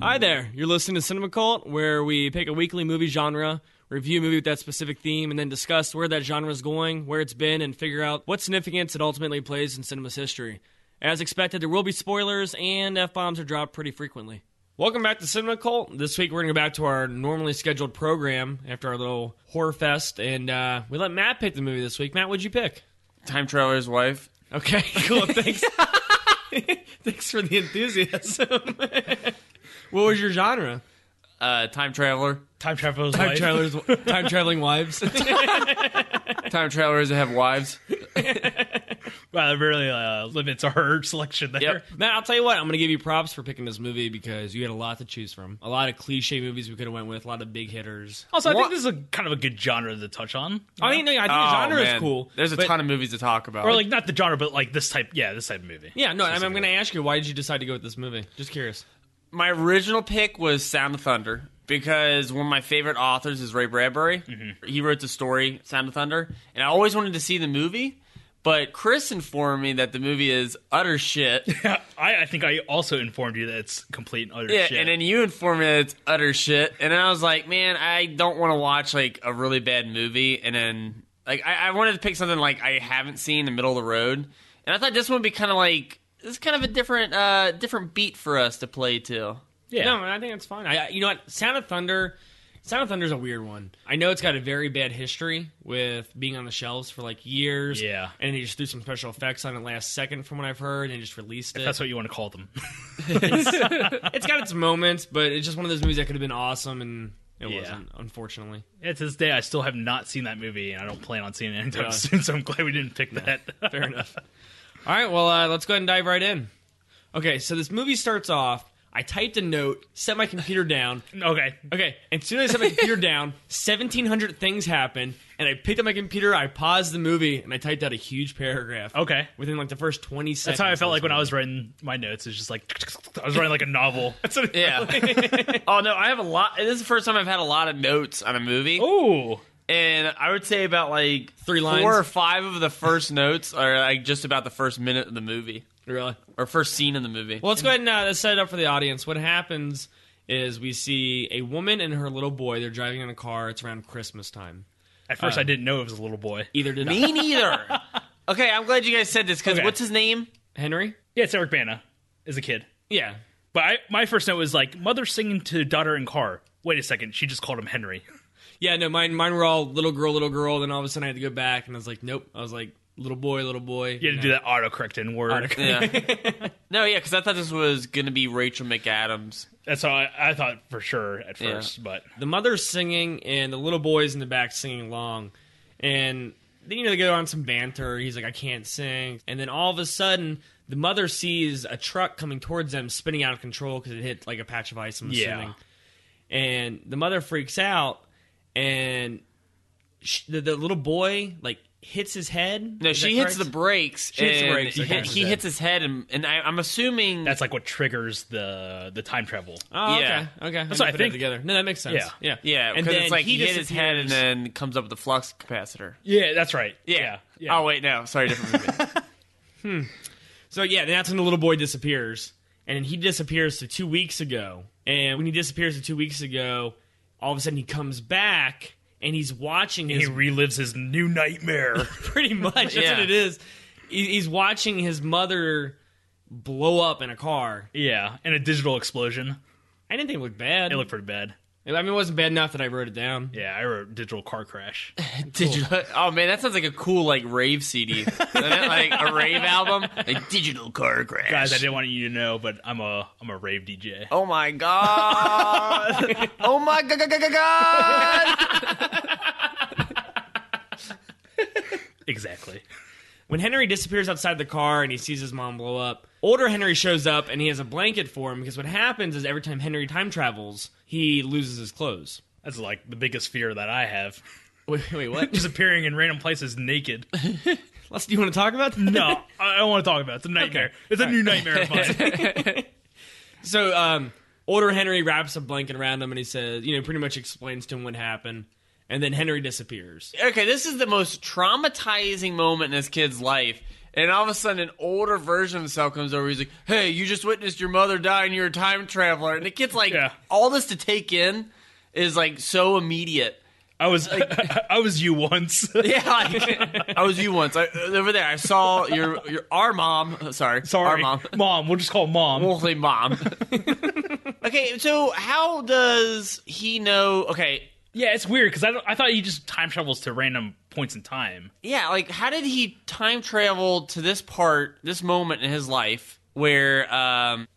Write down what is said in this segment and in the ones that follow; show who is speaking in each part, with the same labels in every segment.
Speaker 1: Hi there. You're listening to Cinema Cult, where we pick a weekly movie genre, review a movie with that specific theme, and then discuss where that genre is going, where it's been, and figure out what significance it ultimately plays in cinema's history. As expected, there will be spoilers, and F bombs are dropped pretty frequently. Welcome back to Cinema Cult. This week we're going to go back to our normally scheduled program after our little horror fest, and uh, we let Matt pick the movie this week. Matt, what'd you pick?
Speaker 2: Time Traveler's Wife.
Speaker 1: Okay, cool. Thanks. Thanks for the enthusiasm. what was your genre?
Speaker 2: Uh, time Traveler.
Speaker 3: Time traveler's
Speaker 1: Time
Speaker 3: life.
Speaker 1: travelers, time traveling wives.
Speaker 2: Time Travelers that have wives.
Speaker 3: wow, that really uh, limits our selection there.
Speaker 2: Yep.
Speaker 1: Matt, I'll tell you what. I'm going to give you props for picking this movie because you had a lot to choose from. A lot of cliche movies we could have went with. A lot of big hitters.
Speaker 3: Also, I
Speaker 2: What-
Speaker 3: think this is a kind of a good genre to touch on.
Speaker 1: I mean, no, I think the
Speaker 2: Oh,
Speaker 1: genre
Speaker 2: man.
Speaker 1: is cool.
Speaker 2: There's a
Speaker 1: but-
Speaker 2: ton of movies to talk about.
Speaker 3: Or like not the genre, but like this type. Yeah, this type of movie.
Speaker 1: Yeah, no. I mean, I'm going to ask you why did you decide to go with this movie? Just curious.
Speaker 2: my original pick was Sound of Thunder because one of my favorite authors is Ray Bradbury.
Speaker 1: Mm-hmm.
Speaker 2: He wrote the story Sound of Thunder, and I always wanted to see the movie. But Chris informed me that the movie is utter shit.
Speaker 3: Yeah, I, I think I also informed you that it's complete and utter
Speaker 2: Yeah,
Speaker 3: shit.
Speaker 2: and then you informed me that it's utter shit, and then I was like, man, I don't want to watch like a really bad movie, and then like I, I wanted to pick something like I haven't seen in the middle of the road, and I thought this one would be kind of like this is kind of a different uh different beat for us to play to.
Speaker 3: yeah.
Speaker 1: No, I think it's fine. I, I- you know what? Sound of Thunder. Sound of Thunder's a weird one. I know it's got a very bad history with being on the shelves for like years.
Speaker 3: Yeah.
Speaker 1: And they just threw some special effects on it last second, from what I've heard, and just released it.
Speaker 3: that's what you want to call them.
Speaker 1: it's got its moments, but it's just one of those movies that could have been awesome, and it
Speaker 3: Yeah.
Speaker 1: wasn't, unfortunately.
Speaker 3: yeah, to this day, I still have not seen that movie, and I don't plan on seeing it anytime
Speaker 1: Yeah.
Speaker 3: soon. So I'm glad we didn't pick that.
Speaker 1: Fair enough. All right, well, uh, let's go ahead and dive right in. Okay, so this movie starts off. I typed a note, set my computer down.
Speaker 3: okay.
Speaker 1: Okay, and as soon as I set my computer down, 1,700 things happened, and I picked up my computer, I paused the movie, and I typed out a huge paragraph.
Speaker 3: Okay.
Speaker 1: Within like the first 20 seconds.
Speaker 3: That's how I felt
Speaker 1: of this
Speaker 3: like when I
Speaker 1: movie.
Speaker 3: was writing my notes. It's just like I was writing like a novel. That's what it-
Speaker 2: Yeah. oh no, I have a lot. This is the first time I've had a lot of notes on a movie,
Speaker 3: Ooh.
Speaker 2: and I would say about like
Speaker 1: Three lines?
Speaker 2: four or five of the first notes are like just about the first minute of the movie
Speaker 1: Really?
Speaker 2: or first scene in the movie.
Speaker 1: Well, let's go ahead and uh, set it up for the audience. What happens is we see a woman and her little boy. They're driving in a car. It's around Christmas time.
Speaker 3: At first, I didn't know it was a little boy.
Speaker 1: Either did
Speaker 2: Me neither. okay, I'm glad you guys said this because
Speaker 3: Okay.
Speaker 2: what's his name?
Speaker 1: Henry.
Speaker 3: Yeah, it's Eric Bana as a kid.
Speaker 1: Yeah.
Speaker 3: But I, my first note was like mother singing to daughter in car. Wait a second, she just called him Henry.
Speaker 1: Yeah, no, mine mine were all little girl, little girl, then all of a sudden I had to go back and I was like, Nope. I was like, little boy, little boy.
Speaker 3: You had to do that autocorrect in Word.
Speaker 1: Autocorrect.
Speaker 2: Yeah. no, yeah, because I thought this was gonna be Rachel McAdams.
Speaker 3: That's how I, I thought for sure at
Speaker 2: Yeah.
Speaker 3: first. But
Speaker 1: The mother's singing and the little boy's in the back singing along. And then you know they go on some banter, he's like, I can't sing and then all of a sudden the mother sees a truck coming towards them spinning out of control because it hit like a patch of ice, I'm
Speaker 3: Yeah.
Speaker 1: assuming. And the mother freaks out and sh- the, the little boy like hits his head.
Speaker 2: No,
Speaker 1: Is
Speaker 2: she
Speaker 1: that
Speaker 2: hits the
Speaker 1: correct?
Speaker 2: brakes.
Speaker 1: She hits the
Speaker 2: and
Speaker 1: brakes,
Speaker 2: He,
Speaker 1: okay.
Speaker 2: he hits his head, and, and I, I'm assuming
Speaker 3: that's like what triggers the the time travel.
Speaker 2: Uh,
Speaker 1: Oh,
Speaker 2: Yeah.
Speaker 1: okay. Okay.
Speaker 3: That's what
Speaker 1: didn't put
Speaker 3: I
Speaker 1: that
Speaker 3: think.
Speaker 1: together. No, that makes sense.
Speaker 3: Yeah.
Speaker 1: Yeah.
Speaker 2: yeah,
Speaker 1: And
Speaker 2: because
Speaker 1: then
Speaker 2: it's like he, hit his head and
Speaker 1: disappears.
Speaker 2: then comes up with the flux capacitor.
Speaker 3: Yeah, that's right.
Speaker 2: Yeah.
Speaker 3: yeah.
Speaker 2: Oh wait, no, sorry, different movie.
Speaker 1: So yeah, then that's when the little boy disappears, and he disappears to two weeks ago. And when he disappears to two weeks ago, all of a sudden he comes back and he's watching
Speaker 3: he
Speaker 1: his
Speaker 3: relives his new nightmare.
Speaker 1: pretty much. That's
Speaker 2: Yeah.
Speaker 1: what it is. He- He's watching his mother blow up in a car.
Speaker 3: yeah, and a digital explosion.
Speaker 1: I didn't think it looked bad.
Speaker 3: It looked pretty bad.
Speaker 1: I mean, it wasn't bad enough that I wrote it down.
Speaker 3: Yeah, I wrote digital car crash.
Speaker 2: digital. Oh man, that sounds like a cool like rave CD, Isn't it? like a rave album, like digital car crash.
Speaker 3: Guys, I didn't want you to know, but I'm a I'm a rave DJ.
Speaker 2: Oh my god! oh my god! god.
Speaker 3: Exactly.
Speaker 1: When Henry disappears outside the car and he sees his mom blow up, older Henry shows up and he has a blanket for him because what happens is every time Henry time travels, he loses his clothes.
Speaker 3: That's like the biggest fear that I have.
Speaker 1: Wait, wait what?
Speaker 3: Just appearing in random places naked.
Speaker 1: Les, do you want to talk about that?
Speaker 3: No, I, I want to talk about it. It's a nightmare. It's a new nightmare of mine.
Speaker 1: So, um, older Henry wraps a blanket around him and he says, you know, pretty much explains to him what happened. And then Henry disappears.
Speaker 2: Okay, this is the most traumatizing moment in this kid's life. And all of a sudden, an older version of himself comes over. He's like, "Hey, you just witnessed your mother die, and you're a time traveler." And the kid's like,
Speaker 3: Yeah.
Speaker 2: "All this to take in is like so immediate."
Speaker 3: I was I was you once.
Speaker 2: Yeah, like, I was you once I, uh, over there. I saw your your our mom. Uh, Sorry, our
Speaker 3: Sorry,
Speaker 2: mom.
Speaker 3: We'll just call mom.
Speaker 2: We'll say mom. okay, so how does he know? Okay,
Speaker 3: yeah, it's weird because I don't, I thought he just time travels to random points in time.
Speaker 2: yeah, like how did he time travel to this part, this moment in his life where? um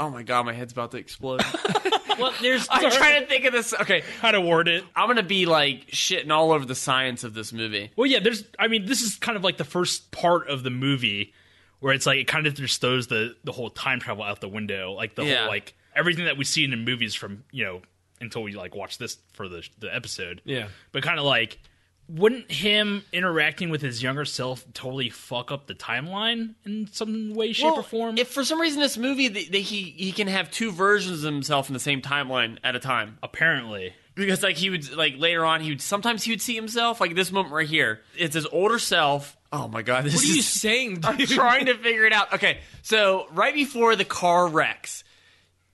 Speaker 2: Oh my god, my head's about to explode.
Speaker 1: Well, there's
Speaker 2: I'm trying to think of this. Okay,
Speaker 3: How to word it?
Speaker 2: I'm gonna be like shitting all over the science of this movie.
Speaker 3: Well, yeah, there's. I mean, this is kind of like the first part of the movie where it's like it kind of just throws the the whole time travel out the window, like the
Speaker 2: Yeah.
Speaker 3: whole like everything that we see in the movies from you know until we like watch this for the the episode.
Speaker 1: Yeah.
Speaker 3: but kind of like wouldn't him interacting with his younger self totally fuck up the timeline in some way, shape, or form?
Speaker 2: if for some reason this movie th that he he can have two versions of himself in the same timeline at a time.
Speaker 3: Apparently,
Speaker 2: because like he would like later on he would sometimes he would see himself like this moment right here it's his older self oh my god this
Speaker 1: What are you
Speaker 2: is-
Speaker 1: saying, dude?
Speaker 2: i'm trying to figure it out okay so right before the car wrecks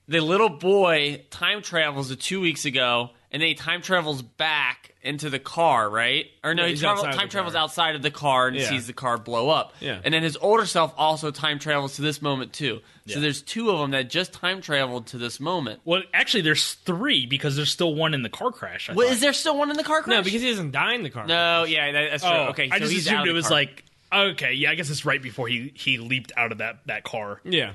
Speaker 2: the little boy time travels to two weeks ago and then he time travels back into the car right or no
Speaker 1: Yeah,
Speaker 2: he
Speaker 1: he's
Speaker 2: travel,
Speaker 1: outside of
Speaker 2: time
Speaker 1: the
Speaker 2: travels
Speaker 1: car.
Speaker 2: outside of the car and
Speaker 1: Yeah.
Speaker 2: sees the car blow up
Speaker 1: Yeah.
Speaker 2: and then his older self also time travels to this moment too so
Speaker 3: Yeah.
Speaker 2: there's two of them that just time traveled to this moment
Speaker 3: well, actually, there's three because there's still one in the car crash. I
Speaker 2: Wait,
Speaker 3: thought.
Speaker 2: is there still one in the car crash
Speaker 1: No, because he doesn't die in the car.
Speaker 2: No, yeah, that, that's true.
Speaker 3: Oh,
Speaker 2: okay, so
Speaker 3: I just
Speaker 2: he's out of
Speaker 3: assumed
Speaker 2: the
Speaker 3: it was
Speaker 2: car.
Speaker 3: like okay, yeah, I guess it's right before he he leaped out of that that car.
Speaker 1: Yeah.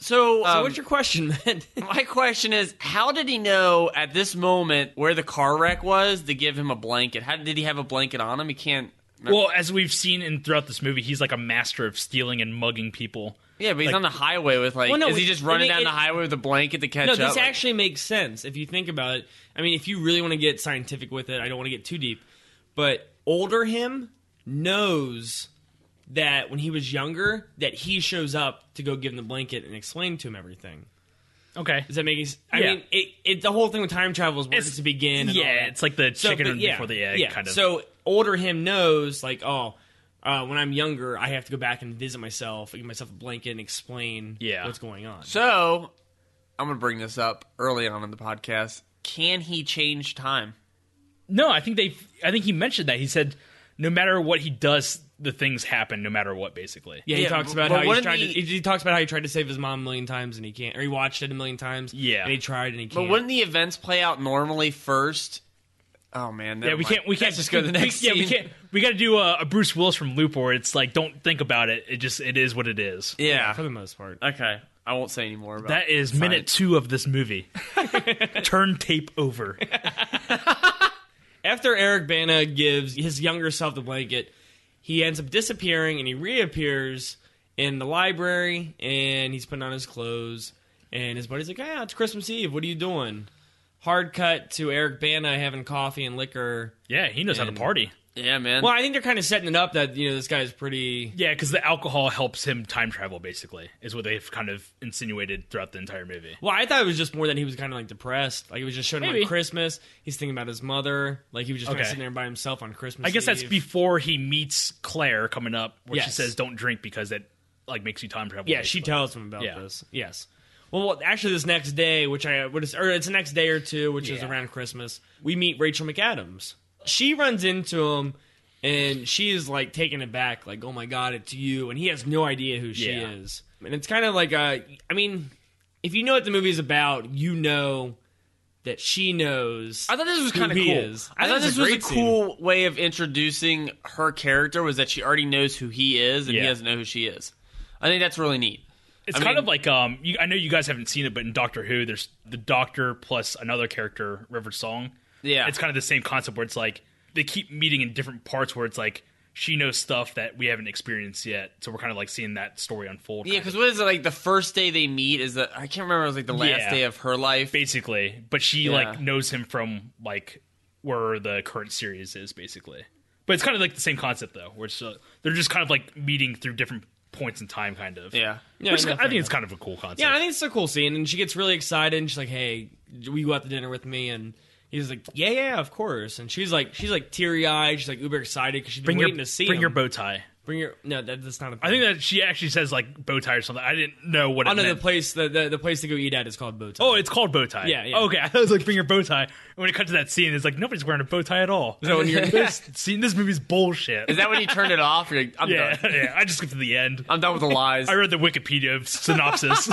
Speaker 2: so.
Speaker 1: So
Speaker 2: um,
Speaker 1: what's your question, man?
Speaker 2: my question is, how did he know at this moment where the car wreck was to give him a blanket? How did he have a blanket on him? He can't.
Speaker 3: Well, as we've seen in throughout this movie, he's like a master of stealing and mugging people.
Speaker 2: Yeah, but he's
Speaker 3: Like-
Speaker 2: on the highway with like.
Speaker 1: Well, no,
Speaker 2: is he
Speaker 1: it-
Speaker 2: just running
Speaker 1: it-
Speaker 2: down the
Speaker 1: it-
Speaker 2: highway with a blanket to catch
Speaker 1: No,
Speaker 2: up?
Speaker 1: this
Speaker 2: Like,
Speaker 1: actually makes sense if you think about it. I mean, if you really want to get scientific with it, I don't want to get too deep. But older him knows that when he was younger, that he shows up to go give him the blanket and explain to him everything.
Speaker 3: Okay,
Speaker 1: Does that make sense? I
Speaker 3: Yeah.
Speaker 1: mean, it, it the whole thing with time travel is where
Speaker 3: It's-
Speaker 1: does it begin? And all
Speaker 3: yeah,
Speaker 1: that.
Speaker 3: it's like the
Speaker 1: So,
Speaker 3: chicken
Speaker 1: but yeah,
Speaker 3: before the egg
Speaker 1: yeah.
Speaker 3: kind of.
Speaker 1: So older him knows, like, oh, uh, when I'm younger, I have to go back and visit myself, give myself a blanket, and explain
Speaker 3: Yeah.
Speaker 1: what's going on.
Speaker 2: So, I'm gonna bring this up early on in the podcast. Can he change time?
Speaker 3: no, I think they. I think he mentioned that he said, no matter what he does, the things happen, no matter what. Basically,
Speaker 1: Yeah, he
Speaker 2: Yeah,
Speaker 1: talks
Speaker 2: but-
Speaker 1: about
Speaker 2: but
Speaker 1: how he's
Speaker 2: wouldn't
Speaker 1: tried
Speaker 2: he-
Speaker 1: to. He talks about how he tried to save his mom a million times and he can't, or he watched it a million times.
Speaker 3: Yeah.
Speaker 1: and he tried and he
Speaker 2: But
Speaker 1: can't.
Speaker 2: wouldn't the events play out normally first? Oh man,
Speaker 3: yeah, we can't. We can't
Speaker 2: just go to the next.
Speaker 3: Yeah, we
Speaker 2: scene.
Speaker 3: can't. We got to do a, a Bruce Willis from Loop, where it's like, don't think about it. It just it is what it is.
Speaker 2: Yeah.
Speaker 1: for the most part.
Speaker 2: Okay, I won't say any more about
Speaker 3: That is
Speaker 2: science.
Speaker 3: minute two of this movie. Turn tape over.
Speaker 1: After Eric Bana gives his younger self the blanket, he ends up disappearing and he reappears in the library and he's putting on his clothes. And his buddy's like, "Ah, it's Christmas Eve. What are you doing?" Hard cut to Eric Bana having coffee and liquor.
Speaker 3: Yeah, he knows how to
Speaker 1: And-
Speaker 3: party.
Speaker 2: Yeah, man.
Speaker 1: Well, I think they're kind of setting it up that you know this guy's pretty.
Speaker 3: Yeah, because the alcohol helps him time travel, basically, is what they've kind of insinuated throughout the entire movie.
Speaker 1: Well, I thought it was just more that he was kind of like depressed. Like it was just showing him
Speaker 3: Maybe.
Speaker 1: on Christmas. He's thinking about his mother. Like he was just kind of
Speaker 3: Okay.
Speaker 1: sitting there by himself on Christmas.
Speaker 3: I guess that's
Speaker 1: Eve.
Speaker 3: before he meets Claire coming up, where she
Speaker 1: Yes.
Speaker 3: says, "Don't drink because that like makes you time travel."
Speaker 1: yeah. She
Speaker 3: basically.
Speaker 1: tells him about
Speaker 3: Yeah.
Speaker 1: this. Yes. Well, well, actually, this next day, which I what is, or it's the next day or two, which is
Speaker 3: Yeah.
Speaker 1: around Christmas, we meet Rachel McAdams. She runs into him, and she is like taken aback, like, "Oh my god, it's you!" And he has no idea who she
Speaker 3: Yeah.
Speaker 1: is. And it's kind of like, uh, I mean, if you know what the movie is about, you know that she knows.
Speaker 2: I thought this was
Speaker 1: who
Speaker 2: kind of
Speaker 1: he
Speaker 2: cool.
Speaker 1: is.
Speaker 2: I,
Speaker 1: I think
Speaker 2: thought this
Speaker 1: it's a
Speaker 2: was a
Speaker 1: great scene.
Speaker 2: cool way of introducing her character was that she already knows who he is and he
Speaker 3: Yeah.
Speaker 2: doesn't know who she is. I think that's really neat.
Speaker 3: It's
Speaker 2: I
Speaker 3: kind
Speaker 2: mean-
Speaker 3: of like um, you, I know you guys haven't seen it, but in Doctor Who, there's the Doctor plus another character, River Song.
Speaker 2: Yeah.
Speaker 3: it's kind of the same concept where it's like they keep meeting in different parts where it's like she knows stuff that we haven't experienced yet, so we're kind of like seeing that story unfold.
Speaker 2: Yeah,
Speaker 3: kind of.
Speaker 2: because what is it like? The first day they meet is the I can't remember. It was like the last
Speaker 3: Yeah.
Speaker 2: day of her life.
Speaker 3: basically but she
Speaker 2: Yeah.
Speaker 3: like knows him from like where the current series is basically but it's kind of like the same concept though where it's, uh, they're just kind of like meeting through different points in time kind of
Speaker 2: Yeah,
Speaker 1: Yeah,
Speaker 3: Which is-
Speaker 1: no,
Speaker 3: i
Speaker 1: fair
Speaker 3: think it's kind of a cool concept
Speaker 1: Yeah, I think it's a cool scene, and she gets really excited. And she's like, "Hey, will you go out to dinner with me?" And he's like, "Yeah, yeah, of course." And she's like, she's like teary eyed. She's like uber excited because she's been
Speaker 3: bring
Speaker 1: waiting
Speaker 3: your
Speaker 1: to see
Speaker 3: bring
Speaker 1: him.
Speaker 3: your bow tie
Speaker 1: Bring your no. That, that's not. A thing.
Speaker 3: I think that she actually says like bow tie or something. I didn't know what it
Speaker 1: Oh no, the
Speaker 3: meant.
Speaker 1: place the, the the place to go eat at is called Bowtie.
Speaker 3: oh, it's called bow tie.
Speaker 1: Yeah, yeah.
Speaker 3: Okay, I was like, bring your bow tie. And when it cut to that scene, it's like nobody's wearing a bow tie at all.
Speaker 1: that when you're-
Speaker 3: this scene, this movie's bullshit.
Speaker 2: Is that when you turned it off? You're like, I'm
Speaker 3: yeah,
Speaker 2: done.
Speaker 3: yeah. I just skipped to the end.
Speaker 2: I'm done with the lies.
Speaker 3: I read the Wikipedia synopsis.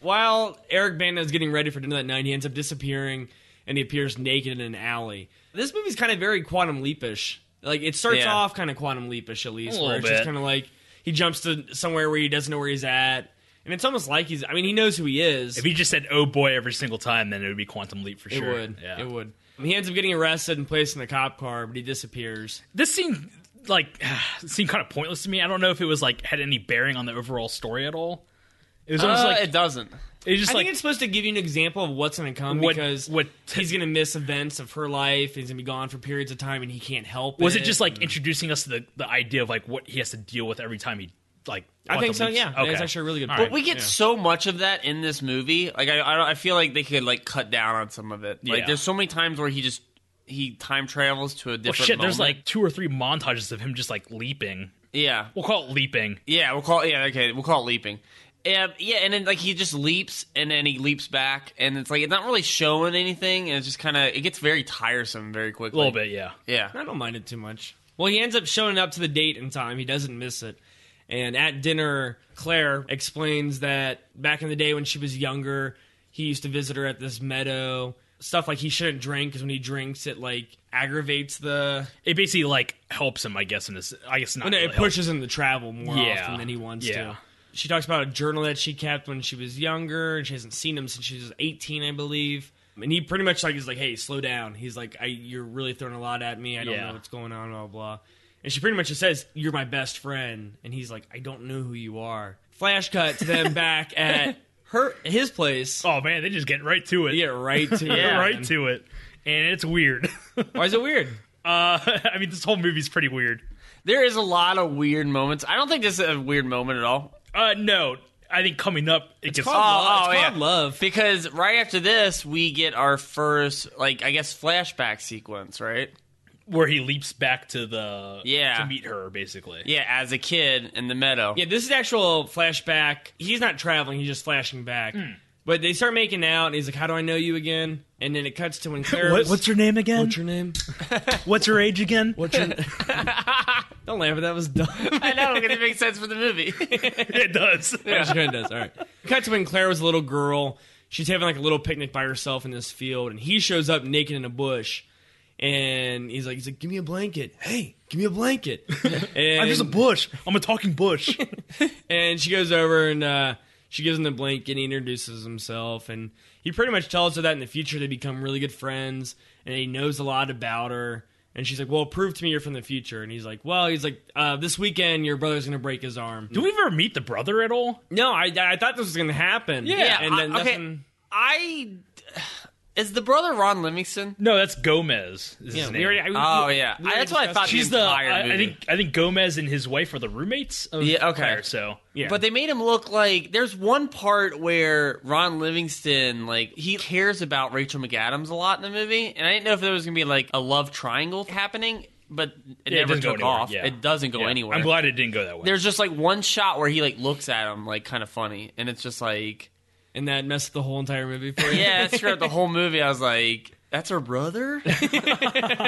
Speaker 1: While Eric Bana is getting ready for dinner that night, he ends up disappearing and he appears naked in an alley. This movie's kind of very quantum leapish. Like it starts
Speaker 2: Yeah.
Speaker 1: off kind of quantum leapish at least,
Speaker 3: little
Speaker 1: where it's just
Speaker 3: bit.
Speaker 1: kind of like he jumps to somewhere where he doesn't know where he's at, and it's almost like he's. I mean, he knows who he is.
Speaker 3: if he just said "oh boy" every single time, then it would be quantum leap for
Speaker 1: it
Speaker 3: sure.
Speaker 1: would.
Speaker 3: Yeah.
Speaker 1: It would. He ends up getting arrested and placed in the cop car, but he disappears.
Speaker 3: This scene, like, seemed kind of pointless to me. I don't know if it was like had any bearing on the overall story at all. It was almost
Speaker 2: Uh,
Speaker 3: like
Speaker 2: it doesn't.
Speaker 3: it's just
Speaker 1: I
Speaker 3: like
Speaker 1: think it's supposed to give you an example of what's going to come
Speaker 3: What-
Speaker 1: because
Speaker 3: what-
Speaker 1: he's going to miss events of her life. He's going to be gone for periods of time, and he can't help.
Speaker 3: was it just like introducing us to the, the idea of like what he has to deal with every time he like?
Speaker 1: I think
Speaker 3: quantum
Speaker 1: so.
Speaker 3: leaps?
Speaker 1: Yeah,
Speaker 3: Okay.
Speaker 1: that's actually a really good.
Speaker 3: All
Speaker 1: point.
Speaker 3: right.
Speaker 2: We get so much of that in this movie. Like I, I, don't- I feel like they could like cut down on some of it. Like
Speaker 3: Yeah.
Speaker 2: there's so many times where he just he time travels to a
Speaker 3: Well,
Speaker 2: different.
Speaker 3: shit, there's
Speaker 2: moment.
Speaker 3: like two or three montages of him just like leaping.
Speaker 2: yeah,
Speaker 3: We'll call it leaping.
Speaker 2: yeah. We'll call it, yeah. Okay, we'll call it leaping. Yeah, yeah, and then like he just leaps and then he leaps back, and it's like it's not really showing anything. And it's just kind of it gets very tiresome very
Speaker 3: A
Speaker 2: quickly.
Speaker 3: little bit, yeah.
Speaker 2: Yeah.
Speaker 1: I don't mind it too much. Well, he ends up showing up to the date in time. He doesn't miss it. And at dinner, Claire explains that back in the day when she was younger, he used to visit her at this meadow. Stuff like he shouldn't drink because when he drinks, it like aggravates the.
Speaker 3: It basically like helps him, I guess. In this, I guess not.
Speaker 1: Well, no,
Speaker 3: really
Speaker 1: it
Speaker 3: helps.
Speaker 1: pushes him to travel more
Speaker 3: Yeah.
Speaker 1: often than he wants
Speaker 3: Yeah.
Speaker 1: to. She talks about a journal that she kept when she was younger, and she hasn't seen him since she was 18, I believe. And he pretty much like is like, "Hey, slow down." He's like, I, "You're really throwing a lot at me. I don't
Speaker 3: Yeah.
Speaker 1: know what's going on." Blah blah. And she pretty much just says, "You're my best friend," and he's like, "I don't know who you are." Flash cut to them back at her his place.
Speaker 3: Oh man, they just get right to it.
Speaker 1: Yeah, right to
Speaker 3: Get
Speaker 1: yeah,
Speaker 3: right to it, and it's weird. uh,
Speaker 1: Why is it weird?
Speaker 3: I mean, this whole movie's pretty weird.
Speaker 2: There is a lot of weird moments. I don't think this is a weird moment at all.
Speaker 3: Uh, no, I think coming up, it gets
Speaker 1: Called love. It's
Speaker 2: oh,
Speaker 1: called
Speaker 2: yeah.
Speaker 1: love.
Speaker 2: Because right after this, we get our first, like, I guess, flashback sequence, right?
Speaker 3: where he leaps back to the
Speaker 2: Yeah.
Speaker 3: to meet her, basically.
Speaker 2: Yeah, as a kid in the meadow.
Speaker 1: Yeah, this is actual flashback. He's not traveling; he's just flashing back. But they start making out, and he's like, "How do I know you again?" And then it cuts to when Claire. was-
Speaker 3: your name again?
Speaker 1: What's your name?
Speaker 3: What's your age again?
Speaker 1: What's your? Don't laugh, but that was dumb.
Speaker 2: I know, because it makes sense for the movie.
Speaker 3: it does.
Speaker 1: she kind of does. All right. Cut to when Claire was a little girl. She's having like a little picnic by herself in this field, and he shows up naked in a bush. And he's like, he's like, give me a blanket. Hey, give me a blanket. And
Speaker 3: I'm just a bush. I'm a talking bush.
Speaker 1: And she goes over and uh, she gives him the blanket and he introduces himself. And he pretty much tells her that in the future they become really good friends and he knows a lot about her. And she's like, Well, prove to me you're from the future. And he's like, Well, he's like, uh, This weekend your brother's going to break his arm.
Speaker 3: Do we ever meet the brother at all?
Speaker 1: No, I, I thought this was going to happen.
Speaker 2: Yeah,
Speaker 1: And then
Speaker 2: I- okay.
Speaker 1: nothing.
Speaker 2: I. Is the brother Ron Livingston?
Speaker 3: No, that's Gomez. Is
Speaker 1: Yeah,
Speaker 3: his
Speaker 1: we
Speaker 3: name.
Speaker 1: already- I- we-
Speaker 2: Oh,
Speaker 1: we-
Speaker 2: yeah.
Speaker 1: we
Speaker 2: I- that's what I
Speaker 1: discussed
Speaker 2: thought.
Speaker 1: it.
Speaker 3: She's the.
Speaker 2: entire
Speaker 3: I, I
Speaker 2: movie.
Speaker 3: think. I think Gomez and his wife are the roommates. Of
Speaker 2: Yeah, okay.
Speaker 3: Claire, so
Speaker 1: Yeah.
Speaker 2: But they made him look like there's one part where Ron Livingston like he cares about Rachel McAdams a lot in the movie, and I didn't know if there was gonna be like a love triangle happening, but it,
Speaker 3: Yeah, it
Speaker 2: never
Speaker 3: doesn't go
Speaker 2: took
Speaker 3: anywhere,
Speaker 2: off.
Speaker 3: yeah.
Speaker 2: It doesn't go
Speaker 3: Yeah.
Speaker 2: anywhere.
Speaker 3: I'm glad it didn't go that way.
Speaker 2: There's just like one shot where he like looks at him like kind of funny, and it's just like
Speaker 1: And that messed up the whole entire movie for you.
Speaker 2: yeah, that's throughout the whole movie. I was like. That's her brother?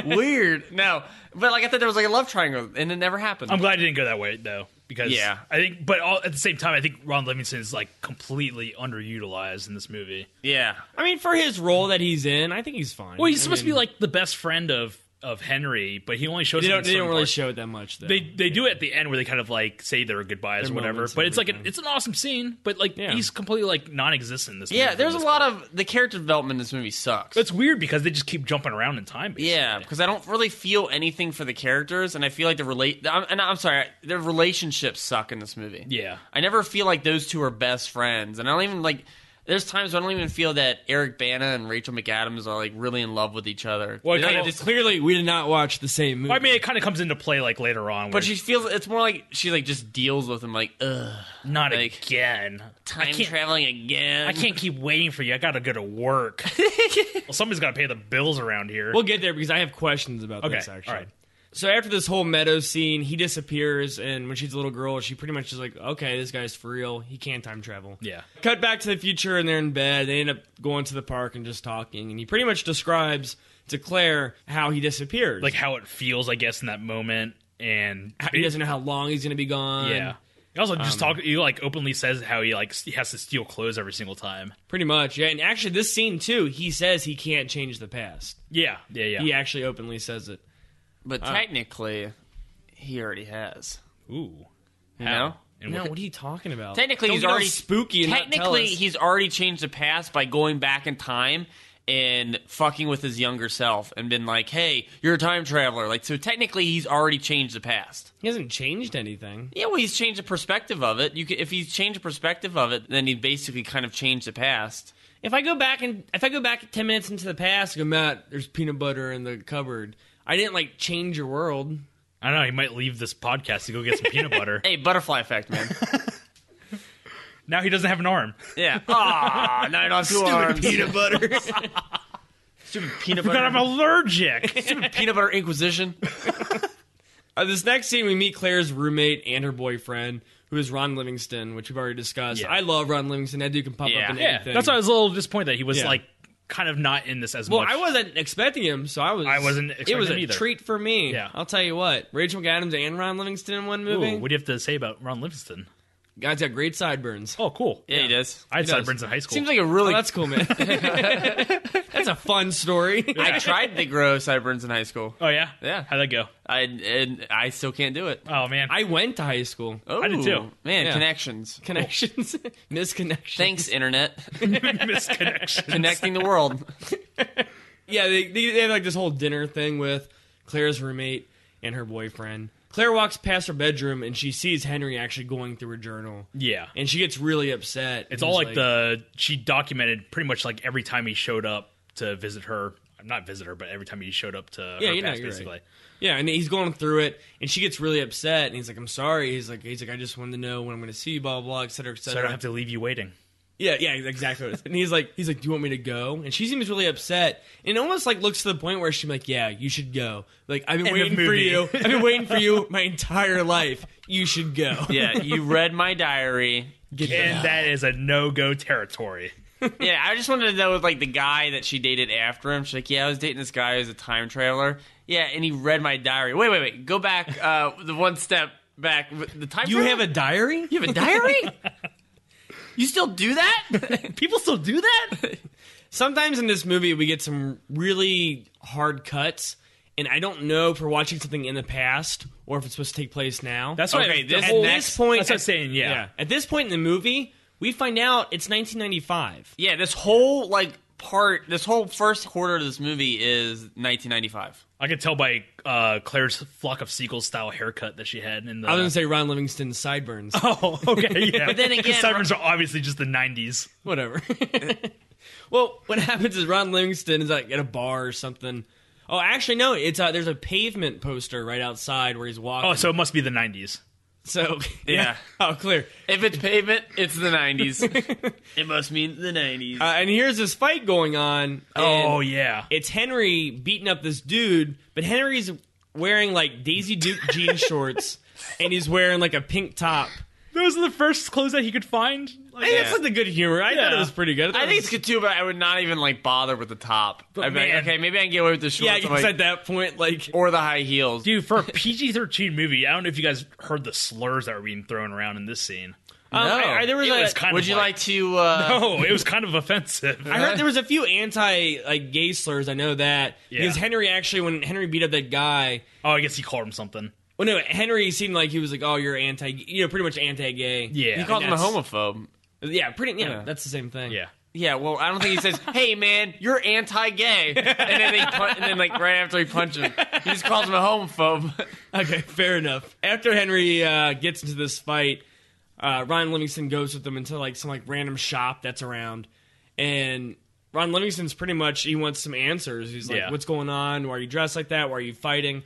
Speaker 2: Weird. No, but like I thought there was like a love triangle, and it never happened.
Speaker 3: I'm glad it didn't go that way though, because
Speaker 2: Yeah.
Speaker 3: I think. But all, at the same time, I think Ron Livingston is like completely underutilized in this movie.
Speaker 2: yeah,
Speaker 1: I mean, for his role that he's in, I think he's fine.
Speaker 3: Well, he's
Speaker 1: I
Speaker 3: supposed
Speaker 1: mean,
Speaker 3: to be like the best friend of of Henry, but he only shows.
Speaker 1: They
Speaker 3: up
Speaker 1: don't,
Speaker 3: in
Speaker 1: they don't
Speaker 3: certain
Speaker 1: really
Speaker 3: parts.
Speaker 1: show it that much, though.
Speaker 3: They they do it at the end where they kind of like say their goodbyes
Speaker 1: Their
Speaker 3: or whatever.
Speaker 1: moments
Speaker 3: But
Speaker 1: and
Speaker 3: it's like an,
Speaker 1: everything.
Speaker 3: it's an awesome scene, but like
Speaker 1: Yeah.
Speaker 3: he's completely like non-existent in this.
Speaker 2: yeah.
Speaker 3: movie
Speaker 2: There's a
Speaker 3: That's-
Speaker 2: lot of the character development in this movie sucks.
Speaker 3: It's weird because they just keep jumping around in time. Basically.
Speaker 2: Yeah, because I don't really feel anything for the characters, and I feel like the relate. I'm, and I'm sorry, their relationships suck in this movie.
Speaker 3: yeah.
Speaker 2: I never feel like those two are best friends, and I don't even like. There's times when I don't even feel that Eric Bana and Rachel McAdams are like really in love with each other.
Speaker 3: Well, it
Speaker 2: They're
Speaker 3: kinda
Speaker 2: like-
Speaker 1: It's clearly we did not watch the same movie.
Speaker 3: I mean, it kind of comes into play like later on. where
Speaker 2: but she feels it's more like she like just deals with him like ugh
Speaker 3: not
Speaker 2: like,
Speaker 3: again. I
Speaker 2: time
Speaker 3: can't.
Speaker 2: traveling again.
Speaker 3: I can't keep waiting for you. I gotta go to work. well, somebody's gotta pay the bills around here.
Speaker 1: We'll get there because I have questions about
Speaker 3: Okay,
Speaker 1: this actually.
Speaker 3: all right.
Speaker 1: so after this whole meadow scene, he disappears, and when she's a little girl, she pretty much is like, okay, this guy's for real. He can time travel.
Speaker 3: Yeah.
Speaker 1: Cut back to the future, and they're in bed. They end up going to the park and just talking, and he pretty much describes to Claire how he disappears.
Speaker 3: Like how it feels, I guess, in that moment, and
Speaker 1: how- he doesn't know how long he's going to be gone.
Speaker 3: Yeah. He also just
Speaker 2: Um,
Speaker 3: talk. He like openly says how he like he has to steal clothes every single time.
Speaker 1: Pretty much. Yeah. And actually, this scene, too, he says he can't change the past.
Speaker 3: Yeah, yeah, yeah.
Speaker 1: He actually openly says it.
Speaker 2: But
Speaker 3: Uh.
Speaker 2: technically, he already has.
Speaker 3: Ooh.
Speaker 2: You
Speaker 3: How?
Speaker 2: know?
Speaker 3: And
Speaker 1: no,
Speaker 3: what-
Speaker 1: what are you talking about?
Speaker 2: Technically,
Speaker 1: Don't
Speaker 2: he's
Speaker 1: get all
Speaker 2: already
Speaker 1: spooky. And not tell
Speaker 2: technically,
Speaker 1: us.
Speaker 2: he's already changed the past by going back in time and fucking with his younger self and been like, "Hey, you're a time traveler." Like, so technically, he's already changed the past.
Speaker 1: he hasn't changed anything.
Speaker 2: Yeah, well, he's changed the perspective of it. You could, if he's changed the perspective of it, then he basically kind of changed the past.
Speaker 1: If I go back and if I go back ten minutes into the past, and go Matt, there's peanut butter in the cupboard. I didn't like change your world.
Speaker 3: I don't know. He might leave this podcast to go get some peanut butter.
Speaker 2: Hey, butterfly effect, man.
Speaker 3: Now he doesn't have an arm.
Speaker 2: yeah. Ah, now I don't have two arms.
Speaker 1: Peanut butter.
Speaker 2: Stupid peanut
Speaker 3: God,
Speaker 2: butter.
Speaker 3: I'm allergic.
Speaker 2: Stupid peanut butter inquisition.
Speaker 1: uh, this next scene, we meet Claire's roommate and her boyfriend, who is Ron Livingston, which we've already discussed.
Speaker 3: Yeah.
Speaker 1: I love Ron Livingston. That dude can pop
Speaker 2: Yeah.
Speaker 1: up in
Speaker 3: yeah,
Speaker 1: anything.
Speaker 3: that's why I was a little disappointed that he was
Speaker 1: Yeah.
Speaker 3: like kind of not in this as
Speaker 1: Well,
Speaker 3: much.
Speaker 1: I wasn't expecting him, so I was.
Speaker 3: I wasn't
Speaker 1: it was
Speaker 3: expecting
Speaker 1: a
Speaker 3: him either.
Speaker 1: treat for me.
Speaker 3: Yeah.
Speaker 1: I'll tell you what. Rachel McAdams and Ron Livingston in one movie.
Speaker 3: Ooh, what do you have to say about Ron Livingston?
Speaker 1: Guy's got great sideburns.
Speaker 3: Oh, cool.
Speaker 2: Yeah, he does.
Speaker 3: I had
Speaker 1: He does.
Speaker 3: sideburns in high school.
Speaker 2: Seems like a really.
Speaker 1: Oh, that's cool, man. that's a fun story.
Speaker 2: I tried to grow sideburns in high school.
Speaker 3: oh yeah,
Speaker 2: Yeah.
Speaker 3: How'd that go?
Speaker 2: I and I still can't do it.
Speaker 3: Oh man,
Speaker 1: I went to high school.
Speaker 2: Oh,
Speaker 3: I did too.
Speaker 2: Man,
Speaker 1: Yeah.
Speaker 2: connections.
Speaker 1: Connections, misconnections.
Speaker 2: Thanks, internet.
Speaker 3: misconnection.
Speaker 2: Connecting the world.
Speaker 1: Yeah, they, they, they have like this whole dinner thing with Claire's roommate and her boyfriend. Claire walks past her bedroom and she sees Henry actually going through her journal,
Speaker 3: Yeah,
Speaker 1: and she gets really upset.
Speaker 3: it's all like, the she documented pretty much like every time he showed up to visit her. Not visit her, but every time he showed up to
Speaker 1: Yeah,
Speaker 3: her
Speaker 1: you know,
Speaker 3: past,
Speaker 1: you're right.
Speaker 3: basically.
Speaker 1: yeah, and he's going through it, and she gets really upset, and he's like, "I'm sorry." He's like, "He's like, I just wanted to know when I'm going to see you, blah blah, blah, et cetera, et
Speaker 3: So I
Speaker 1: cetera."
Speaker 3: don't have to leave you waiting.
Speaker 1: Yeah, yeah, exactly. What it is. and he's like, he's like, "Do you want me to go?" And she seems really upset, and it almost like looks to the point where she's like, "Yeah, you should go. Like, I've been
Speaker 3: End of
Speaker 1: waiting for
Speaker 3: movie.
Speaker 1: you. I've been waiting for you my entire life. You should go."
Speaker 2: Yeah, you read my diary.
Speaker 1: Get the-
Speaker 3: And that is a no go territory.
Speaker 2: Yeah, I just wanted to know like the guy that she dated after him. She's like, yeah, I was dating this guy who's a time traveler. Yeah, and he read my diary. Wait, wait, wait. Go back uh, the one step back. The time
Speaker 1: You
Speaker 2: travel-
Speaker 1: have a diary?
Speaker 2: you have a diary. you still do that?
Speaker 3: People still do that?
Speaker 1: Sometimes in this movie, we get some really hard cuts, and I don't know if we're watching something in the past or if it's supposed to take place now.
Speaker 3: That's what
Speaker 2: Okay,
Speaker 3: I,
Speaker 2: this
Speaker 3: the
Speaker 1: at
Speaker 3: whole-
Speaker 1: this point.
Speaker 3: That's what I'm saying, yeah.
Speaker 1: At this point in the movie, we find out it's 1995.
Speaker 2: yeah, this whole like part, this whole first quarter of this movie is 1995.
Speaker 3: I could tell by uh, Claire's flock of seagulls style haircut that she had in the.
Speaker 1: I was gonna say Ron Livingston's sideburns.
Speaker 3: oh, okay, yeah. but
Speaker 2: then again-
Speaker 3: Sideburns are obviously just the 90s.
Speaker 1: whatever. well, what happens is Ron Livingston is like at a bar or something. Oh, actually, no. It's uh, there's a pavement poster right outside where he's walking.
Speaker 3: Oh, so it must be the 90s.
Speaker 1: so
Speaker 2: Yeah.
Speaker 1: oh, clear.
Speaker 2: If it's pavement, it's the 90s. it must mean the 90s.
Speaker 1: Uh, and here's this fight going on.
Speaker 3: Oh,
Speaker 1: and
Speaker 3: yeah.
Speaker 1: it's Henry beating up this dude, but Henry's wearing like Daisy Duke jean shorts, and he's wearing like a pink top.
Speaker 3: Those are the first clothes that he could find. Like,
Speaker 1: I think that's like the good humor. I thought it
Speaker 3: Yeah.
Speaker 1: was pretty good.
Speaker 2: I
Speaker 1: thought it
Speaker 2: think it's
Speaker 1: was-
Speaker 2: good too, but I would not even like bother with the top. I'd be like,
Speaker 3: man.
Speaker 2: okay, maybe I can get away with the shorts
Speaker 1: yeah, I
Speaker 2: I'm
Speaker 1: guess
Speaker 2: like-
Speaker 1: at that point, like
Speaker 2: or the high heels.
Speaker 3: Dude, for a PG 13 movie, I don't know if you guys heard the slurs that were being thrown around in this scene.
Speaker 1: um,
Speaker 2: No.
Speaker 1: I- I- there was
Speaker 3: It
Speaker 1: a-
Speaker 3: was kind
Speaker 2: would
Speaker 3: of
Speaker 2: you
Speaker 3: like-
Speaker 2: like, to? Uh,
Speaker 3: Oh, it was kind of offensive.
Speaker 1: I heard there was a few anti like gay slurs. I know that
Speaker 3: Yeah.
Speaker 1: because Henry actually, when Henry beat up that guy,
Speaker 3: oh, I guess he called him something.
Speaker 1: well, no, Henry seemed like he was like, "Oh, you're anti," you know, pretty much anti-gay.
Speaker 3: Yeah.
Speaker 2: You called him a
Speaker 1: That's-
Speaker 2: homophobe.
Speaker 1: yeah, pretty. Yeah,
Speaker 2: Yeah.
Speaker 1: that's the same thing.
Speaker 3: Yeah.
Speaker 2: Yeah, well, I don't think he says, "Hey, man, you're anti-gay," and then they pun- and then like right after he punches him, he just calls him a homophobe.
Speaker 1: Okay, fair enough. After Henry uh, gets into this fight, uh, Ron Livingston goes with them into like some like random shop that's around, and Ron Livingston's pretty much he wants some answers. He's like,
Speaker 3: Yeah.
Speaker 1: "What's going on? Why are you dressed like that? Why are you fighting?"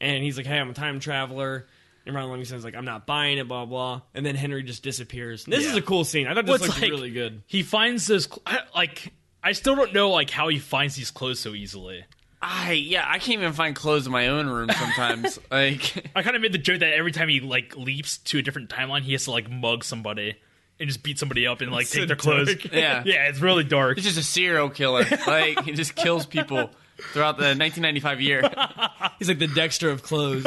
Speaker 1: And he's like, "Hey, I'm a time traveler." And Ron Livingston's like, "I'm not buying it." Blah blah. And then Henry just disappears. This is
Speaker 3: Yeah.
Speaker 1: a cool scene. I thought this
Speaker 3: What's
Speaker 1: looked
Speaker 3: like
Speaker 1: really good.
Speaker 3: He finds those cl- I- like I still don't know like how he finds these clothes so easily.
Speaker 2: I yeah, I can't even find clothes in my own room sometimes. like
Speaker 3: I kind of made the joke that every time he like leaps to a different timeline, he has to like mug somebody and just beat somebody up and like
Speaker 1: so
Speaker 3: take their clothes.
Speaker 1: dark.
Speaker 2: Yeah.
Speaker 3: yeah, it's really dark.
Speaker 2: he's just a serial killer. Like he just kills people throughout the 1995 year.
Speaker 1: He's like the Dexter of clothes.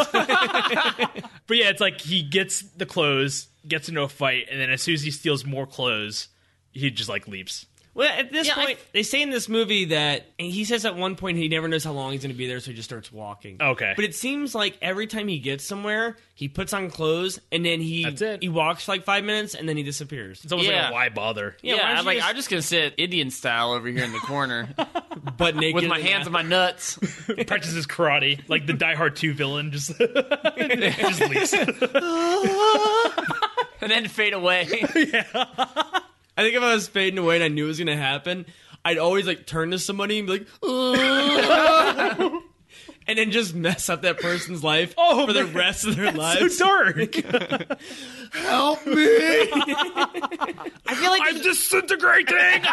Speaker 3: But yeah, it's like he gets the clothes, gets into a fight, and then as soon as he steals more clothes, he just like leaps.
Speaker 1: well, at this
Speaker 2: Yeah, I-
Speaker 1: point, they say in this movie that and he says at one point he never knows how long he's going to be there, so he just starts walking.
Speaker 3: Okay.
Speaker 1: But it seems like every time he gets somewhere, he puts on clothes and then he
Speaker 3: That's it.
Speaker 1: he walks for like five minutes and then he disappears.
Speaker 3: It's almost
Speaker 2: Yeah.
Speaker 3: like a why bother.
Speaker 1: Yeah,
Speaker 2: Yeah,
Speaker 1: why don't
Speaker 2: I'm
Speaker 1: you
Speaker 2: like
Speaker 1: just-
Speaker 2: I'm just gonna sit Indian style over here in the corner
Speaker 1: But naked
Speaker 2: with my
Speaker 1: and-
Speaker 2: hands on my nuts.
Speaker 3: Practices karate like the Die Hard Two villain, just just leaps.
Speaker 2: and then fade away.
Speaker 1: I think if I was fading away and I knew it was gonna happen, I'd always like turn to somebody and be like, "Ugh," and then just mess up that person's life
Speaker 3: Oh,
Speaker 1: for the
Speaker 3: man.
Speaker 1: rest of their
Speaker 3: so
Speaker 1: lives.
Speaker 3: dark.
Speaker 1: Help me!
Speaker 2: I feel like
Speaker 3: I'm disintegrating.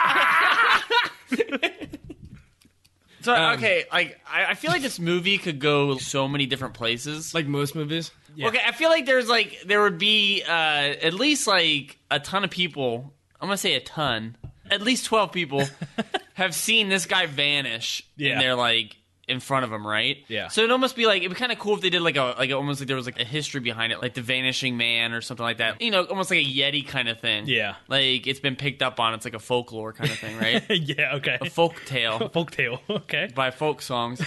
Speaker 2: so,
Speaker 1: Um,
Speaker 2: okay. Like I, I feel like this movie could go so many different places.
Speaker 1: like most movies.
Speaker 2: Okay, I feel like there's like there would be uh, at least like a ton of people. I'm gonna say a ton, at least twelve people have seen this guy vanish,
Speaker 3: Yeah.
Speaker 2: and they're like in front of him, right?
Speaker 3: Yeah.
Speaker 2: So it almost be like it'd be kind of cool if they did like a like almost like there was like a history behind it, like the Vanishing Man or something like that. You know, almost like a Yeti kind of thing.
Speaker 3: Yeah.
Speaker 2: Like it's been picked up on. It's like a folklore kind of thing, right?
Speaker 3: yeah, okay.
Speaker 2: a folk tale
Speaker 3: Folktale. Okay.
Speaker 2: by folk songs.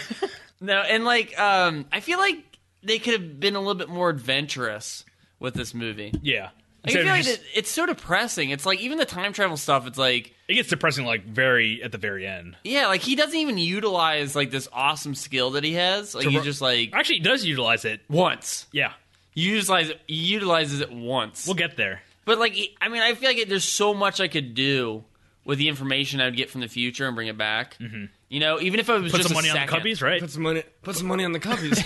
Speaker 2: no, and like um I feel like they could have been a little bit more adventurous with this movie.
Speaker 3: Yeah.
Speaker 2: Like, I
Speaker 3: Instead
Speaker 2: feel
Speaker 3: of
Speaker 2: like
Speaker 3: just-
Speaker 2: it, it's so depressing. It's like even the time travel stuff. It's like
Speaker 3: it gets depressing like very at the very end.
Speaker 2: yeah, like he doesn't even utilize like this awesome skill that he has. Like
Speaker 3: To
Speaker 2: he's
Speaker 3: ru-
Speaker 2: just like
Speaker 3: Actually, it does utilize it.
Speaker 2: once
Speaker 3: Yeah,
Speaker 2: you utilize it, he utilizes it once.
Speaker 3: we'll get there.
Speaker 2: but like he- I mean, I feel like it, there's so much I could do with the information I would get from the future and bring it back. Mm-hmm. You know, even if I was
Speaker 3: Put
Speaker 2: just
Speaker 3: some
Speaker 2: a
Speaker 3: money on the
Speaker 2: second.
Speaker 3: cubbies, right?
Speaker 1: Put some money. Put some money on the cubbies.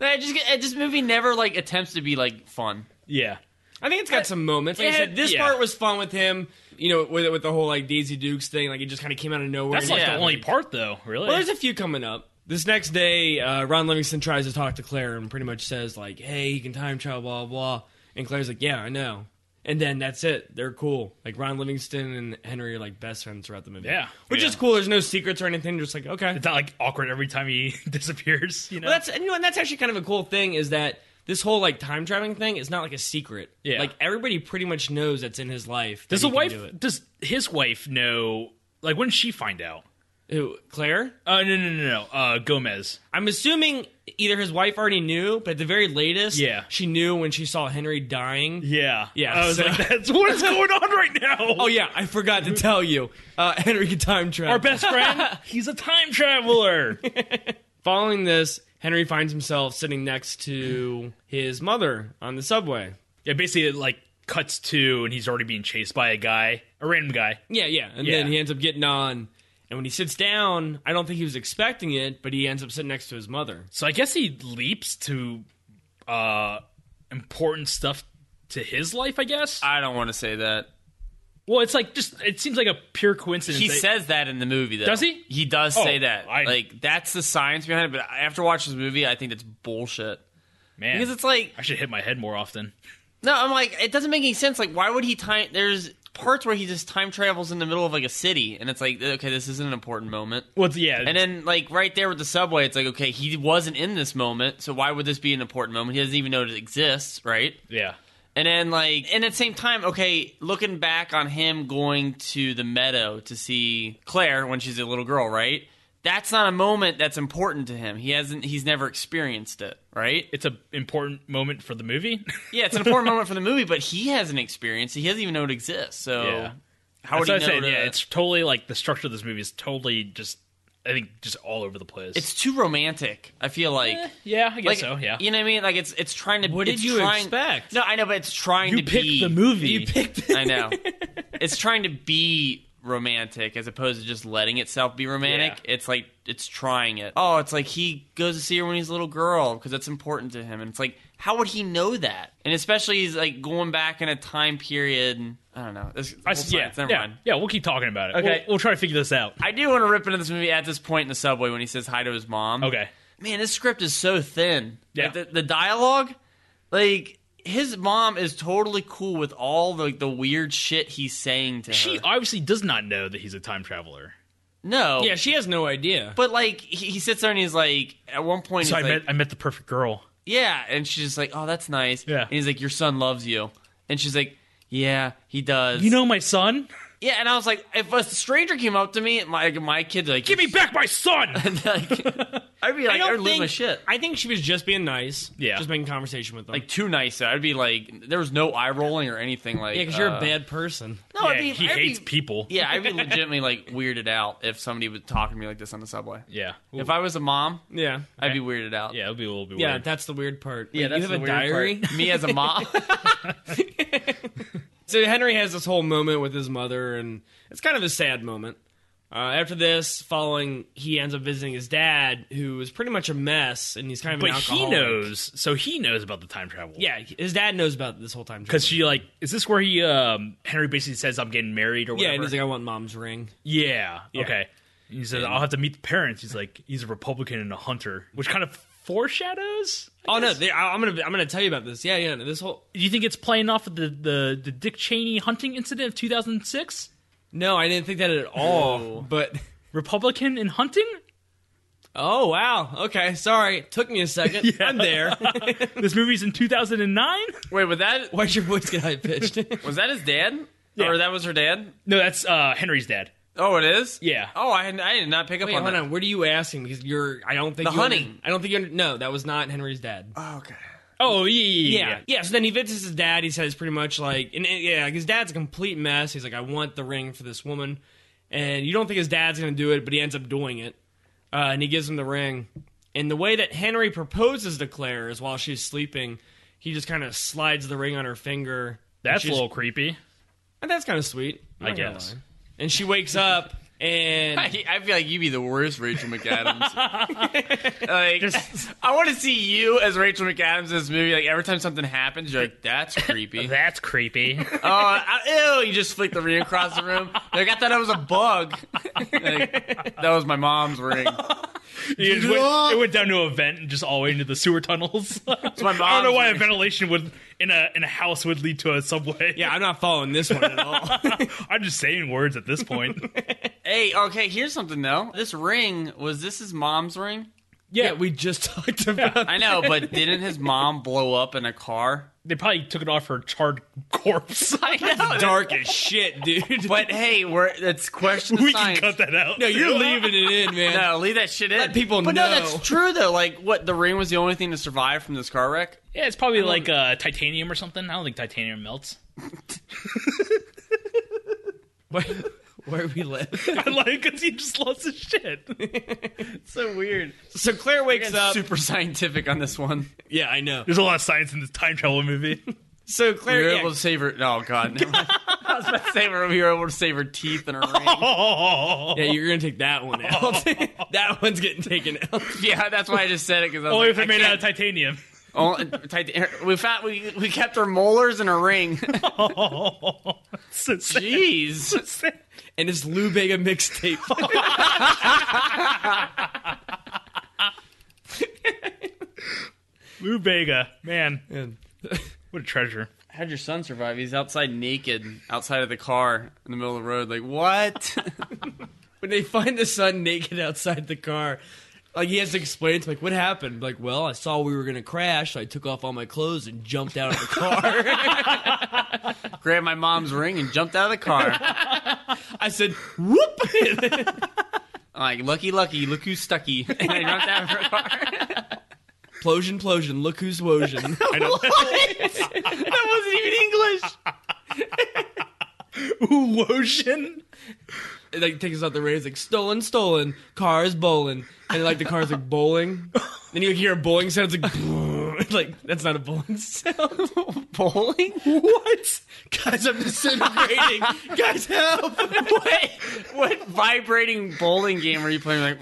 Speaker 2: No, I just get- I- this movie never like attempts to be like fun.
Speaker 3: Yeah.
Speaker 1: I think it's got some moments. Like I
Speaker 2: Yeah,
Speaker 1: said, this
Speaker 3: yeah.
Speaker 1: part was fun with him. You know, with with the whole like Daisy Dukes thing. Like it just kind of came out of nowhere.
Speaker 3: That's
Speaker 1: And-
Speaker 3: like
Speaker 2: Yeah.
Speaker 3: the only part, though. Really.
Speaker 1: Well, there's a few coming up. This next day, uh, Ron Livingston tries to talk to Claire and pretty much says like, "Hey, he can time travel, blah blah." And Claire's like, "Yeah, I know." And then that's it. They're cool. Like Ron Livingston and Henry are like best friends throughout the movie.
Speaker 3: Yeah.
Speaker 1: which is cool. There's no secrets or anything. Just like okay,
Speaker 3: it's not like awkward every time he disappears. You know.
Speaker 1: well, that's and, you know, and that's actually kind of a cool thing is that this whole like time traveling thing is not like a secret.
Speaker 3: Yeah.
Speaker 1: like everybody pretty much knows that's in his life. that
Speaker 3: does
Speaker 1: he
Speaker 3: the
Speaker 1: can
Speaker 3: wife?
Speaker 1: do it.
Speaker 3: Does his wife know? Like, when did she find out?
Speaker 1: Who, Claire?
Speaker 3: Oh no no no no. Uh, Gomez.
Speaker 1: I'm assuming either his wife already knew, but at the very latest,
Speaker 3: Yeah.
Speaker 1: she knew when she saw Henry dying.
Speaker 3: Yeah.
Speaker 1: Yeah,
Speaker 3: I was
Speaker 1: so-
Speaker 3: like, that's what is going on right now.
Speaker 1: Oh yeah, I forgot to tell you. Uh, Henry could time travel.
Speaker 3: Our best friend. he's a time traveler.
Speaker 1: Following this, Henry finds himself sitting next to his mother on the subway.
Speaker 3: yeah. Basically, it like cuts to, and he's already being chased by a guy, a random guy.
Speaker 1: Yeah, yeah. And
Speaker 3: Yeah.
Speaker 1: then he ends up getting on. And when he sits down, I don't think he was expecting it, but he ends up sitting next to his mother.
Speaker 3: So I guess he leaps to uh important stuff to his life, I guess.
Speaker 2: I don't want to say that.
Speaker 3: well, it's like just it seems like a pure coincidence.
Speaker 2: He
Speaker 3: that-
Speaker 2: says that in the movie, though.
Speaker 3: Does he?
Speaker 2: He does
Speaker 3: Oh,
Speaker 2: say that.
Speaker 3: I-
Speaker 2: like that's the science behind it. But after watching this movie, I think it's bullshit
Speaker 3: "Man,
Speaker 2: because it's like
Speaker 3: I should hit my head more often."
Speaker 2: no, I'm like it doesn't make any sense. Like why would he time? There's parts where he just time travels in the middle of like a city, and it's like okay, this isn't an important moment.
Speaker 3: Well, it's- yeah,
Speaker 2: And then like right there with the subway, it's like okay, he wasn't in this moment, so why would this be an important moment? He doesn't even know it exists, right?
Speaker 3: yeah,
Speaker 2: And then like and at the same time, okay, looking back on him going to the meadow to see Claire when she's a little girl, right? That's not a moment that's important to him. He hasn't he's never experienced it, right?
Speaker 3: it's an important moment for the movie.
Speaker 2: Yeah, it's an important moment for the movie, but he hasn't experienced it. He doesn't even know it exists. So
Speaker 3: Yeah.
Speaker 2: how would
Speaker 3: That's
Speaker 2: he
Speaker 3: what
Speaker 2: know?
Speaker 3: I'm saying.
Speaker 2: to-
Speaker 3: Yeah, it's totally like the structure of this movie is totally just, I think, just all over the place.
Speaker 2: it's too romantic. I feel like
Speaker 3: yeah, Eh, I guess
Speaker 2: Like
Speaker 3: so. Yeah,
Speaker 2: you know what I mean. Like it's it's trying to.
Speaker 1: What did
Speaker 2: it's
Speaker 1: you
Speaker 2: trying-
Speaker 1: expect?
Speaker 2: No, I know, but it's trying
Speaker 3: you
Speaker 2: to
Speaker 3: picked
Speaker 2: be
Speaker 3: the movie.
Speaker 1: You picked
Speaker 2: I know. It's trying to be romantic as opposed to just letting itself be romantic. It's like it's trying it. Oh, it's like he goes to see her when he's a little girl because that's important to him. And it's like, how would he know that? And especially he's like going back in a time period. I don't know. This, whole
Speaker 3: I, s- yeah,
Speaker 2: science, never
Speaker 3: yeah,
Speaker 2: mind.
Speaker 3: yeah. We'll keep talking about it.
Speaker 2: Okay.
Speaker 3: we'll, we'll try to figure this out.
Speaker 2: I do want to rip into this movie at this point in the subway when he says hi to his mom.
Speaker 3: Okay,
Speaker 2: Man, this script is so thin.
Speaker 3: Yeah.
Speaker 2: Like, the, the dialogue, like his mom is totally cool with all the the weird shit he's saying to
Speaker 3: she
Speaker 2: her.
Speaker 3: obviously does not know that he's a time traveler.
Speaker 2: No.
Speaker 1: Yeah, she has no idea.
Speaker 2: But like he, he sits there and he's like, at one point,
Speaker 3: So I
Speaker 2: he's like,
Speaker 3: met I met the perfect girl.
Speaker 2: yeah, and she's just like, oh, that's nice.
Speaker 3: Yeah.
Speaker 2: And he's like, your son loves you, and she's like, yeah, he does.
Speaker 3: You know my son?
Speaker 2: yeah. And I was like, if a stranger came up to me, my my kid like,
Speaker 3: Give me back my son.
Speaker 2: like, I'd be like,
Speaker 1: I
Speaker 2: I would
Speaker 1: don't
Speaker 2: lose
Speaker 1: think
Speaker 2: my shit.
Speaker 1: I think she was just being nice.
Speaker 3: Yeah.
Speaker 1: just making conversation with them.
Speaker 2: Like too nice. I'd be like, there was no eye rolling or anything. Like,
Speaker 1: yeah, because you're
Speaker 2: uh,
Speaker 1: a bad person.
Speaker 2: No,
Speaker 3: yeah,
Speaker 2: I'd be,
Speaker 3: he
Speaker 2: I'd
Speaker 3: hates
Speaker 2: be,
Speaker 3: people.
Speaker 2: Yeah, I'd be legitimately like weirded out if somebody was talking to me like this on the subway.
Speaker 3: yeah. Ooh.
Speaker 2: If I was a mom,
Speaker 1: Yeah,
Speaker 2: I'd be weirded out.
Speaker 3: yeah, it'll be a little bit
Speaker 1: yeah,
Speaker 3: weird.
Speaker 1: that's the weird part.
Speaker 2: Yeah,
Speaker 1: Like,
Speaker 2: that's
Speaker 1: you have
Speaker 2: the
Speaker 1: a
Speaker 2: weird
Speaker 1: diary.
Speaker 2: part. Me as a mom.
Speaker 1: So Henry has this whole moment with his mother, and it's kind of a sad moment. Uh, after this, following, he ends up visiting his dad, who is pretty much a mess, and he's kind of
Speaker 3: but
Speaker 1: an
Speaker 3: he
Speaker 1: alcoholic.
Speaker 3: knows. So he knows about the time travel.
Speaker 1: Yeah, his dad knows about this whole time.
Speaker 3: Because she like, is this where he um Henry basically says I'm getting married or
Speaker 1: yeah,
Speaker 3: whatever?
Speaker 1: and he's like, I want mom's ring.
Speaker 3: yeah, okay. He says I'll have to meet the parents. He's like he's a Republican and a hunter, which kind of foreshadows. I
Speaker 1: Oh no,
Speaker 3: guess.
Speaker 1: they, I, I'm gonna I'm gonna tell you about this. Yeah, yeah, no, this whole.
Speaker 3: Uh, Do you think it's playing off of the the, the Dick Cheney hunting incident of 2006?
Speaker 1: No, I didn't think that at all. But
Speaker 3: Republican and hunting?
Speaker 1: oh wow, okay, sorry, took me a second. I'm there.
Speaker 3: This movie's in 2009.
Speaker 2: Wait, was that
Speaker 1: Why'd your voice get high pitched?
Speaker 2: was that his dad?
Speaker 3: Yeah.
Speaker 2: Or that was her dad?
Speaker 3: No, that's uh Henry's dad.
Speaker 2: Oh, it is.
Speaker 3: Yeah.
Speaker 2: Oh, I, had- I did not pick up
Speaker 1: Wait,
Speaker 2: on
Speaker 1: hold
Speaker 2: that.
Speaker 1: on. What are you asking? Because you're, I don't think
Speaker 2: The
Speaker 1: you under-
Speaker 2: hunting.
Speaker 1: I don't think you. under- No, that was not Henry's dad.
Speaker 2: Oh, okay.
Speaker 3: Oh yeah, yeah,
Speaker 1: Yeah. yeah, So then he visits his dad. He says pretty much like, and, and, yeah, like, his dad's a complete mess. He's like, I want the ring for this woman, and you don't think his dad's gonna do it, but he ends up doing it, uh, and he gives him the ring. And the way that Henry proposes to Claire is while she's sleeping, he just kind of slides the ring on her finger.
Speaker 3: That's a
Speaker 1: She's-
Speaker 3: little creepy.
Speaker 1: and that's kind of sweet,
Speaker 3: I
Speaker 1: Not gonna
Speaker 3: guess.
Speaker 1: lie. And she wakes up, and
Speaker 2: I, I feel like you'd be the worst Rachel McAdams. like,
Speaker 3: Just-
Speaker 2: I want to see you as Rachel McAdams in this movie. Like every time something happens, you're like, "That's creepy." oh,
Speaker 3: That's creepy.
Speaker 2: I, ew! You just flick the ring across the room. Like I thought it was a bug. Like, that was my mom's ring. It's
Speaker 3: It just went, it went down to a vent and just all the way into the sewer tunnels.
Speaker 2: my
Speaker 3: I don't know
Speaker 2: mom's
Speaker 3: why a
Speaker 2: ring.
Speaker 3: ventilation would in a in a house would lead to a subway.
Speaker 1: yeah, I'm not following this one at all.
Speaker 3: I'm just saying words at this point.
Speaker 2: Hey, okay. Here's something though. This ring was this his mom's ring?
Speaker 1: yeah, we just talked about
Speaker 2: I know, but didn't his mom blow up in a car?
Speaker 3: they probably took it off her charred corpse.
Speaker 2: I know.
Speaker 1: dark as shit, dude.
Speaker 2: But hey, we're that's question of
Speaker 3: we
Speaker 2: science.
Speaker 3: can cut that out.
Speaker 1: no, you're leaving it in, man.
Speaker 2: No, leave that shit in.
Speaker 1: Let people
Speaker 2: but
Speaker 1: know.
Speaker 2: no, that's true though. Like, what the ring was the only thing to survive from this car wreck.
Speaker 3: Yeah, it's probably like uh, titanium or something. I don't think titanium melts.
Speaker 1: Where, where we live.
Speaker 3: I like because he just lost his shit.
Speaker 2: It's so weird.
Speaker 1: So Claire wakes up.
Speaker 2: super scientific on this one.
Speaker 1: yeah, I know.
Speaker 3: There's a lot of science in this time travel movie.
Speaker 1: So
Speaker 2: We were
Speaker 1: Claire, yeah,
Speaker 2: able to save her. Oh god, never mind. I was about to say we were- we were able to save her teeth and her ring.
Speaker 3: Oh,
Speaker 1: yeah, you're gonna take that one out. that one's getting taken out.
Speaker 2: yeah, that's why I just said it because
Speaker 3: only
Speaker 2: like,
Speaker 3: if
Speaker 2: I
Speaker 3: they're made
Speaker 2: can't-
Speaker 3: out of titanium.
Speaker 2: Only- Titan- we found we we kept her molars and her ring.
Speaker 3: Oh, so sad.
Speaker 2: Jeez.
Speaker 3: sad.
Speaker 1: And it's Lou Bega mixtape.
Speaker 3: Lou Bega, man,
Speaker 1: And-
Speaker 3: what a treasure.
Speaker 2: How'd your son survive? He's outside naked, outside of the car in the middle of the road. Like, what?
Speaker 1: when they find the son naked outside the car, like he has to explain to like what happened. Like, well, I saw we were gonna crash, so I took off all my clothes and jumped out of the car.
Speaker 2: Grabbed my mom's ring and jumped out of the car.
Speaker 1: I said, "Whoop!"
Speaker 2: I'm like, lucky, lucky, look who's stucky. And I jumped out of her car.
Speaker 1: Plosion, plosion. Look who's wosion.
Speaker 3: I know.
Speaker 2: that wasn't
Speaker 3: Ooh, Woshin.
Speaker 1: It, like takes out the rays like stolen, stolen, cars bowling, and like the cars like bowling. then you like, hear a bowling sound. It's like like that's not a bowling sound.
Speaker 2: Bowling?
Speaker 3: What? Guys, I'm disintegrating. Guys, help.
Speaker 2: what? What vibrating bowling game are you playing? Like,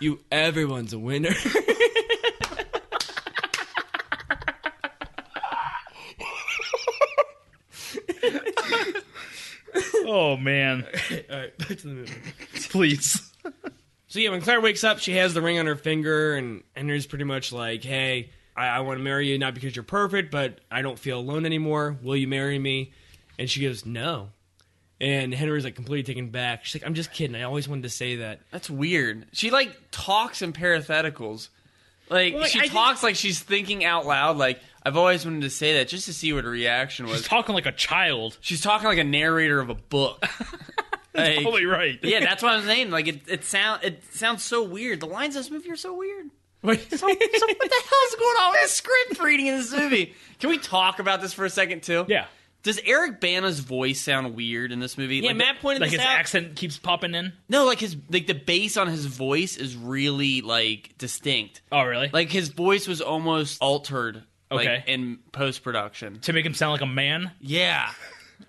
Speaker 1: you, everyone's a winner.
Speaker 3: Oh, man.
Speaker 1: All right, back to the movie.
Speaker 3: Please.
Speaker 1: So yeah, when Claire wakes up, she has the ring on her finger, and Henry's pretty much like, "Hey, I, I want to marry you not because you're perfect, but I don't feel alone anymore. Will you marry me?" And she goes, "No." And Henry's like completely taken back. She's like, "I'm just kidding. I always wanted to say that."
Speaker 2: that's weird. She like talks in parentheticals. Like
Speaker 1: Well, like,
Speaker 2: she
Speaker 1: I think-
Speaker 2: talks like she's thinking out loud. Like I've always wanted to say that just to see what her reaction was.
Speaker 3: He's talking like a child.
Speaker 2: She's talking like a narrator of a book. Like,
Speaker 3: Probably right.
Speaker 2: yeah, that's what I'm saying. Like it, it sound it sounds so weird. The lines in this movie are so weird.
Speaker 1: Wait,
Speaker 2: So, so what the hell's going on with this script reading in this movie? Can we talk about this for a second too?
Speaker 3: Yeah.
Speaker 2: Does Eric Bana's voice sound weird in this movie?
Speaker 1: yeah,
Speaker 2: Like,
Speaker 1: Matt pointed
Speaker 3: Like
Speaker 1: this
Speaker 3: his
Speaker 1: out.
Speaker 3: accent keeps popping in.
Speaker 2: No, like his like the bass on his voice is really like distinct.
Speaker 3: Oh, really?
Speaker 2: Like his voice was almost altered. like,
Speaker 3: Okay.
Speaker 2: in post production.
Speaker 3: to make him sound like a man?
Speaker 2: Yeah.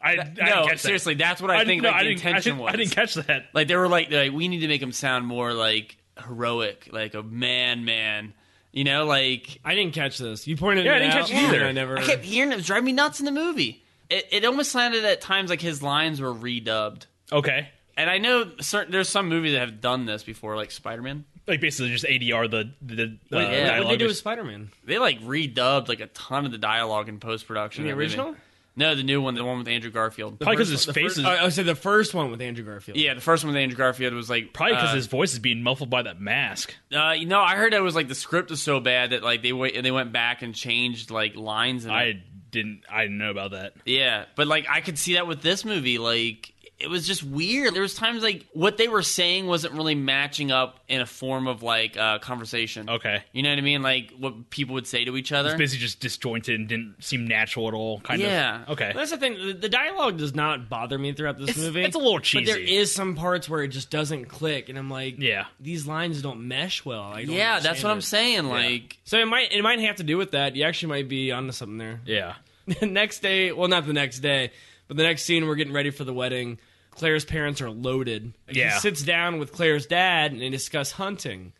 Speaker 3: I, I didn't
Speaker 2: no,
Speaker 3: catch
Speaker 2: seriously, that's what
Speaker 3: That.
Speaker 2: I, think
Speaker 3: no,
Speaker 2: like the
Speaker 3: didn't-
Speaker 2: intention
Speaker 3: didn't-
Speaker 2: was.
Speaker 3: I didn't catch that.
Speaker 2: Like they were like, they're like we need to make him sound more like heroic, like a man, man. You know, like
Speaker 1: I didn't catch this. You pointed
Speaker 3: Yeah, I
Speaker 1: it
Speaker 3: didn't
Speaker 1: out.
Speaker 3: catch it either.
Speaker 1: and I never. uh,
Speaker 2: I kept hearing it, it was driving me nuts in the movie. It, it almost sounded at times like his lines were redubbed.
Speaker 3: Okay.
Speaker 2: And I know certain, there's some movies that have done this before, like Spider Man.
Speaker 3: Like basically just ADR the the the
Speaker 2: Wait, yeah,
Speaker 1: What
Speaker 3: dialogue.
Speaker 1: they do with Spider-Man?
Speaker 2: They like redubbed like a ton of the dialogue in post production.
Speaker 1: The original?
Speaker 2: No, the new one, the one with Andrew Garfield.
Speaker 3: Probably because his
Speaker 1: The
Speaker 3: face
Speaker 1: first-
Speaker 3: is
Speaker 1: oh, I said the first one with Andrew Garfield.
Speaker 2: yeah, the first one with Andrew Garfield was like
Speaker 3: probably because
Speaker 2: uh,
Speaker 3: his voice is being muffled by that mask.
Speaker 2: Uh, you know, I heard it was like the script was so bad that like they went they went back and changed like lines. And
Speaker 3: I didn't I didn't know about that.
Speaker 2: yeah, but like I could see that with this movie, like it was just weird. There was times like what they were saying wasn't really matching up in a form of like uh, conversation.
Speaker 3: Okay.
Speaker 2: You know what I mean? Like what people would say to each other.
Speaker 3: It's basically just disjointed and didn't seem natural at all. Kind
Speaker 2: Yeah.
Speaker 3: of. Okay.
Speaker 1: That's the thing. The, the dialogue does not bother me throughout this
Speaker 3: It's,
Speaker 1: movie.
Speaker 3: it's a little cheesy.
Speaker 1: But there is some parts where it just doesn't click, and I'm like,
Speaker 3: Yeah.
Speaker 1: these lines don't mesh well. I don't
Speaker 2: yeah,
Speaker 1: understand
Speaker 2: that's what I'm
Speaker 1: it.
Speaker 2: saying. Like
Speaker 1: So it might it might have to do with that. You actually might be onto something there.
Speaker 3: yeah.
Speaker 1: The next day, well, not the next day, but the next scene, we're getting ready for the wedding. Claire's parents are loaded.
Speaker 3: Yeah.
Speaker 1: He sits down with Claire's dad and they discuss hunting,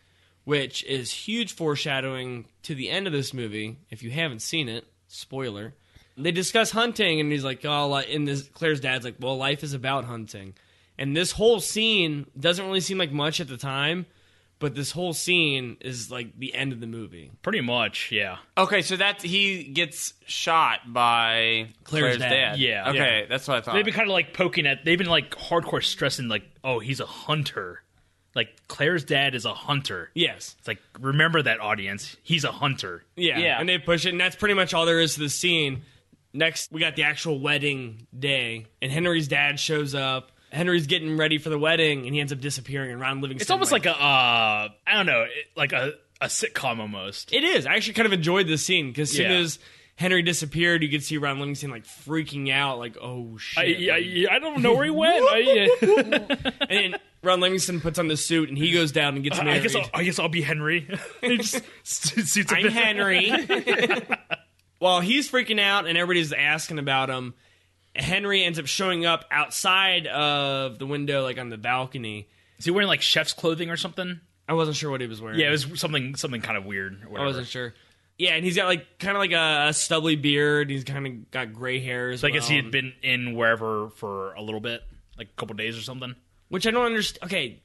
Speaker 1: which is huge foreshadowing to the end of this movie. If you haven't seen it, spoiler. They discuss hunting, and he's like, "Oh," li- and this Claire's dad's like, "Well, life is about hunting." And this whole scene doesn't really seem like much at the time, but this whole scene is like the end of the movie.
Speaker 3: Pretty much. Yeah.
Speaker 2: okay, so that he gets shot by
Speaker 1: Claire's
Speaker 2: Claire's, dad.
Speaker 1: dad.
Speaker 3: Yeah.
Speaker 2: Okay, that's what I thought.
Speaker 3: They've
Speaker 1: Uh.
Speaker 3: been kind of like poking at. They've been like hardcore stressing like, oh, he's a hunter. Like Claire's dad is a hunter.
Speaker 1: Yes.
Speaker 3: It's like remember that audience. He's a hunter.
Speaker 1: Yeah.
Speaker 2: Yeah.
Speaker 1: And they push it, and that's pretty much all there is to the scene. Next, we got the actual wedding day, and Henry's dad shows up. Henry's getting ready for the wedding, and he ends up disappearing. And Ron Livingston.
Speaker 3: It's almost like, a uh, I don't know, it- like a a sitcom almost.
Speaker 1: it is. I actually kind of enjoyed this scene because as soon
Speaker 3: Yeah.
Speaker 1: as Henry disappeared, you could see Ron Livingston like freaking out, like "Oh
Speaker 3: I,
Speaker 1: shit!"
Speaker 3: I, I don't know where he went. I,
Speaker 1: and then Ron Livingston puts on the suit, and he goes down and gets
Speaker 3: I
Speaker 1: married.
Speaker 3: guess I'll, I guess I'll be Henry. He just su- suits up
Speaker 1: I'm
Speaker 3: in-
Speaker 1: Henry. While he's freaking out and everybody's asking about him, Henry ends up showing up outside of the window, like on the balcony.
Speaker 3: Is he wearing like chef's clothing or something?
Speaker 1: I wasn't sure what he was wearing.
Speaker 3: Yeah, it was something something kind of weird. Or
Speaker 1: I
Speaker 3: whatever.
Speaker 1: wasn't sure. Yeah, and he's got like kind of like a, a stubbly beard. He's kind of got gray hairs.
Speaker 3: So I guess he had been in wherever for a little bit, like a couple days or something.
Speaker 1: which I don't understand. Okay,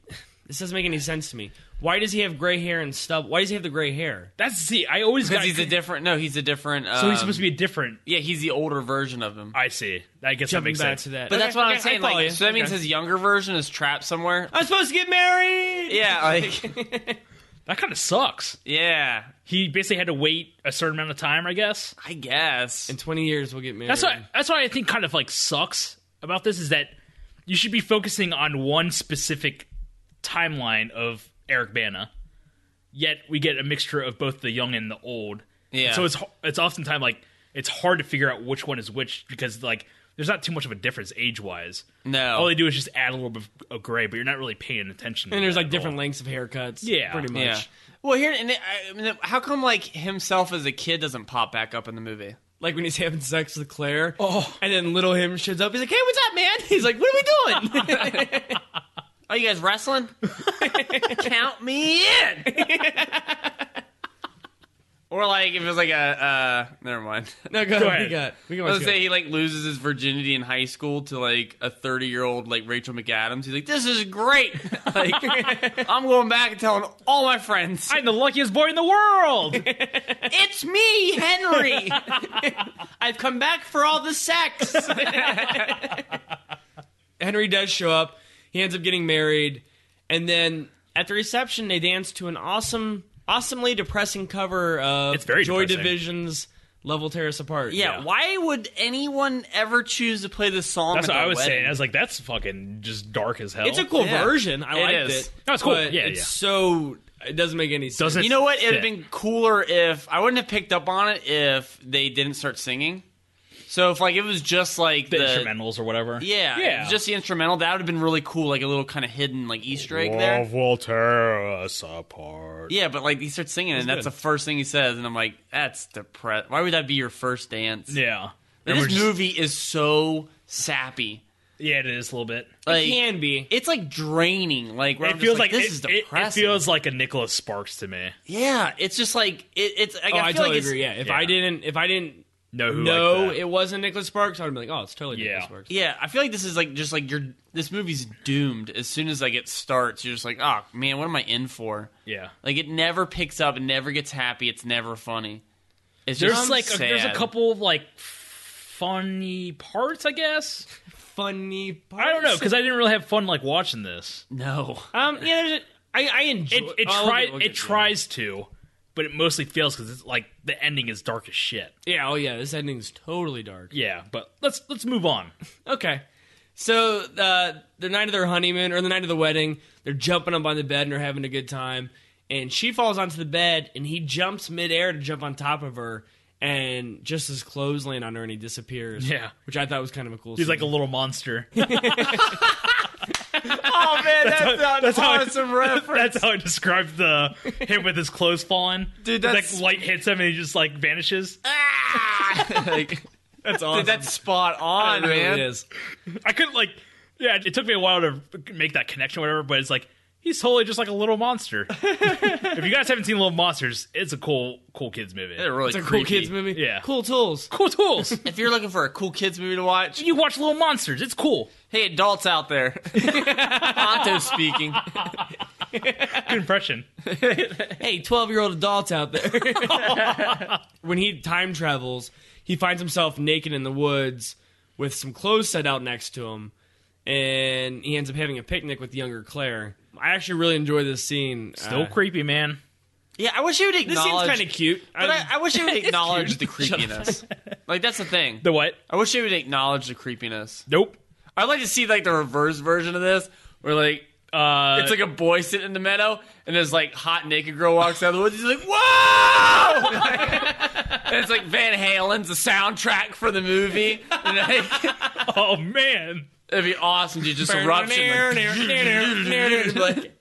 Speaker 1: this doesn't make any sense to me. Why does he have gray hair and stub? Why does he have the gray hair?
Speaker 3: That's see, I always got.
Speaker 2: because he's a different. No, he's a different. Um,
Speaker 3: so he's supposed to be a different.
Speaker 2: Yeah, he's the older version of him.
Speaker 3: I see. I guess that
Speaker 1: Jumping
Speaker 3: makes
Speaker 1: back
Speaker 3: sense.
Speaker 1: to that,
Speaker 2: But that's
Speaker 1: Okay,
Speaker 2: what
Speaker 1: okay,
Speaker 2: I'm saying.
Speaker 1: follow
Speaker 2: Like,
Speaker 1: you.
Speaker 2: so that means
Speaker 1: Okay.
Speaker 2: his younger version is trapped somewhere.
Speaker 1: I'm supposed to get married.
Speaker 2: Yeah, like
Speaker 3: That kind of sucks.
Speaker 2: yeah,
Speaker 3: He basically had to wait a certain amount of time, I guess.
Speaker 2: I guess.
Speaker 1: In 20 years, we'll get married.
Speaker 3: That's what that's what I think kind of like sucks about this is that you should be focusing on one specific timeline of Eric Bana, yet we get a mixture of both the young and the old.
Speaker 2: Yeah.
Speaker 3: So it's it's oftentimes like it's hard to figure out which one is which because like there's not too much of a difference age wise.
Speaker 2: No.
Speaker 3: All they do is just add a little bit of gray, but you're not really paying attention. to
Speaker 1: And there's
Speaker 3: that
Speaker 1: like
Speaker 3: at
Speaker 1: different
Speaker 3: all.
Speaker 1: lengths of haircuts.
Speaker 3: Yeah.
Speaker 1: pretty much.
Speaker 2: Yeah. Well, here and I, I mean, how come like himself as a kid doesn't pop back up in the movie?
Speaker 1: Like when he's having sex with Claire. Oh, and then little him shows up. He's like, "Hey, what's up, man?" He's like, "What are we doing?"
Speaker 2: Are you guys wrestling? Count me in. or like if it was like a uh, never mind.
Speaker 1: no, go,
Speaker 3: Go
Speaker 1: ahead. We
Speaker 3: ahead.
Speaker 1: got. We can always
Speaker 2: Let's
Speaker 1: go.
Speaker 2: say he like loses his virginity in high school to like a thirty year old like Rachel McAdams. He's like, this is great. like I'm going back and telling all my friends.
Speaker 3: I'm the luckiest boy in the world.
Speaker 2: it's me, Henry.
Speaker 1: I've come back for all the sex. Henry does show up. He ends up getting married, and then at the reception, they dance to an awesome, awesomely depressing cover of
Speaker 3: It's very
Speaker 1: Joy
Speaker 3: depressing.
Speaker 1: Division's "Level Tear Us Apart."
Speaker 2: yeah,
Speaker 3: Yeah.
Speaker 2: Why would anyone ever choose to play this song?
Speaker 3: That's
Speaker 2: at
Speaker 3: what I
Speaker 2: their
Speaker 3: was
Speaker 2: wedding?
Speaker 3: saying. I was like, that's fucking just dark as hell.
Speaker 1: it's a cool
Speaker 2: Yeah.
Speaker 1: version. I
Speaker 2: It
Speaker 1: liked
Speaker 2: is.
Speaker 1: it.
Speaker 3: No, it's cool.
Speaker 1: but
Speaker 3: Yeah,
Speaker 1: it's
Speaker 3: yeah.
Speaker 1: so it doesn't make any sense.
Speaker 3: Doesn't-
Speaker 2: You know what? It'd have
Speaker 3: Shit.
Speaker 2: been cooler if I wouldn't have picked up on it if they didn't start singing. So if like it was just like
Speaker 3: the,
Speaker 2: the,
Speaker 3: instrumentals or whatever.
Speaker 2: yeah,
Speaker 3: yeah.
Speaker 2: just the instrumental, that would have been really cool, like a little kind of hidden like Easter egg there.
Speaker 3: will tear us apart.
Speaker 2: Yeah, but like he starts singing, and that's
Speaker 1: good.
Speaker 2: the first thing he says, and I'm like, that's depressed. Why would that be your first dance? And
Speaker 3: Yeah. And we're
Speaker 2: this
Speaker 3: just-
Speaker 2: movie is so sappy.
Speaker 3: yeah, it is a little bit.
Speaker 2: Like
Speaker 1: it can be.
Speaker 2: it's like draining. Like where
Speaker 3: It
Speaker 2: I'm
Speaker 3: feels
Speaker 2: just like,
Speaker 3: like,
Speaker 2: this
Speaker 3: it-
Speaker 2: is
Speaker 3: it, it,
Speaker 2: depressing.
Speaker 3: feels like a Nicholas Sparks to me.
Speaker 2: yeah, it's just like it, it's. Like,
Speaker 1: Oh, I,
Speaker 2: I, feel
Speaker 1: totally
Speaker 2: like it's-
Speaker 1: agree. Yeah, if
Speaker 3: yeah.
Speaker 1: I didn't, if I didn't
Speaker 3: No, who
Speaker 1: know
Speaker 3: like that.
Speaker 1: it wasn't Nicholas Sparks, I'd have been like, "Oh, it's totally
Speaker 3: Yeah.
Speaker 1: Nicholas Sparks."
Speaker 2: Yeah, I feel like this is like just like you're this movie's doomed. As soon as like it starts, you're just like, oh man, what am I in for?
Speaker 3: yeah.
Speaker 2: Like it never picks up, it never gets happy, it's never funny. It's
Speaker 3: There's
Speaker 2: just
Speaker 3: like a,
Speaker 2: sad.
Speaker 3: there's a couple of like funny parts, I guess.
Speaker 1: Funny. Parts.
Speaker 3: I don't know because I didn't really have fun like watching this.
Speaker 2: No,
Speaker 1: Um, yeah, there's a, I, I enjoy
Speaker 3: It it,
Speaker 1: Oh,
Speaker 3: tries
Speaker 1: we'll get- we'll
Speaker 3: it
Speaker 1: get-
Speaker 3: tries to, but it mostly fails because it's like the ending is dark as shit.
Speaker 1: Yeah, oh yeah, this ending's totally dark.
Speaker 3: Yeah, but let's let's move on.
Speaker 1: Okay. So uh, the night of their honeymoon or the night of the wedding, they're jumping up on the bed and they're having a good time. And she falls onto the bed and he jumps midair to jump on top of her and just his clothes land on her and he disappears.
Speaker 3: Yeah.
Speaker 1: Which I thought was kind of a cool
Speaker 3: He's like a little monster.
Speaker 2: oh man, that's, an
Speaker 3: that's how I-
Speaker 2: awesome reference.
Speaker 3: That's how I described the him with his clothes falling.
Speaker 2: Dude,
Speaker 3: It's
Speaker 2: that's-
Speaker 3: like light hits him and he just like vanishes.
Speaker 2: Ah! like,
Speaker 1: that's
Speaker 2: dude, that's spot on,
Speaker 1: it really
Speaker 2: man.
Speaker 1: is.
Speaker 3: I couldn't like. Yeah, it took me a while to make that connection, or whatever. But it's like he's totally just like a little monster. if you guys haven't seen Little Monsters, it's a cool, cool kids movie.
Speaker 2: They're really
Speaker 1: It's a cool
Speaker 2: creepy.
Speaker 1: kids movie.
Speaker 3: Yeah.
Speaker 1: Cool tools.
Speaker 3: cool tools.
Speaker 2: If you're looking for a cool kids movie to watch,
Speaker 3: you watch Little Monsters, it's cool.
Speaker 2: hey adults out there, Anto speaking.
Speaker 3: Good impression.
Speaker 1: Hey, 12 year old adults out there. when he time travels, he finds himself naked in the woods with some clothes set out next to him, and he ends up having a picnic with younger Claire. I actually really enjoy this scene.
Speaker 3: Still
Speaker 1: Uh,
Speaker 3: creepy, man.
Speaker 2: Yeah, I wish you would
Speaker 1: This scene's
Speaker 2: acknowledge.
Speaker 1: kind of cute.
Speaker 2: but I,
Speaker 1: I-
Speaker 2: I wish you would acknowledge
Speaker 1: cute.
Speaker 2: the creepiness. like that's the thing.
Speaker 3: The what?
Speaker 2: I wish they would acknowledge the creepiness.
Speaker 3: Nope.
Speaker 2: I'd like to see like the reverse version of this, where like
Speaker 3: Uh,
Speaker 2: it's like a boy sitting in the meadow, and this like hot naked girl walks out of the woods. He's like, "Whoa!" and it's like Van Halen's the soundtrack for the movie. And, like,
Speaker 3: oh man.
Speaker 2: it'd be awesome to just eruption. like,
Speaker 1: Like,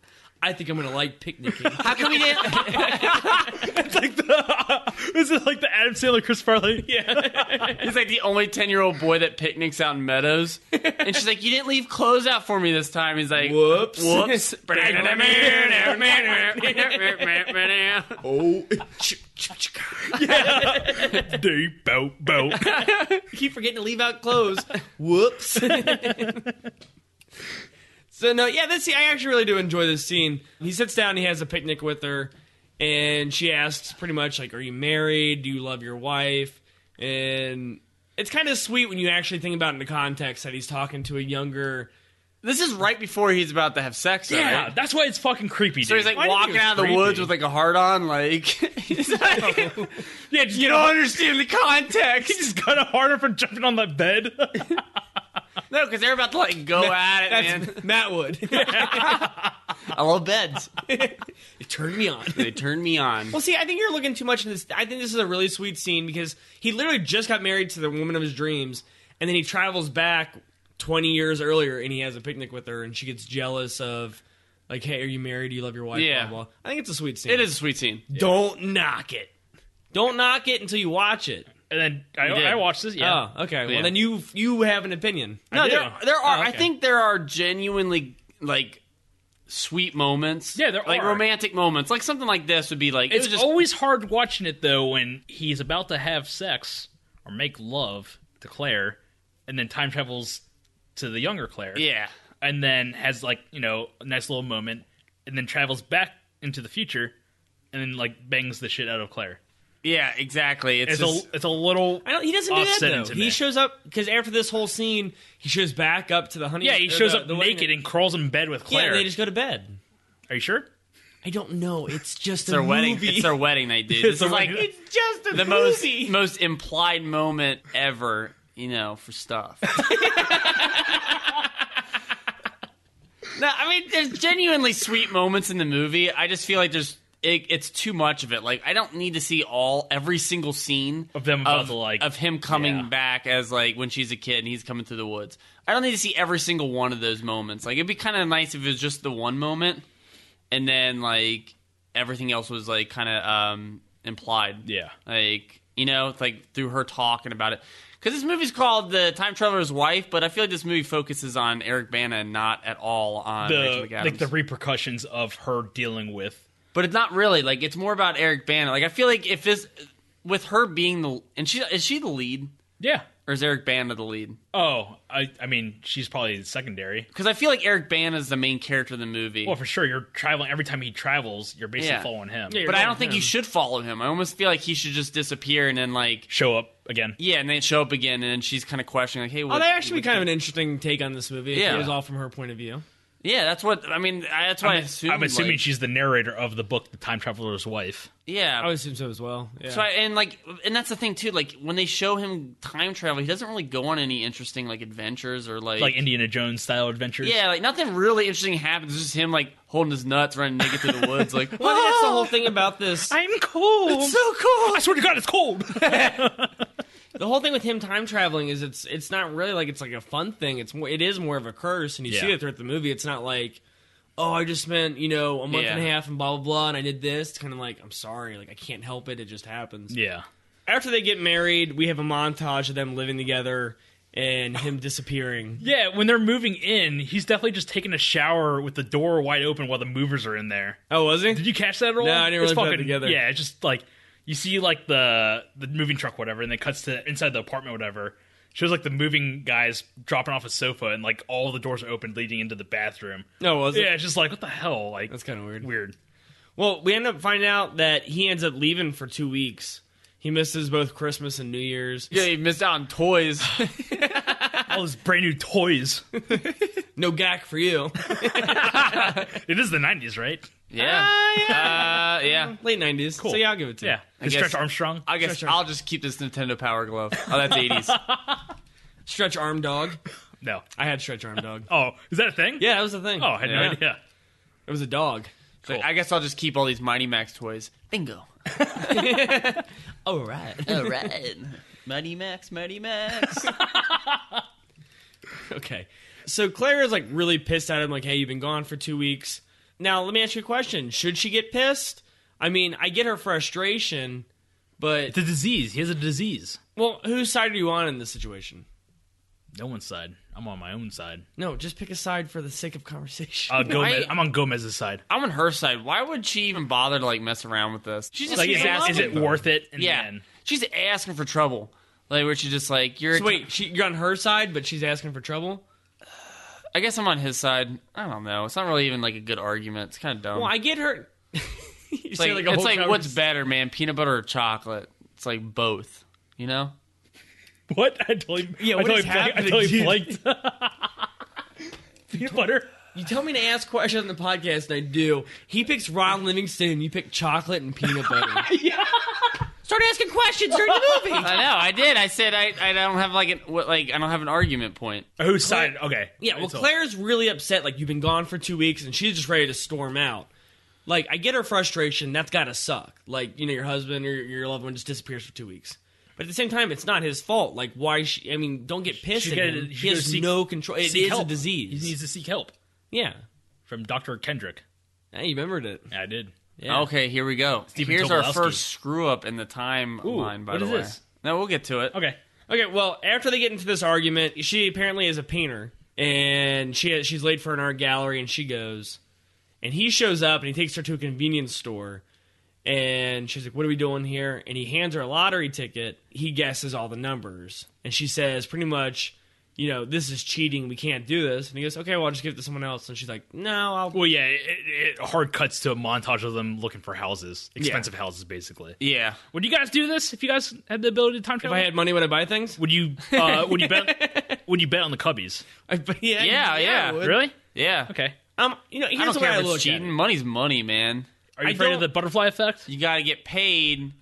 Speaker 1: I think I'm gonna like picnicking.
Speaker 2: How come you didn't?
Speaker 3: It's like the this is like the Adam Sandler Chris Farley. Yeah.
Speaker 2: He's like the only ten year old boy that picnics out in meadows, and she's like, "You didn't leave clothes out for me this time." He's like,
Speaker 1: Whoops.
Speaker 2: Whoops.
Speaker 1: Oh,
Speaker 3: Deep boat boat.
Speaker 1: keep forgetting to leave out clothes. Whoops. so no, yeah, this I actually really do enjoy this scene. He sits down, he has a picnic with her, and she asks pretty much like, "Are you married? Do you love your wife?" And it's kind of sweet when you actually think about it in the context that he's talking to a younger.
Speaker 2: This is right before he's about to have sex. though,
Speaker 3: Yeah,
Speaker 2: right?
Speaker 3: that's why it's fucking creepy, dude.
Speaker 2: So he's like
Speaker 1: Why do you
Speaker 2: walking
Speaker 1: think
Speaker 2: out of the
Speaker 1: it's
Speaker 2: woods
Speaker 1: creepy?
Speaker 2: with like a heart on, like he's like,
Speaker 3: yeah, just
Speaker 2: you
Speaker 3: get
Speaker 2: don't understand the context.
Speaker 3: just kind of harder from jumping on the bed.
Speaker 2: No, because they're about to like go at it, man.
Speaker 1: Matt Wood.
Speaker 2: I love beds.
Speaker 1: it turned me on.
Speaker 2: They turn me on.
Speaker 1: Well, see, I think you're looking too much into this. I think this is a really sweet scene because he literally just got married to the woman of his dreams, and then he travels back 20 years earlier and he has a picnic with her and she gets jealous of like hey are you married do you love your wife
Speaker 2: Yeah.
Speaker 1: blah, blah. i think it's a sweet scene
Speaker 2: It is a sweet scene.
Speaker 1: don't knock it don't knock it until you watch it
Speaker 3: And then I,
Speaker 2: You did.
Speaker 3: I watched this. Yeah.
Speaker 1: oh okay well
Speaker 2: Yeah.
Speaker 1: then you you have an opinion
Speaker 3: I
Speaker 2: No,
Speaker 3: do.
Speaker 2: there, there are.
Speaker 3: Oh,
Speaker 2: I
Speaker 3: okay.
Speaker 2: think there are genuinely like sweet moments.
Speaker 3: Yeah, there
Speaker 2: like
Speaker 3: are.
Speaker 2: romantic moments. Like something like this would be like it
Speaker 3: It's
Speaker 2: was just
Speaker 3: always hard watching it though when he's about to have sex or make love to Claire, and then time travels to the younger Claire.
Speaker 2: yeah.
Speaker 3: and then has like you know a nice little moment, and then travels back into the future, and then like bangs the shit out of Claire.
Speaker 2: Yeah, exactly. It's,
Speaker 3: It's,
Speaker 2: just,
Speaker 3: a it's a little
Speaker 1: I don't, he doesn't do that
Speaker 3: Offsetting
Speaker 1: though.
Speaker 3: to
Speaker 1: He
Speaker 3: me.
Speaker 1: shows up because after this whole scene, he shows back up to the honey.
Speaker 3: yeah. He
Speaker 1: or
Speaker 3: shows
Speaker 1: the-
Speaker 3: up
Speaker 1: the wedding-
Speaker 3: naked and crawls in bed with
Speaker 1: yeah,
Speaker 3: Claire.
Speaker 1: and they just go to bed.
Speaker 3: Are you sure?
Speaker 1: I don't know. It's just
Speaker 2: it's their
Speaker 1: a
Speaker 2: wedding.
Speaker 1: movie.
Speaker 2: It's their wedding night, dude.
Speaker 3: It's
Speaker 2: This is
Speaker 3: a
Speaker 2: like
Speaker 3: wedding.
Speaker 1: It's just a
Speaker 2: the most
Speaker 1: movie.
Speaker 2: most implied moment ever. You know, for stuff. no, I mean, there's genuinely sweet moments in the movie. I just feel like there's it, it's too much of it. Like, I don't need to see all every single scene
Speaker 3: Of them about
Speaker 2: of,
Speaker 3: to, like-
Speaker 2: of him coming
Speaker 3: Yeah.
Speaker 2: back as like when she's a kid and he's coming through the woods. I don't need to see every single one of those moments. Like, it'd be kind of nice if it was just the one moment, and then like everything else was like kind of um implied.
Speaker 3: Yeah.
Speaker 2: Like, you know, it's like through her talking about it. Because this movie's called The Time Traveler's Wife, but I feel like this movie focuses on Eric Bana and not at all on Rachel
Speaker 3: The
Speaker 2: McAdams.
Speaker 3: like the repercussions of her dealing with
Speaker 2: but it's not really. Like, it's more about Eric Bana. Like, I feel like if this, with her being the, and she, is she the lead?
Speaker 3: yeah.
Speaker 2: Or is Eric Bana the lead?
Speaker 3: Oh, I I mean she's probably secondary.
Speaker 2: Because I feel like Eric Bana is the main character of the movie.
Speaker 3: Well, for sure you're traveling every time he travels, you're basically
Speaker 2: Yeah.
Speaker 3: following him.
Speaker 1: Yeah, you're-
Speaker 2: but I don't
Speaker 1: following
Speaker 2: think you
Speaker 1: him.
Speaker 2: should follow him. I almost feel like he should just disappear and then, like,
Speaker 3: Show up again.
Speaker 2: yeah, and then show up again, and then she's kind of questioning, like, hey, what?
Speaker 1: Oh, that actually be kind of an interesting take on this movie. if
Speaker 2: Yeah.
Speaker 1: it was all from her point of view.
Speaker 2: yeah, that's what, I mean, I- that's what I
Speaker 3: I'm,
Speaker 2: assumed.
Speaker 3: I'm assuming
Speaker 2: like-
Speaker 3: she's the narrator of the book, The Time Traveler's Wife.
Speaker 2: Yeah.
Speaker 1: I would assume so as well. Yeah.
Speaker 2: So I, and like and that's the thing too. Like when they show him time travel, he doesn't really go on any interesting like adventures or like,
Speaker 3: Like Indiana Jones style adventures.
Speaker 2: yeah, like nothing really interesting happens. It's just him like holding his nuts, running naked through the woods. Like
Speaker 1: well, I think that's the whole thing about this.
Speaker 3: I'm cold.
Speaker 1: so cool.
Speaker 3: I swear to God, it's cold.
Speaker 1: The whole thing with him time traveling is it's it's not really like it's like a fun thing. It's more it is more of a curse, and you see
Speaker 3: Yeah.
Speaker 1: it throughout the movie. It's not like, oh, I just spent you know a month and a
Speaker 2: Yeah.
Speaker 1: half and blah blah blah, and I did this. It's kind of like I'm sorry, like I can't help it. It just happens.
Speaker 3: yeah.
Speaker 1: After they get married, we have a montage of them living together and him disappearing.
Speaker 3: Yeah, when they're moving in, he's definitely just taking a shower with the door wide open while the movers are in there.
Speaker 1: Oh, was he?
Speaker 3: Did you catch that at all?
Speaker 1: No, I didn't
Speaker 3: It's
Speaker 1: really put that
Speaker 3: fucking-
Speaker 1: together.
Speaker 3: Yeah, it's just like you see like the the moving truck, whatever, and then cuts to inside the apartment, whatever. Shows like the moving guys dropping off a sofa, and like all the doors are open leading into the bathroom.
Speaker 1: No, Oh, was it?
Speaker 3: Yeah, it's just like what the hell? Like
Speaker 1: That's kind of weird.
Speaker 3: weird.
Speaker 1: Well, we end up finding out that he ends up leaving for two weeks. He misses both Christmas and New Year's.
Speaker 2: yeah, he missed out on toys.
Speaker 3: All those brand new toys.
Speaker 1: No gack for you.
Speaker 3: It is the '90s, right?
Speaker 2: yeah, uh, yeah.
Speaker 1: Late nineties. Cool. So yeah, I'll give it to you.
Speaker 3: Ah, Yeah,
Speaker 2: I guess-
Speaker 3: Stretch Armstrong.
Speaker 2: I guess
Speaker 1: Sure, sure.
Speaker 2: I'll just keep this Nintendo Power Glove. Oh, that's eighties.
Speaker 1: Stretch arm dog.
Speaker 3: no.
Speaker 1: I had stretch arm dog.
Speaker 3: Oh, is that a thing?
Speaker 1: Yeah, that was the thing.
Speaker 3: Oh, I had
Speaker 2: Yeah.
Speaker 3: no idea.
Speaker 1: it was a dog.
Speaker 2: Like, I guess I'll just keep all these Mighty Max toys. Bingo.
Speaker 1: Oh right.
Speaker 2: All right, Mighty Max, Mighty Max.
Speaker 1: okay. So Claire is like really pissed at him. Like, hey, you've been gone for two weeks. Now let me ask you a question. Should she get pissed? I mean, I get her frustration, but
Speaker 3: The disease. He has a disease.
Speaker 1: well, whose side are you on in this situation?
Speaker 3: No one's side. I'm on my own side.
Speaker 1: No, just pick a side for the sake of conversation.
Speaker 3: Uh, Gomez.
Speaker 2: I-
Speaker 3: I'm on Gomez's side.
Speaker 2: I'm on her side. Why would she even bother to like mess around with this? She's just
Speaker 3: Like,
Speaker 2: she's
Speaker 3: is, it- is
Speaker 2: asking
Speaker 3: it worth it? In
Speaker 2: Yeah,
Speaker 3: The end?
Speaker 2: she's asking for trouble. Like where she's just like you're.
Speaker 1: so wait, she, you're on her side, but she's asking for trouble.
Speaker 2: I guess I'm on his side. I don't know. It's not really even like a good argument. It's kind of dumb.
Speaker 1: Well, I get her. You
Speaker 2: it's
Speaker 1: say,
Speaker 2: like,
Speaker 1: a
Speaker 2: it's
Speaker 1: whole
Speaker 2: like
Speaker 1: convers-
Speaker 2: what's better, man? Peanut butter or chocolate? It's like both. You know?
Speaker 3: What? I totally.
Speaker 1: Yeah,
Speaker 3: I
Speaker 1: what
Speaker 3: totally
Speaker 1: is
Speaker 3: blanked. I
Speaker 1: happening,
Speaker 3: totally
Speaker 1: dude?
Speaker 3: blanked. Peanut butter.
Speaker 1: You tell me to ask questions on the podcast, and I do. He picks Ron Livingston, and you pick chocolate and peanut butter. Start asking questions during the movie.
Speaker 2: I know. I did. I said I. I don't have like an what, like I don't have an argument point.
Speaker 3: Whose side? Okay.
Speaker 1: Yeah, well,
Speaker 3: It's all-
Speaker 1: Claire's really upset. Like you've been gone for two weeks, and she's just ready to storm out. Like I get her frustration. That's gotta suck. Like you know, your husband or your, your loved one just disappears for two weeks. But at the same time, it's not his fault. Like, why? She, I mean, don't get pissed
Speaker 3: She
Speaker 1: at
Speaker 3: gotta-
Speaker 1: him.
Speaker 3: she
Speaker 1: He
Speaker 3: gotta
Speaker 1: has
Speaker 3: seek-
Speaker 1: no control. It
Speaker 3: Seek
Speaker 1: is a
Speaker 3: help.
Speaker 1: disease.
Speaker 3: He needs to seek help
Speaker 1: yeah,
Speaker 3: from Dr. Kendrick.
Speaker 1: yeah, you remembered it.
Speaker 3: I did.
Speaker 1: Yeah.
Speaker 2: Okay, here we go.
Speaker 3: Stephen
Speaker 2: Here's
Speaker 3: Tobolowsky.
Speaker 2: our first screw up in the timeline. By
Speaker 3: what
Speaker 2: the
Speaker 3: is
Speaker 2: way,
Speaker 3: this?
Speaker 2: no, we'll get to it.
Speaker 3: Okay.
Speaker 1: Okay, well, after they get into this argument, she apparently is a painter, and she she's late for an art gallery, and she goes, and he shows up, and he takes her to a convenience store, and she's like, "What are we doing here?" And he hands her a lottery ticket. He guesses all the numbers, and she says, pretty much, you know, this is cheating. We can't do this. And he goes, "Okay, well, I'll just give it to someone else." And she's like, "No, I'll."
Speaker 3: Well, yeah, it, it hard cuts to a montage of them looking for houses, expensive houses, basically.
Speaker 2: Yeah,
Speaker 3: Would you guys do this if you guys had the ability to time
Speaker 1: If
Speaker 3: travel?
Speaker 1: I had money, would I buy things?
Speaker 3: would you? Uh, would you bet? Would you bet on the Cubbies?
Speaker 1: I, yeah,
Speaker 2: Yeah, yeah.
Speaker 1: I would.
Speaker 3: Really?
Speaker 2: yeah.
Speaker 3: Okay.
Speaker 1: Um, you know,
Speaker 2: I
Speaker 1: here's
Speaker 2: don't
Speaker 1: the way
Speaker 2: care
Speaker 1: I
Speaker 2: if
Speaker 1: look
Speaker 2: it's
Speaker 1: at
Speaker 2: cheating.
Speaker 1: it.
Speaker 2: Money's money, man.
Speaker 3: Are you
Speaker 1: I
Speaker 3: afraid of
Speaker 1: don't-
Speaker 3: the butterfly effect?
Speaker 2: You got to get paid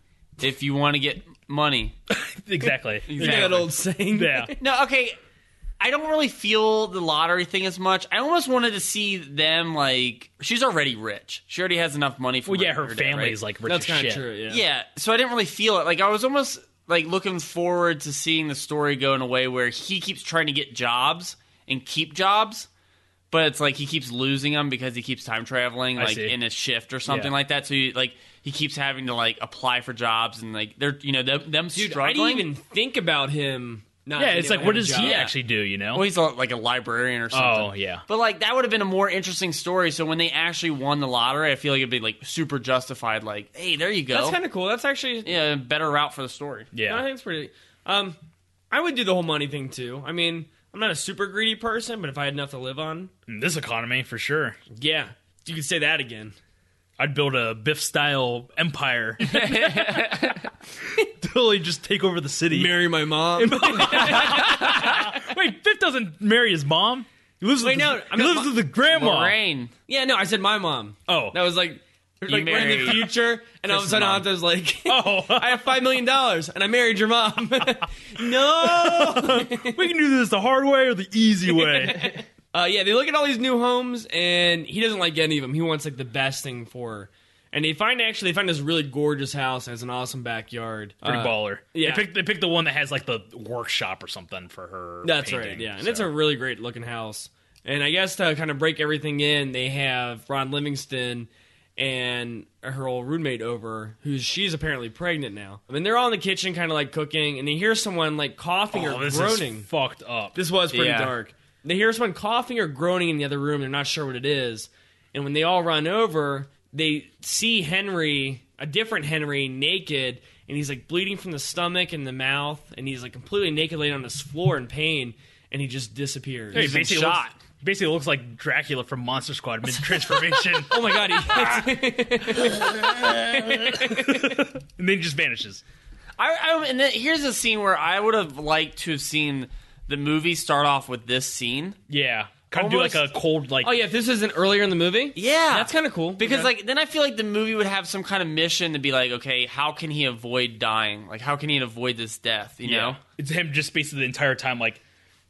Speaker 2: if you want to get money.
Speaker 3: exactly.
Speaker 1: You know that
Speaker 2: Exactly.
Speaker 1: old saying?
Speaker 3: Yeah.
Speaker 2: No, okay. I don't really feel the lottery thing as much. I almost wanted to see them like she's already rich. She already has enough money for
Speaker 3: Well, yeah, her
Speaker 2: day, right?
Speaker 3: family's like rich
Speaker 1: That's
Speaker 3: as
Speaker 1: kind
Speaker 3: shit.
Speaker 1: of true. Yeah.
Speaker 2: Yeah, so I didn't really feel it. Like I was almost like looking forward to seeing the story go in a way where he keeps trying to get jobs and keep jobs, but it's like he keeps losing them because he keeps time traveling, like
Speaker 3: see.
Speaker 2: in a shift or something
Speaker 3: Yeah.
Speaker 2: like that. So you, like he keeps having to like apply for jobs and like they're you know them, them
Speaker 1: Dude,
Speaker 2: struggling.
Speaker 1: I didn't even think about him. Not
Speaker 3: Yeah,
Speaker 1: being
Speaker 3: it's
Speaker 1: able
Speaker 3: like,
Speaker 1: to
Speaker 3: what
Speaker 1: have a
Speaker 3: does he
Speaker 1: job.
Speaker 2: Yeah.
Speaker 3: actually do? You know?
Speaker 2: Well, Oh, he's a, like a librarian or something.
Speaker 3: oh yeah.
Speaker 2: But like that would have been a more interesting story. So when they actually won the lottery, I feel like it'd be like super justified. Like, hey, there you go.
Speaker 1: That's kind of cool. That's actually
Speaker 2: yeah, better route for the story.
Speaker 1: I
Speaker 3: Yeah.
Speaker 1: think it's pretty. Um, I would do the whole money thing too. I mean, I'm not a super greedy person, but if I had enough to live on,
Speaker 3: In this economy, for sure.
Speaker 1: yeah, you could say that again.
Speaker 3: I'd build a Biff style empire. totally just take over the city.
Speaker 1: Marry my mom.
Speaker 3: Wait, Biff doesn't marry his mom. He lives
Speaker 1: Wait,
Speaker 3: with
Speaker 1: no,
Speaker 3: the,
Speaker 1: I
Speaker 3: he
Speaker 1: meant
Speaker 3: lives
Speaker 1: mo-
Speaker 3: with the grandma.
Speaker 2: Lorraine.
Speaker 1: yeah, no, I said my mom.
Speaker 3: Oh,
Speaker 1: That was like, like we're in
Speaker 2: married
Speaker 1: the future, and all of a
Speaker 2: Chris's
Speaker 1: sudden
Speaker 2: mom.
Speaker 1: Anta's like,
Speaker 3: Oh.
Speaker 1: I have five million dollars, and I married your mom. no.
Speaker 3: we can do this the hard way or the easy way.
Speaker 1: Uh, yeah, they look at all these new homes, and he doesn't like any of them. He wants like the best thing for her. And they find actually they find this really gorgeous house and has an awesome backyard.
Speaker 3: Pretty
Speaker 1: Uh,
Speaker 3: baller.
Speaker 1: yeah.
Speaker 3: They picked, they picked the one that has like the workshop or something for her.
Speaker 1: That's right.
Speaker 3: painting,
Speaker 1: Yeah, and
Speaker 3: so.
Speaker 1: it's a really great looking house. And I guess to kind of break everything in, they have Ron Livingston and her old roommate over, who's she's apparently pregnant now. I mean, they're all in the kitchen, kind of like cooking, and they hear someone like coughing
Speaker 3: oh,
Speaker 1: or
Speaker 3: this
Speaker 1: groaning.
Speaker 3: is fucked up.
Speaker 1: This was pretty
Speaker 2: Yeah.
Speaker 1: dark. They hear someone coughing or groaning in the other room. They're not sure what it is. And when they all run over, they see Henry, a different Henry, naked. And he's like bleeding from the stomach and the mouth. And he's like completely naked laying on his floor in pain. And he just disappears.
Speaker 3: He
Speaker 2: been
Speaker 3: basically
Speaker 2: shot.
Speaker 3: Looks, basically looks like Dracula from Monster Squad mid transformation,
Speaker 1: oh my God. He,
Speaker 3: and then just vanishes.
Speaker 2: I, I and then here's a scene where I would have liked to have seen the movie start off with this scene.
Speaker 3: Yeah, kind of do like a
Speaker 2: Almost-
Speaker 3: cold like.
Speaker 1: oh, yeah. If this isn't earlier in the movie?
Speaker 2: Yeah.
Speaker 1: That's kind of cool.
Speaker 2: Because
Speaker 1: Okay.
Speaker 2: like then I feel like the movie would have some kind of mission to be like, okay, how can he avoid dying? Like how can he avoid this death? You know?
Speaker 3: It's him just basically the entire time like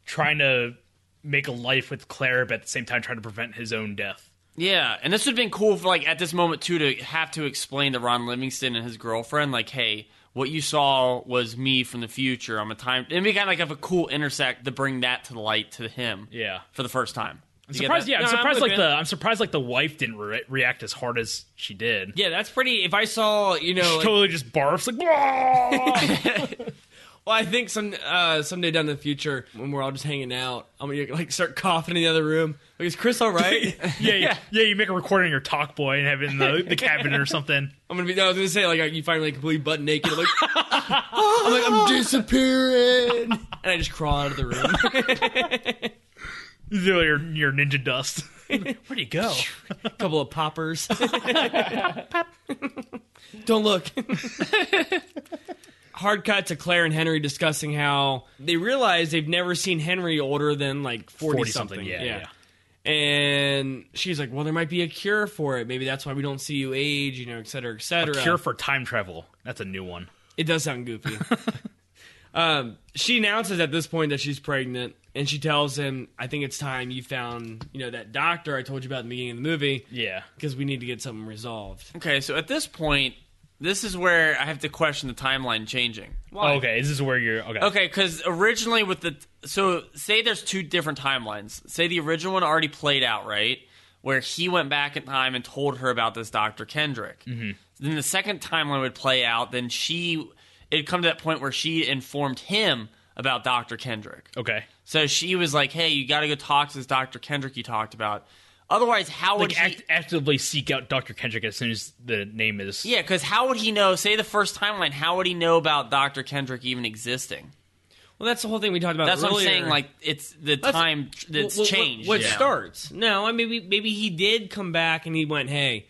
Speaker 3: trying to make a life with Claire, but at the same time trying to prevent his own death.
Speaker 2: Yeah, and this would have been cool for like at this moment too to have to explain to Ron Livingston and his girlfriend like, hey, what you saw was me from the future. I'm a time. It'd be kind of like have a cool intersect to bring that to the light to him.
Speaker 3: Yeah.
Speaker 2: for the first time.
Speaker 3: I'm surprised. Yeah, I'm
Speaker 1: No, I'm
Speaker 3: surprised.
Speaker 1: with
Speaker 3: like
Speaker 1: you.
Speaker 3: the I'm surprised like the wife didn't re- react as hard as she did.
Speaker 1: yeah, that's pretty. If I saw, you know,
Speaker 3: She
Speaker 1: like-
Speaker 3: totally just barfs like. "Blah!"
Speaker 1: Well, I think some uh, someday down in the future when we're all just hanging out, I'm gonna like start coughing in the other room. Like, is Chris all right?
Speaker 3: yeah, yeah, yeah. You make a recording of your talk boy and have it in the, the cabinet or something.
Speaker 1: I'm gonna be. No, I was gonna say like you find me like completely butt naked. I'm like, I'm like I'm disappearing, and I just crawl out of the room.
Speaker 3: You do your your ninja dust. Where'd he go?
Speaker 1: couple of poppers. Don't look. Hard cut to Claire and Henry discussing how they realize they've never seen Henry older than like 40,
Speaker 3: 40
Speaker 1: something.
Speaker 3: something, yeah,
Speaker 1: And she's like, well, there might be a cure for it. Maybe that's why we don't see you age, you know, et cetera, et cetera.
Speaker 3: Cure for time travel. That's a new one.
Speaker 1: It does sound goofy. um, she announces at this point that she's pregnant, and she tells him, I think it's time you found, you know, that doctor I told you about in the beginning of the movie
Speaker 3: Yeah.
Speaker 1: because we need to get something resolved.
Speaker 2: Okay, so at this point, This is where I have to question the timeline changing.
Speaker 3: Oh, okay, this is where you're. Okay.
Speaker 2: Okay, because originally with the so say there's two different timelines. Say the original one already played out, right? Where he went back in time and told her about this Dr. Kendrick. Mm-hmm. Then the second timeline would play out. Then she it'd come to that point where she informed him about Dr. Kendrick.
Speaker 3: Okay.
Speaker 2: So she was like, "Hey, you got to go talk to this Dr. Kendrick you talked about." Otherwise, how would
Speaker 3: Like
Speaker 2: he?
Speaker 3: act- actively seek out Dr. Kendrick as soon as the name is.
Speaker 2: yeah, because how would he know? Say the first timeline, how would he know about Dr. Kendrick even existing?
Speaker 1: Well, that's the whole thing we talked about.
Speaker 2: That's what I'm
Speaker 1: earlier.
Speaker 2: saying. Like it's the time that's
Speaker 1: Well, well,
Speaker 2: changed.
Speaker 1: What, what
Speaker 2: now.
Speaker 1: starts? No, I mean, maybe maybe he did come back and he went, "Hey,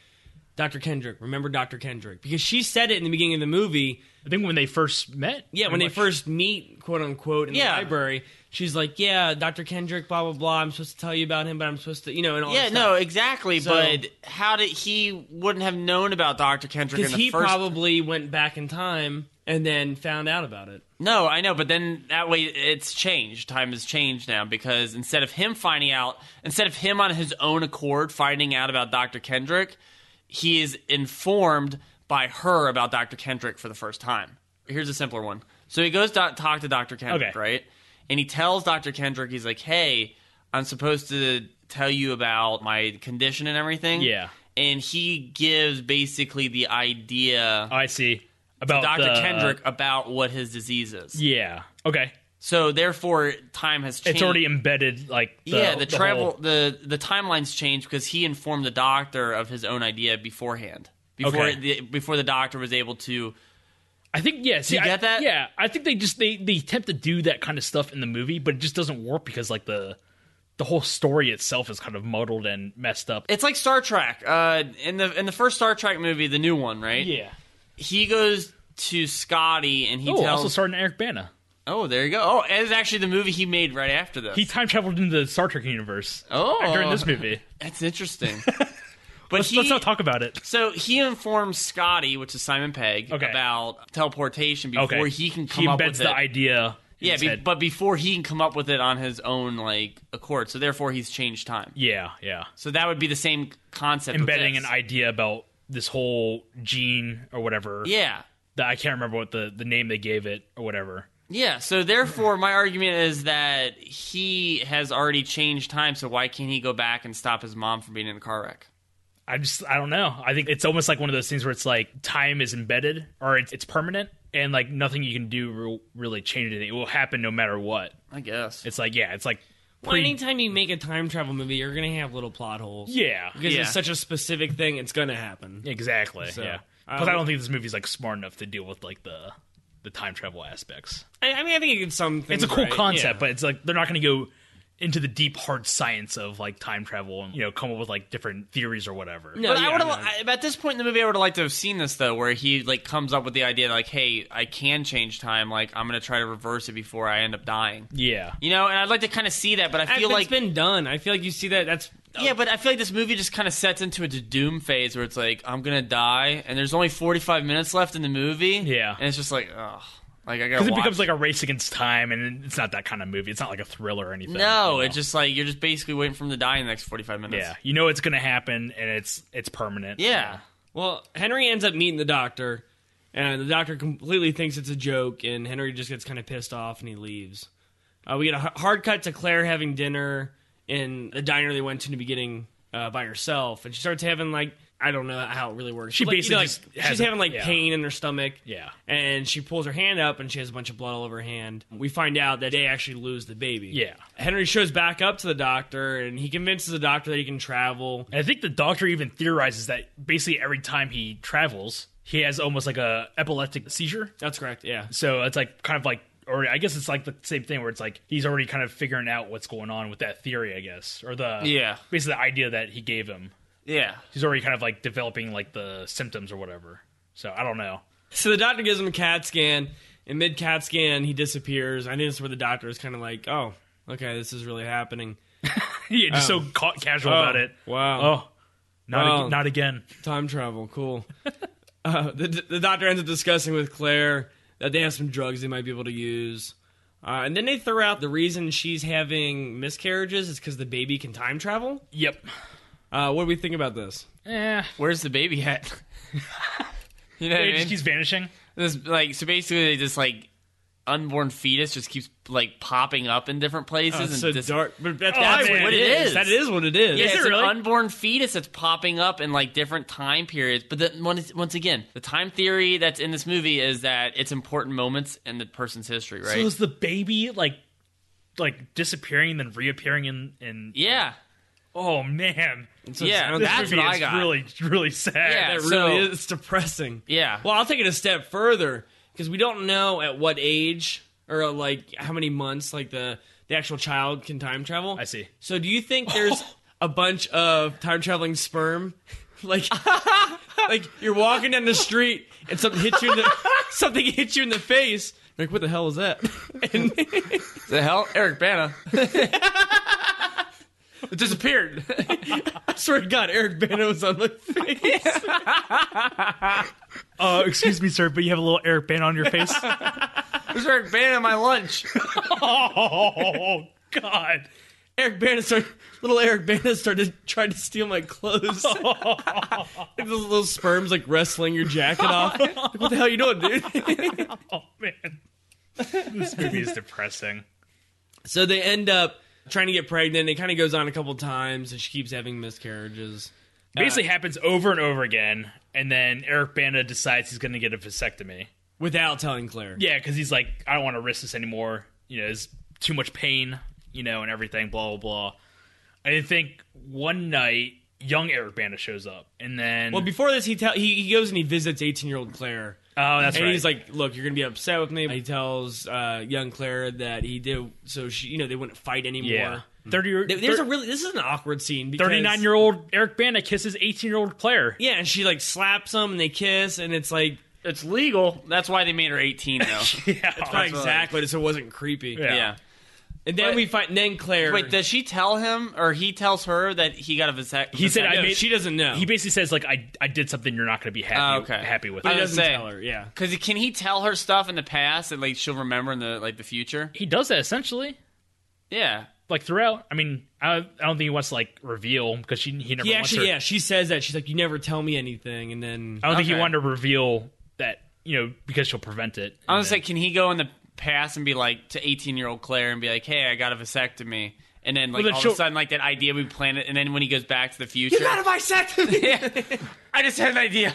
Speaker 1: Dr. Kendrick, remember Dr. Kendrick?" Because she said it in the beginning of the movie.
Speaker 3: I think when they first met.
Speaker 1: Yeah, when
Speaker 3: pretty
Speaker 1: they
Speaker 3: much.
Speaker 1: first meet, quote unquote, in
Speaker 2: Yeah.
Speaker 1: the library, she's like, "Yeah, Dr. Kendrick, blah blah blah. I'm supposed to tell you about him, but I'm supposed to, you know, and all."
Speaker 2: Yeah,
Speaker 1: this
Speaker 2: no, exactly.
Speaker 1: So-
Speaker 2: but how did he wouldn't have known about Doctor Kendrick in
Speaker 1: because
Speaker 2: the
Speaker 1: he
Speaker 2: first?
Speaker 1: probably went back in time and then found out about it.
Speaker 2: no, I know, but then that way it's changed. Time has changed now because instead of him finding out, instead of him on his own accord finding out about Doctor Kendrick, he is informed by her about Doctor Kendrick for the first time. Here's a simpler one. So he goes to talk to Doctor Kendrick,
Speaker 3: Okay.
Speaker 2: right? And he tells Doctor Kendrick, he's like, "Hey, I'm supposed to tell you about my condition and everything."
Speaker 3: Yeah.
Speaker 2: and he gives basically the idea
Speaker 3: Oh, I see. About
Speaker 2: Dr.
Speaker 3: the-
Speaker 2: Kendrick about what his disease is.
Speaker 3: Yeah. Okay.
Speaker 2: So therefore time has changed.
Speaker 3: It's already embedded. Like the,
Speaker 2: yeah, the, travel
Speaker 3: whole-
Speaker 2: the the timelines changed because he informed the doctor of his own idea beforehand. Before
Speaker 3: Okay.
Speaker 2: the before the doctor was able to
Speaker 3: I think yeah. See,
Speaker 2: you
Speaker 3: I-
Speaker 2: get that?
Speaker 3: Yeah, I think they just they they attempt to do that kind of stuff in the movie, but it just doesn't work because like the the whole story itself is kind of muddled and messed up.
Speaker 2: it's like Star Trek. Uh, in the in the first Star Trek movie, the new one, right?
Speaker 3: yeah.
Speaker 2: He goes to Scotty and he
Speaker 3: oh,
Speaker 2: tells
Speaker 3: also starring Eric Bana.
Speaker 2: Oh, there you go. Oh, it's actually the movie he made right after this.
Speaker 3: He time traveled into the Star Trek universe.
Speaker 2: Oh.
Speaker 3: during this movie.
Speaker 2: That's interesting. But
Speaker 3: Let's,
Speaker 2: he,
Speaker 3: let's not talk about it.
Speaker 2: So he informs Scotty, which is Simon Pegg,
Speaker 3: Okay.
Speaker 2: about teleportation before
Speaker 3: Okay,
Speaker 2: he can come
Speaker 3: he
Speaker 2: up
Speaker 3: embeds
Speaker 2: with
Speaker 3: the
Speaker 2: it.
Speaker 3: idea. in
Speaker 2: yeah,
Speaker 3: his
Speaker 2: be,
Speaker 3: head.
Speaker 2: but before he can come up with it on his own like accord, so therefore he's changed time.
Speaker 3: yeah, yeah.
Speaker 2: So that would be the same concept. with
Speaker 3: Embedding
Speaker 2: this.
Speaker 3: an idea about this whole gene or whatever.
Speaker 2: Yeah,
Speaker 3: that I can't remember what the, the name they gave it or whatever.
Speaker 2: yeah. So therefore, my argument is that he has already changed time. So why can't he go back and stop his mom from being in a car wreck?
Speaker 3: I just I don't know. I think it's almost like one of those things where it's like time is embedded or it's, it's permanent and like nothing you can do will really change it. It will happen no matter what.
Speaker 2: I guess.
Speaker 3: It's like yeah, it's like
Speaker 1: Well,
Speaker 3: pre-
Speaker 1: anytime you make a time travel movie, you're gonna have little plot holes.
Speaker 3: yeah,
Speaker 1: because
Speaker 2: Yeah.
Speaker 1: it's such a specific thing. It's gonna happen.
Speaker 3: exactly. yeah,
Speaker 1: uh,
Speaker 3: but I don't think this movie's like smart enough to deal with like the the time travel aspects.
Speaker 1: I, I mean, I think it's something.
Speaker 3: It's a cool concept, but it's like they're not going to go into the deep hard science of like time travel and you know come up with like different theories or whatever.
Speaker 1: No,
Speaker 2: But
Speaker 1: yeah,
Speaker 2: I would
Speaker 1: no.
Speaker 2: have at this point in the movie, I would have liked to have seen this though, where he like comes up with the idea like, "Hey, I can change time. Like, I'm gonna try to reverse it before I end up dying."
Speaker 3: Yeah.
Speaker 2: You know, and I'd like to kind of see that, but I
Speaker 1: I
Speaker 2: feel
Speaker 1: feel it's
Speaker 2: like
Speaker 1: been done. I feel like you see that. That's
Speaker 2: yeah, but I feel like this movie just kind of sets into a doom phase where it's like, "I'm gonna die," and there's only 45 minutes left in the movie.
Speaker 3: Yeah.
Speaker 2: and it's just like, ugh, like I gotta.
Speaker 3: Because it
Speaker 2: watch
Speaker 3: becomes like a race against time, and it's not that kind of movie. It's not like a thriller or anything.
Speaker 2: no,
Speaker 3: you know?
Speaker 2: it's just like you're just basically waiting for him to die in the next 45 minutes.
Speaker 3: yeah, you know it's gonna happen, and it's it's permanent.
Speaker 2: yeah.
Speaker 1: well, Henry ends up meeting the doctor, and the doctor completely thinks it's a joke, and Henry just gets kind of pissed off and he leaves. Uh, we get a h- hard cut to Claire having dinner in the diner they went to in the beginning uh, by herself, and she starts having like I don't know how it really works.
Speaker 3: She
Speaker 1: Like, you
Speaker 3: basically
Speaker 1: know, like,
Speaker 3: just has
Speaker 1: she's
Speaker 3: a-
Speaker 1: having like
Speaker 3: yeah.
Speaker 1: pain in her stomach.
Speaker 3: Yeah.
Speaker 1: and she pulls her hand up, and she has a bunch of blood all over her hand. We find out that they actually lose the baby.
Speaker 3: Yeah.
Speaker 1: Henry shows back up to the doctor, and he convinces the doctor that he can travel.
Speaker 3: And I think the doctor even theorizes that basically every time he travels, he has almost like a epileptic seizure.
Speaker 1: That's correct. Yeah.
Speaker 3: So it's like kind of like, or I guess it's like the same thing where it's like he's already kind of figuring out what's going on with that theory, I guess, or the
Speaker 2: Yeah.
Speaker 3: basically the idea that he gave him.
Speaker 2: yeah.
Speaker 3: He's already kind of like developing like the symptoms or whatever. So I don't know.
Speaker 1: So the doctor gives him a CAT scan, and mid CAT scan, he disappears. I think it's where the doctor is kind of like, "Oh, okay, this is really happening."
Speaker 3: yeah, just
Speaker 2: Oh.
Speaker 3: so ca- casual about it.
Speaker 1: Wow.
Speaker 3: Oh, not
Speaker 1: Wow.
Speaker 3: ag- not again.
Speaker 1: Time travel, cool. uh, the, the doctor ends up discussing with Claire that they have some drugs they might be able to use. Uh, and then they throw out the reason she's having miscarriages is because the baby can time travel.
Speaker 3: Yep.
Speaker 1: Uh, what do we think about this?
Speaker 3: Eh,
Speaker 2: Where's the baby at? You know what
Speaker 3: It
Speaker 2: I mean?
Speaker 3: just keeps vanishing.
Speaker 2: this like so basically this like unborn fetus just keeps like popping up in different places
Speaker 1: Oh,
Speaker 2: and
Speaker 1: it's so
Speaker 2: dis-
Speaker 1: dark. But that's,
Speaker 3: Oh,
Speaker 1: that's
Speaker 3: man.
Speaker 1: what it
Speaker 2: It
Speaker 1: is.
Speaker 2: is.
Speaker 1: That is what it is.
Speaker 2: Yeah,
Speaker 3: Is it
Speaker 2: it's
Speaker 3: really?
Speaker 2: an unborn fetus that's popping up in like different time periods. But then once, once again, the time theory that's in this movie is that it's important moments in the person's history, right?
Speaker 3: So is the baby like like disappearing and then reappearing in in
Speaker 2: yeah,
Speaker 3: Oh man.
Speaker 1: So
Speaker 2: yeah,
Speaker 1: it's- I don't
Speaker 3: This
Speaker 1: think-
Speaker 2: that's
Speaker 3: movie
Speaker 2: what I
Speaker 3: is
Speaker 2: got.
Speaker 3: really really sad.
Speaker 2: Yeah.
Speaker 1: That
Speaker 2: So-
Speaker 1: really is. It's depressing.
Speaker 2: yeah.
Speaker 1: Well, I'll take it a step further because we don't know at what age or uh, like how many months like the the actual child can time travel.
Speaker 3: I see.
Speaker 1: So do you think there's a bunch of time traveling sperm? Like, like you're walking down the street and something hits you in the something hits you in the face. Like, what the hell was that? And
Speaker 2: the hell, Eric Bana. it disappeared.
Speaker 1: I swear to God, Eric Bana was on my face.
Speaker 3: Uh, excuse me, sir, but you have a little Eric Bana on your face.
Speaker 2: Who's Eric Bana? My lunch.
Speaker 3: oh God.
Speaker 1: Eric Bana started, little Eric Bana started trying to steal my clothes. Like those little sperms like wrestling your jacket off. Like, what the hell you doing, dude?
Speaker 3: Oh man. This movie is depressing.
Speaker 1: so they end up trying to get pregnant. It kind of goes on a couple times, and she keeps having miscarriages.
Speaker 3: Basically happens over and over again, and then Eric Bana decides he's gonna get a vasectomy.
Speaker 1: without telling Claire.
Speaker 3: Yeah, because he's like, I don't want to risk this anymore. You know, there's too much pain, you know, and everything, blah, blah, blah. I think one night, young Eric Bana shows up, and then.
Speaker 1: Well, before this, he tell he, he goes and he visits eighteen year old Claire,
Speaker 3: oh, that's
Speaker 1: and
Speaker 3: right.
Speaker 1: he's like, "Look, you're gonna be upset with me." He tells uh, young Claire that he did, so she, you know, they wouldn't fight anymore.
Speaker 3: yeah. 30 year,
Speaker 1: There- There's a really this is an awkward scene. because-
Speaker 3: 39 year old Eric Bana kisses 18 year old Claire.
Speaker 1: Yeah, and she like slaps him and they kiss, and it's like
Speaker 2: it's legal. That's why they made her 18 though.
Speaker 3: Yeah.
Speaker 1: not
Speaker 2: Oh, what I-
Speaker 1: exactly, so it wasn't creepy.
Speaker 3: Yeah.
Speaker 2: yeah.
Speaker 1: And then
Speaker 2: But-
Speaker 1: we find and then Claire.
Speaker 2: Wait, does she tell him or he tells her that he got a vasect?
Speaker 3: He said, I
Speaker 1: no,
Speaker 3: made-
Speaker 1: she doesn't know.
Speaker 3: He basically says, like, I, I did something you're not going to be happy,
Speaker 2: Oh, okay.
Speaker 3: happy with.
Speaker 1: But he
Speaker 2: I was
Speaker 1: doesn't
Speaker 2: saying-
Speaker 1: tell her. Yeah.
Speaker 2: Because can he tell her stuff in the past and like she'll remember in the like the future?
Speaker 3: he does that essentially.
Speaker 2: Yeah.
Speaker 3: Like throughout, I mean, I, I don't think he wants to like reveal because she he never
Speaker 1: He
Speaker 3: wants
Speaker 1: actually,
Speaker 3: her-
Speaker 1: yeah, she says that. She's like, "You never tell me anything," and then
Speaker 3: I don't think he
Speaker 2: Okay.
Speaker 3: wanted to reveal that, you know, because she'll prevent it.
Speaker 2: I was like, can he go in the past and be like to eighteen year old Claire and be like, hey, I got a vasectomy, and then like
Speaker 3: then
Speaker 2: all of
Speaker 3: she'll-
Speaker 2: a sudden like that idea we planned it, and then when he goes back to the future,
Speaker 1: bisectomy.
Speaker 2: I just had an idea.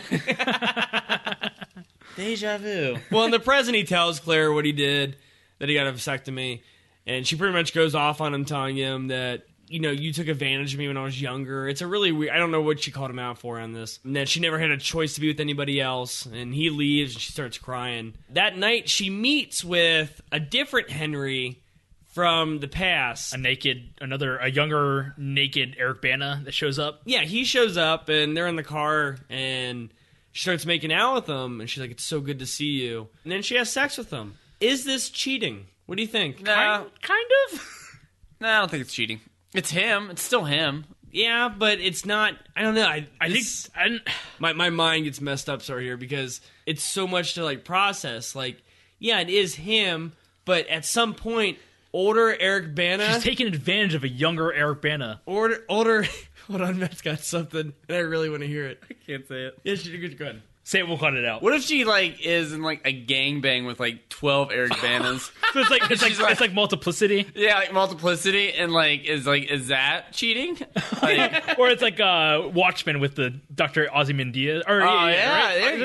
Speaker 2: Deja vu.
Speaker 1: well, in the present, he tells Claire what he did, that he got a vasectomy, and she pretty much goes off on him, telling him that you know you took advantage of me when I was younger. It's a really weird. I don't know what she called him out for on this, and that she never had a choice to be with anybody else. And he leaves, and she starts crying. That night, she meets with a different Henry from the past.
Speaker 3: a naked, another, a younger naked Eric Bana that shows up.
Speaker 1: yeah, he shows up and they're in the car and she starts making out with him and she's like, It's so good to see you. And then she has sex with him. Is this cheating? What do you think?
Speaker 2: No,
Speaker 3: Kind, kind of.
Speaker 2: no, I don't think it's cheating. It's him. It's still him.
Speaker 1: Yeah, but it's not. I don't know. I,
Speaker 3: I think
Speaker 1: this-
Speaker 3: I didn't-
Speaker 1: my, my mind gets messed up sorry here because it's so much to like process. Like, yeah, it is him, but at some point, older Eric Bana,
Speaker 3: she's taking advantage of a younger Eric Bana.
Speaker 1: older, older. Hold on, Matt's got something, and I really want to hear it.
Speaker 2: Can't say it.
Speaker 1: Yeah, she, go ahead.
Speaker 3: Say it, we'll cut it out.
Speaker 2: What if she like is in like a gangbang with like twelve Eric Banas?
Speaker 3: So it's like it's like,
Speaker 2: She's like-
Speaker 3: it's like multiplicity,
Speaker 2: yeah, like multiplicity and like is like is that cheating? Like,
Speaker 3: or it's like uh, Watchmen with the Doctor Ozymandias, or
Speaker 2: Oh, yeah,
Speaker 3: right?
Speaker 2: there you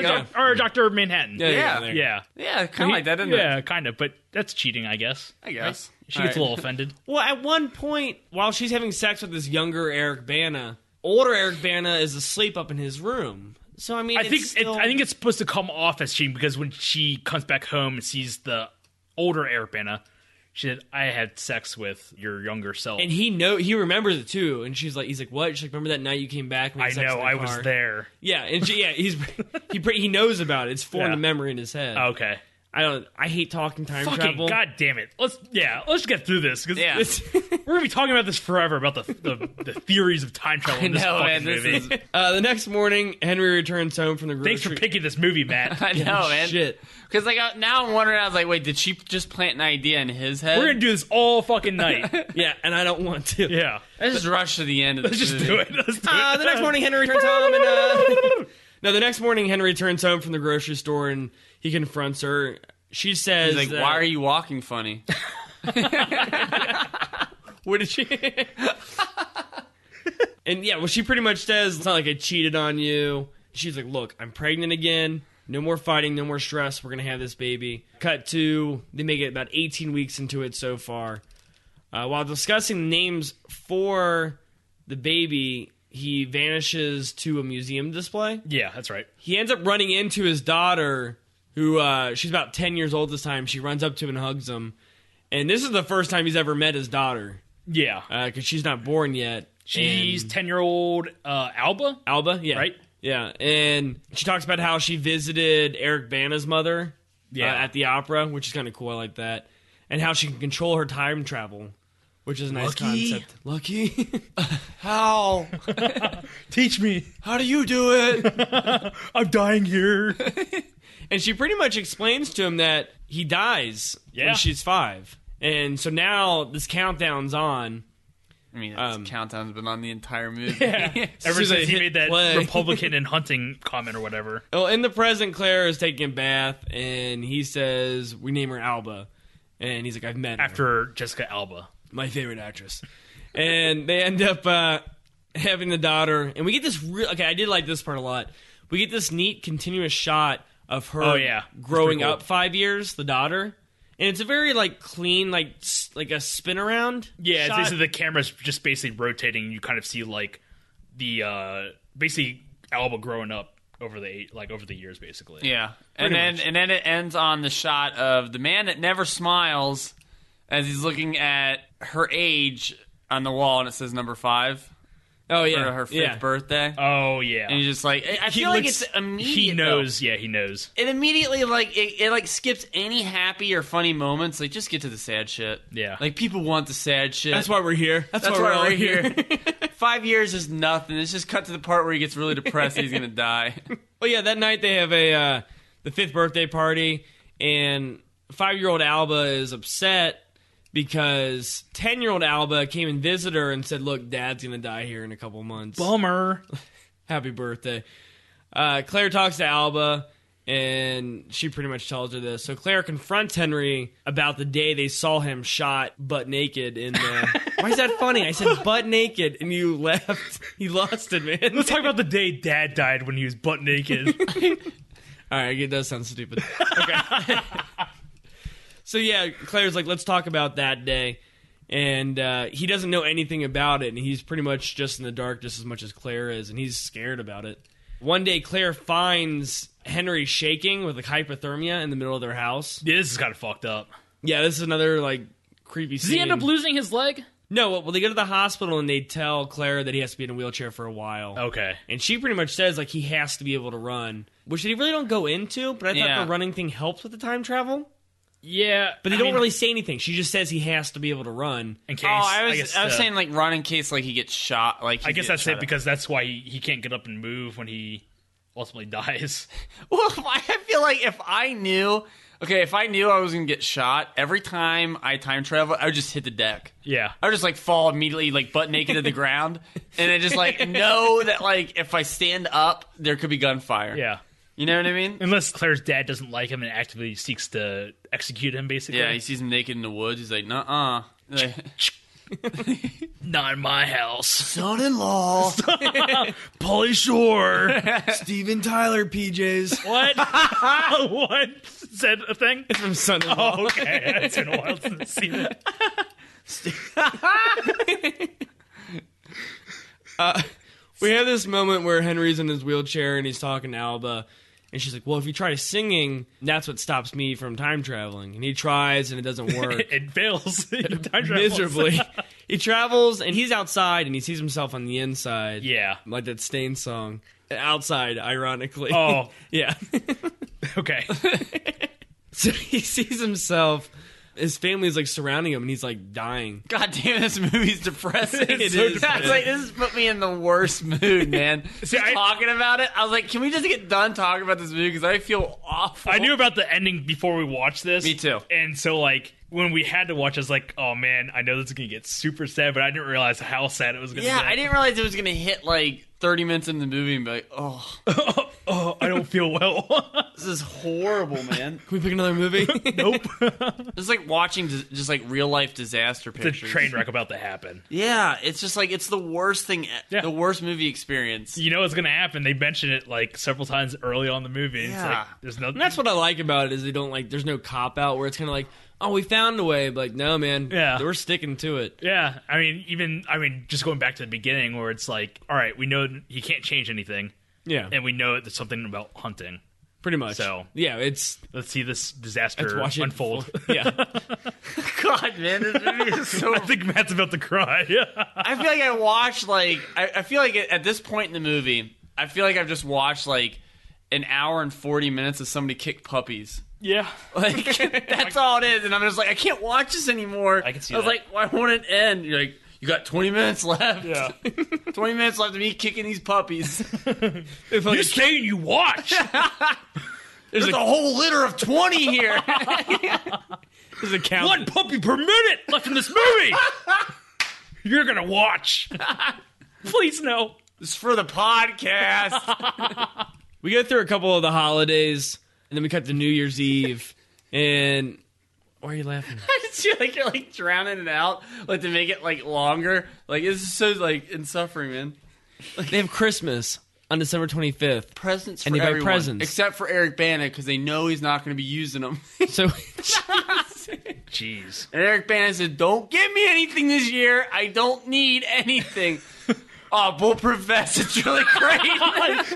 Speaker 2: go.
Speaker 3: or, Doctor Manhattan.
Speaker 1: Yeah,
Speaker 2: Yeah.
Speaker 1: there.
Speaker 3: yeah,
Speaker 2: yeah, kind of like that, isn't it?
Speaker 3: yeah, kind of. But that's cheating, I guess.
Speaker 2: I guess.
Speaker 3: She
Speaker 2: All
Speaker 3: gets
Speaker 2: right.
Speaker 3: a little offended.
Speaker 1: Well, at one point, while she's having sex with this younger Eric Bana, older Eric Bana is asleep up in his room. So I mean,
Speaker 3: I
Speaker 1: it's
Speaker 3: think
Speaker 1: still-
Speaker 3: it, I think it's supposed to come off as cheating because when she comes back home and sees the older Eric Bana, she said, "I had sex with your younger self."
Speaker 1: and he know he remembers it too. And she's like, he's like, what? She's like, remember that night you came back? And we
Speaker 3: I
Speaker 1: had sex
Speaker 3: know
Speaker 1: in the
Speaker 3: I was
Speaker 1: car?"
Speaker 3: there.
Speaker 1: Yeah, and she, yeah, he's he pre- he knows about it. It's formed
Speaker 3: Yeah.
Speaker 1: a memory in his head.
Speaker 3: Okay,
Speaker 1: I don't. I hate talking time
Speaker 3: fucking
Speaker 1: travel.
Speaker 3: god damn it. Let's yeah, let's get through this because
Speaker 2: Yeah.
Speaker 3: we're gonna be talking about this forever about the the, the theories of time travel in this
Speaker 2: know, man,
Speaker 3: fucking
Speaker 2: this
Speaker 3: movie.
Speaker 2: is-
Speaker 1: uh, the next morning, Henry returns home from the grocery.
Speaker 3: Thanks for picking this movie, Matt.
Speaker 2: I know, man.
Speaker 1: Shit.
Speaker 2: Because like I- now I'm wondering, I was like, wait, did she just plant an idea in his head?
Speaker 3: We're gonna do this all fucking night.
Speaker 1: Yeah, and I don't want to.
Speaker 3: Yeah,
Speaker 2: Let's just rush to the end of
Speaker 3: let's
Speaker 2: this
Speaker 3: just
Speaker 2: movie.
Speaker 3: do it. Let's do
Speaker 1: Uh,
Speaker 3: it.
Speaker 1: the next morning, Henry returns home and. Uh, Now the next morning, Henry returns home from the grocery store and he confronts her. She says,
Speaker 2: He's like,
Speaker 1: that-
Speaker 2: why are you walking funny?
Speaker 1: What did she? and yeah, well, she pretty much says it's not like I cheated on you. She's like, look, I'm pregnant again. No more fighting, no more stress. We're gonna have this baby. Cut to they make it about 18 weeks into it so far. Uh, while discussing names for the baby, he vanishes to a museum display
Speaker 3: Yeah, that's right.
Speaker 1: he ends up running into his daughter, who uh, she's about ten years old this time. She runs up to him and hugs him, and this is the first time he's ever met his daughter
Speaker 3: Yeah.
Speaker 1: because she's not born yet.
Speaker 3: She's
Speaker 1: And-
Speaker 3: 10 year old uh, Alba.
Speaker 1: Alba, yeah,
Speaker 3: Right.
Speaker 1: yeah, and she talks about how she visited Eric Bana's mother,
Speaker 3: Yeah.
Speaker 1: uh, at the opera, which is kind of cool. I like that, and how she can control her time travel. Which is a nice
Speaker 2: Lucky.
Speaker 1: concept. Lucky.
Speaker 2: How?
Speaker 3: Teach me.
Speaker 2: How do you do it?
Speaker 3: I'm dying here.
Speaker 1: And she pretty much explains to him that he dies
Speaker 3: Yeah.
Speaker 1: when she's five. And so now this countdown's on.
Speaker 2: I mean, that's
Speaker 1: Um,
Speaker 2: countdown's been on the entire movie.
Speaker 3: Ever
Speaker 1: As soon as I
Speaker 3: since he
Speaker 1: hit
Speaker 3: made that
Speaker 1: play.
Speaker 3: Republican and hunting comment or whatever.
Speaker 1: Well, in the present, Claire is taking a bath, and he says, We name her Alba. And he's like, I've met her.
Speaker 3: After Jessica Alba.
Speaker 1: my favorite actress. and they end up uh, having the daughter, and we get this. Re- okay, I did like this part a lot. We get this neat continuous shot of her.
Speaker 3: Oh, yeah. It's
Speaker 1: growing
Speaker 3: pretty cool.
Speaker 1: up five years, the daughter, and it's a very like clean, like s- like a spin around.
Speaker 3: Yeah, it's
Speaker 1: shot.
Speaker 3: basically the camera's just basically rotating. You kind of see like the uh basically Alba growing up over the eight, like over the years, basically.
Speaker 2: Yeah, and
Speaker 1: Pretty
Speaker 2: then
Speaker 1: much.
Speaker 2: and then it ends on the shot of the man that never smiles as he's looking at her age on the wall, and it says number five
Speaker 1: oh
Speaker 2: for
Speaker 1: yeah,
Speaker 2: her fifth
Speaker 1: yeah.
Speaker 2: birthday.
Speaker 3: Oh yeah.
Speaker 2: and he's just like, I, I
Speaker 3: He
Speaker 2: feel like
Speaker 3: looks-
Speaker 2: it's immediate.
Speaker 3: he
Speaker 2: though.
Speaker 3: knows. Yeah, he knows.
Speaker 2: It immediately like it, it like skips any happy or funny moments. Like just get to the sad shit.
Speaker 3: Yeah.
Speaker 2: like people want the sad shit.
Speaker 1: That's why we're here. That's,
Speaker 2: That's
Speaker 1: why,
Speaker 2: why
Speaker 1: we're, all
Speaker 2: we're
Speaker 1: here.
Speaker 2: Five years is nothing. It's just cut to the part where he gets really depressed. and he's gonna die.
Speaker 1: well, yeah, that night they have a uh, the fifth birthday party, and five year old Alba is upset because ten year old Alba came and visited her and said, "Look, Dad's gonna die here in a couple months.
Speaker 3: Bummer.
Speaker 1: Happy birthday." Uh, Claire talks to Alba, and she pretty much tells her this. So Claire confronts Henry about the day they saw him shot butt naked in the. Why is that funny? I said butt naked, and you left. He lost it, man.
Speaker 3: Let's talk about the day Dad died when he was butt naked.
Speaker 1: All right, it does sound stupid. Okay. so yeah, Claire's like, let's talk about that day, and uh, he doesn't know anything about it, and he's pretty much just in the dark, just as much as Claire is, and he's scared about it. One day, Claire finds Henry shaking with like hypothermia in the middle of their house.
Speaker 3: yeah, this is kind of fucked up.
Speaker 1: Yeah, this is another like creepy. Scene.
Speaker 3: Does he end up losing his leg?
Speaker 1: no, well, they go to the hospital and they tell Claire that he has to be in a wheelchair for a while.
Speaker 3: Okay.
Speaker 1: And she pretty much says like he has to be able to run, which they really don't go into. But I thought
Speaker 2: Yeah.
Speaker 1: the running thing helps with the time travel.
Speaker 3: Yeah,
Speaker 1: But they
Speaker 3: I
Speaker 1: don't
Speaker 3: mean,
Speaker 1: really say anything. She just says he has to be able to run.
Speaker 3: In case,
Speaker 2: oh, I was I,
Speaker 3: guess,
Speaker 2: was
Speaker 3: uh,
Speaker 2: saying like run in case like he gets shot. Like he
Speaker 3: I guess
Speaker 2: gets
Speaker 3: that's it
Speaker 2: shot up.
Speaker 3: because that's why he, he can't get up and move when he ultimately dies.
Speaker 2: Well, I feel like if I knew, okay, if I knew I was gonna get shot, every time I time travel, I would just hit the deck.
Speaker 3: Yeah.
Speaker 2: I would just like fall immediately, like butt naked to the ground, and I just like know that like if I stand up, there could be gunfire.
Speaker 3: Yeah.
Speaker 2: you know what I mean.
Speaker 3: Unless Claire's dad doesn't like him and actively seeks to execute him, basically.
Speaker 2: Yeah, he sees him naked in the woods. He's like, "Nah, uh,
Speaker 3: not in my house.
Speaker 2: son-in-law."
Speaker 3: Polly Shore.
Speaker 1: Steven Tyler PJs
Speaker 3: what? what? Said a thing?
Speaker 1: from Son in
Speaker 3: Oh.
Speaker 1: Law.
Speaker 3: Okay, it's been a while since I've seen it.
Speaker 1: We have this moment where Henry's in his wheelchair and he's talking to Alba, and she's like, "Well, if you try singing, that's what stops me from time traveling." And he tries, and it doesn't work.
Speaker 3: It fails. He time travels.
Speaker 1: miserably. he travels and he's outside and he sees himself on the inside.
Speaker 3: Yeah.
Speaker 1: Like that Stain song. Outside, ironically.
Speaker 3: Oh.
Speaker 1: yeah.
Speaker 3: Okay.
Speaker 1: so he sees himself. His family is like surrounding him and he's like dying.
Speaker 2: God damn, this movie's depressing.
Speaker 1: It
Speaker 2: so
Speaker 1: is.
Speaker 2: depressing. It's like this has put me in the worst mood, man.
Speaker 3: See,
Speaker 2: Just
Speaker 3: I-
Speaker 2: talking about it, I was like, "Can we just get done talking about this movie?" Because I feel awful.
Speaker 3: I knew about the ending before we watched this.
Speaker 2: Me too.
Speaker 3: And so, like, when we had to watch, I was like, oh man, I know this is going to get super sad, but I didn't realize how sad it was going to
Speaker 2: Yeah,
Speaker 3: get.
Speaker 2: I didn't realize it was gonna hit like thirty minutes into the movie and be like, oh,
Speaker 3: oh, I don't feel well.
Speaker 2: this is horrible, man.
Speaker 1: Can we pick another movie?
Speaker 3: nope.
Speaker 2: it's like watching dis- just like real life disaster
Speaker 3: the
Speaker 2: pictures.
Speaker 3: train wreck about to happen.
Speaker 2: Yeah, it's just like it's the worst thing, e-
Speaker 3: Yeah.
Speaker 2: the worst movie experience.
Speaker 3: You know it's gonna happen. They mention it like several times early on in the movie. It's
Speaker 2: Yeah.
Speaker 3: like there's no.
Speaker 1: And that's what I like about it is they don't like. There's no cop out where it's kind of like, oh, we found a way, but like, no, man,
Speaker 3: Yeah.
Speaker 1: we're sticking to it.
Speaker 3: Yeah, I mean, even I mean, just going back to the beginning where it's like, all right, we know he can't change anything,
Speaker 1: Yeah,
Speaker 3: and we know there's something about hunting.
Speaker 1: pretty much.
Speaker 3: So-
Speaker 1: yeah, it's
Speaker 3: Let's see this
Speaker 1: it's
Speaker 3: disaster
Speaker 1: watching
Speaker 3: unfold.
Speaker 1: Yeah,
Speaker 2: God, man, this movie is so.
Speaker 3: I think Matt's about to cry.
Speaker 2: I feel like I watched like I, I feel like at at this point in the movie, I feel like I've just watched like an hour and forty minutes of somebody kick puppies.
Speaker 3: yeah,
Speaker 2: Like that's all it is, and I'm just like I can't watch this anymore.
Speaker 3: I can see
Speaker 2: Oh I was like,
Speaker 3: that.
Speaker 2: why won't it end? You're like, you got twenty minutes left.
Speaker 3: yeah.
Speaker 2: twenty minutes left of me kicking these puppies.
Speaker 1: If, like,
Speaker 3: you stay and you watch.
Speaker 2: There's a whole litter of twenty here.
Speaker 1: there's a count.
Speaker 3: One puppy per minute left in this movie. You're gonna watch. Please no.
Speaker 2: it's for the podcast.
Speaker 1: We go through a couple of the holidays, and then we cut to New Year's Eve. And why are you laughing?
Speaker 2: It's you like you're like drowning it out, like to make it like longer. Like it's just so like in suffering, man.
Speaker 1: They have Christmas on December 25th.
Speaker 2: Presents for
Speaker 1: And you buy
Speaker 2: everyone,
Speaker 1: presents.
Speaker 2: except for Eric Bana because they know he's not going to be using them.
Speaker 1: So
Speaker 3: Jeez.
Speaker 2: and Eric Bana said, "Don't give me anything this year. I don't need anything." oh, Bulletproof Vest. It's really great.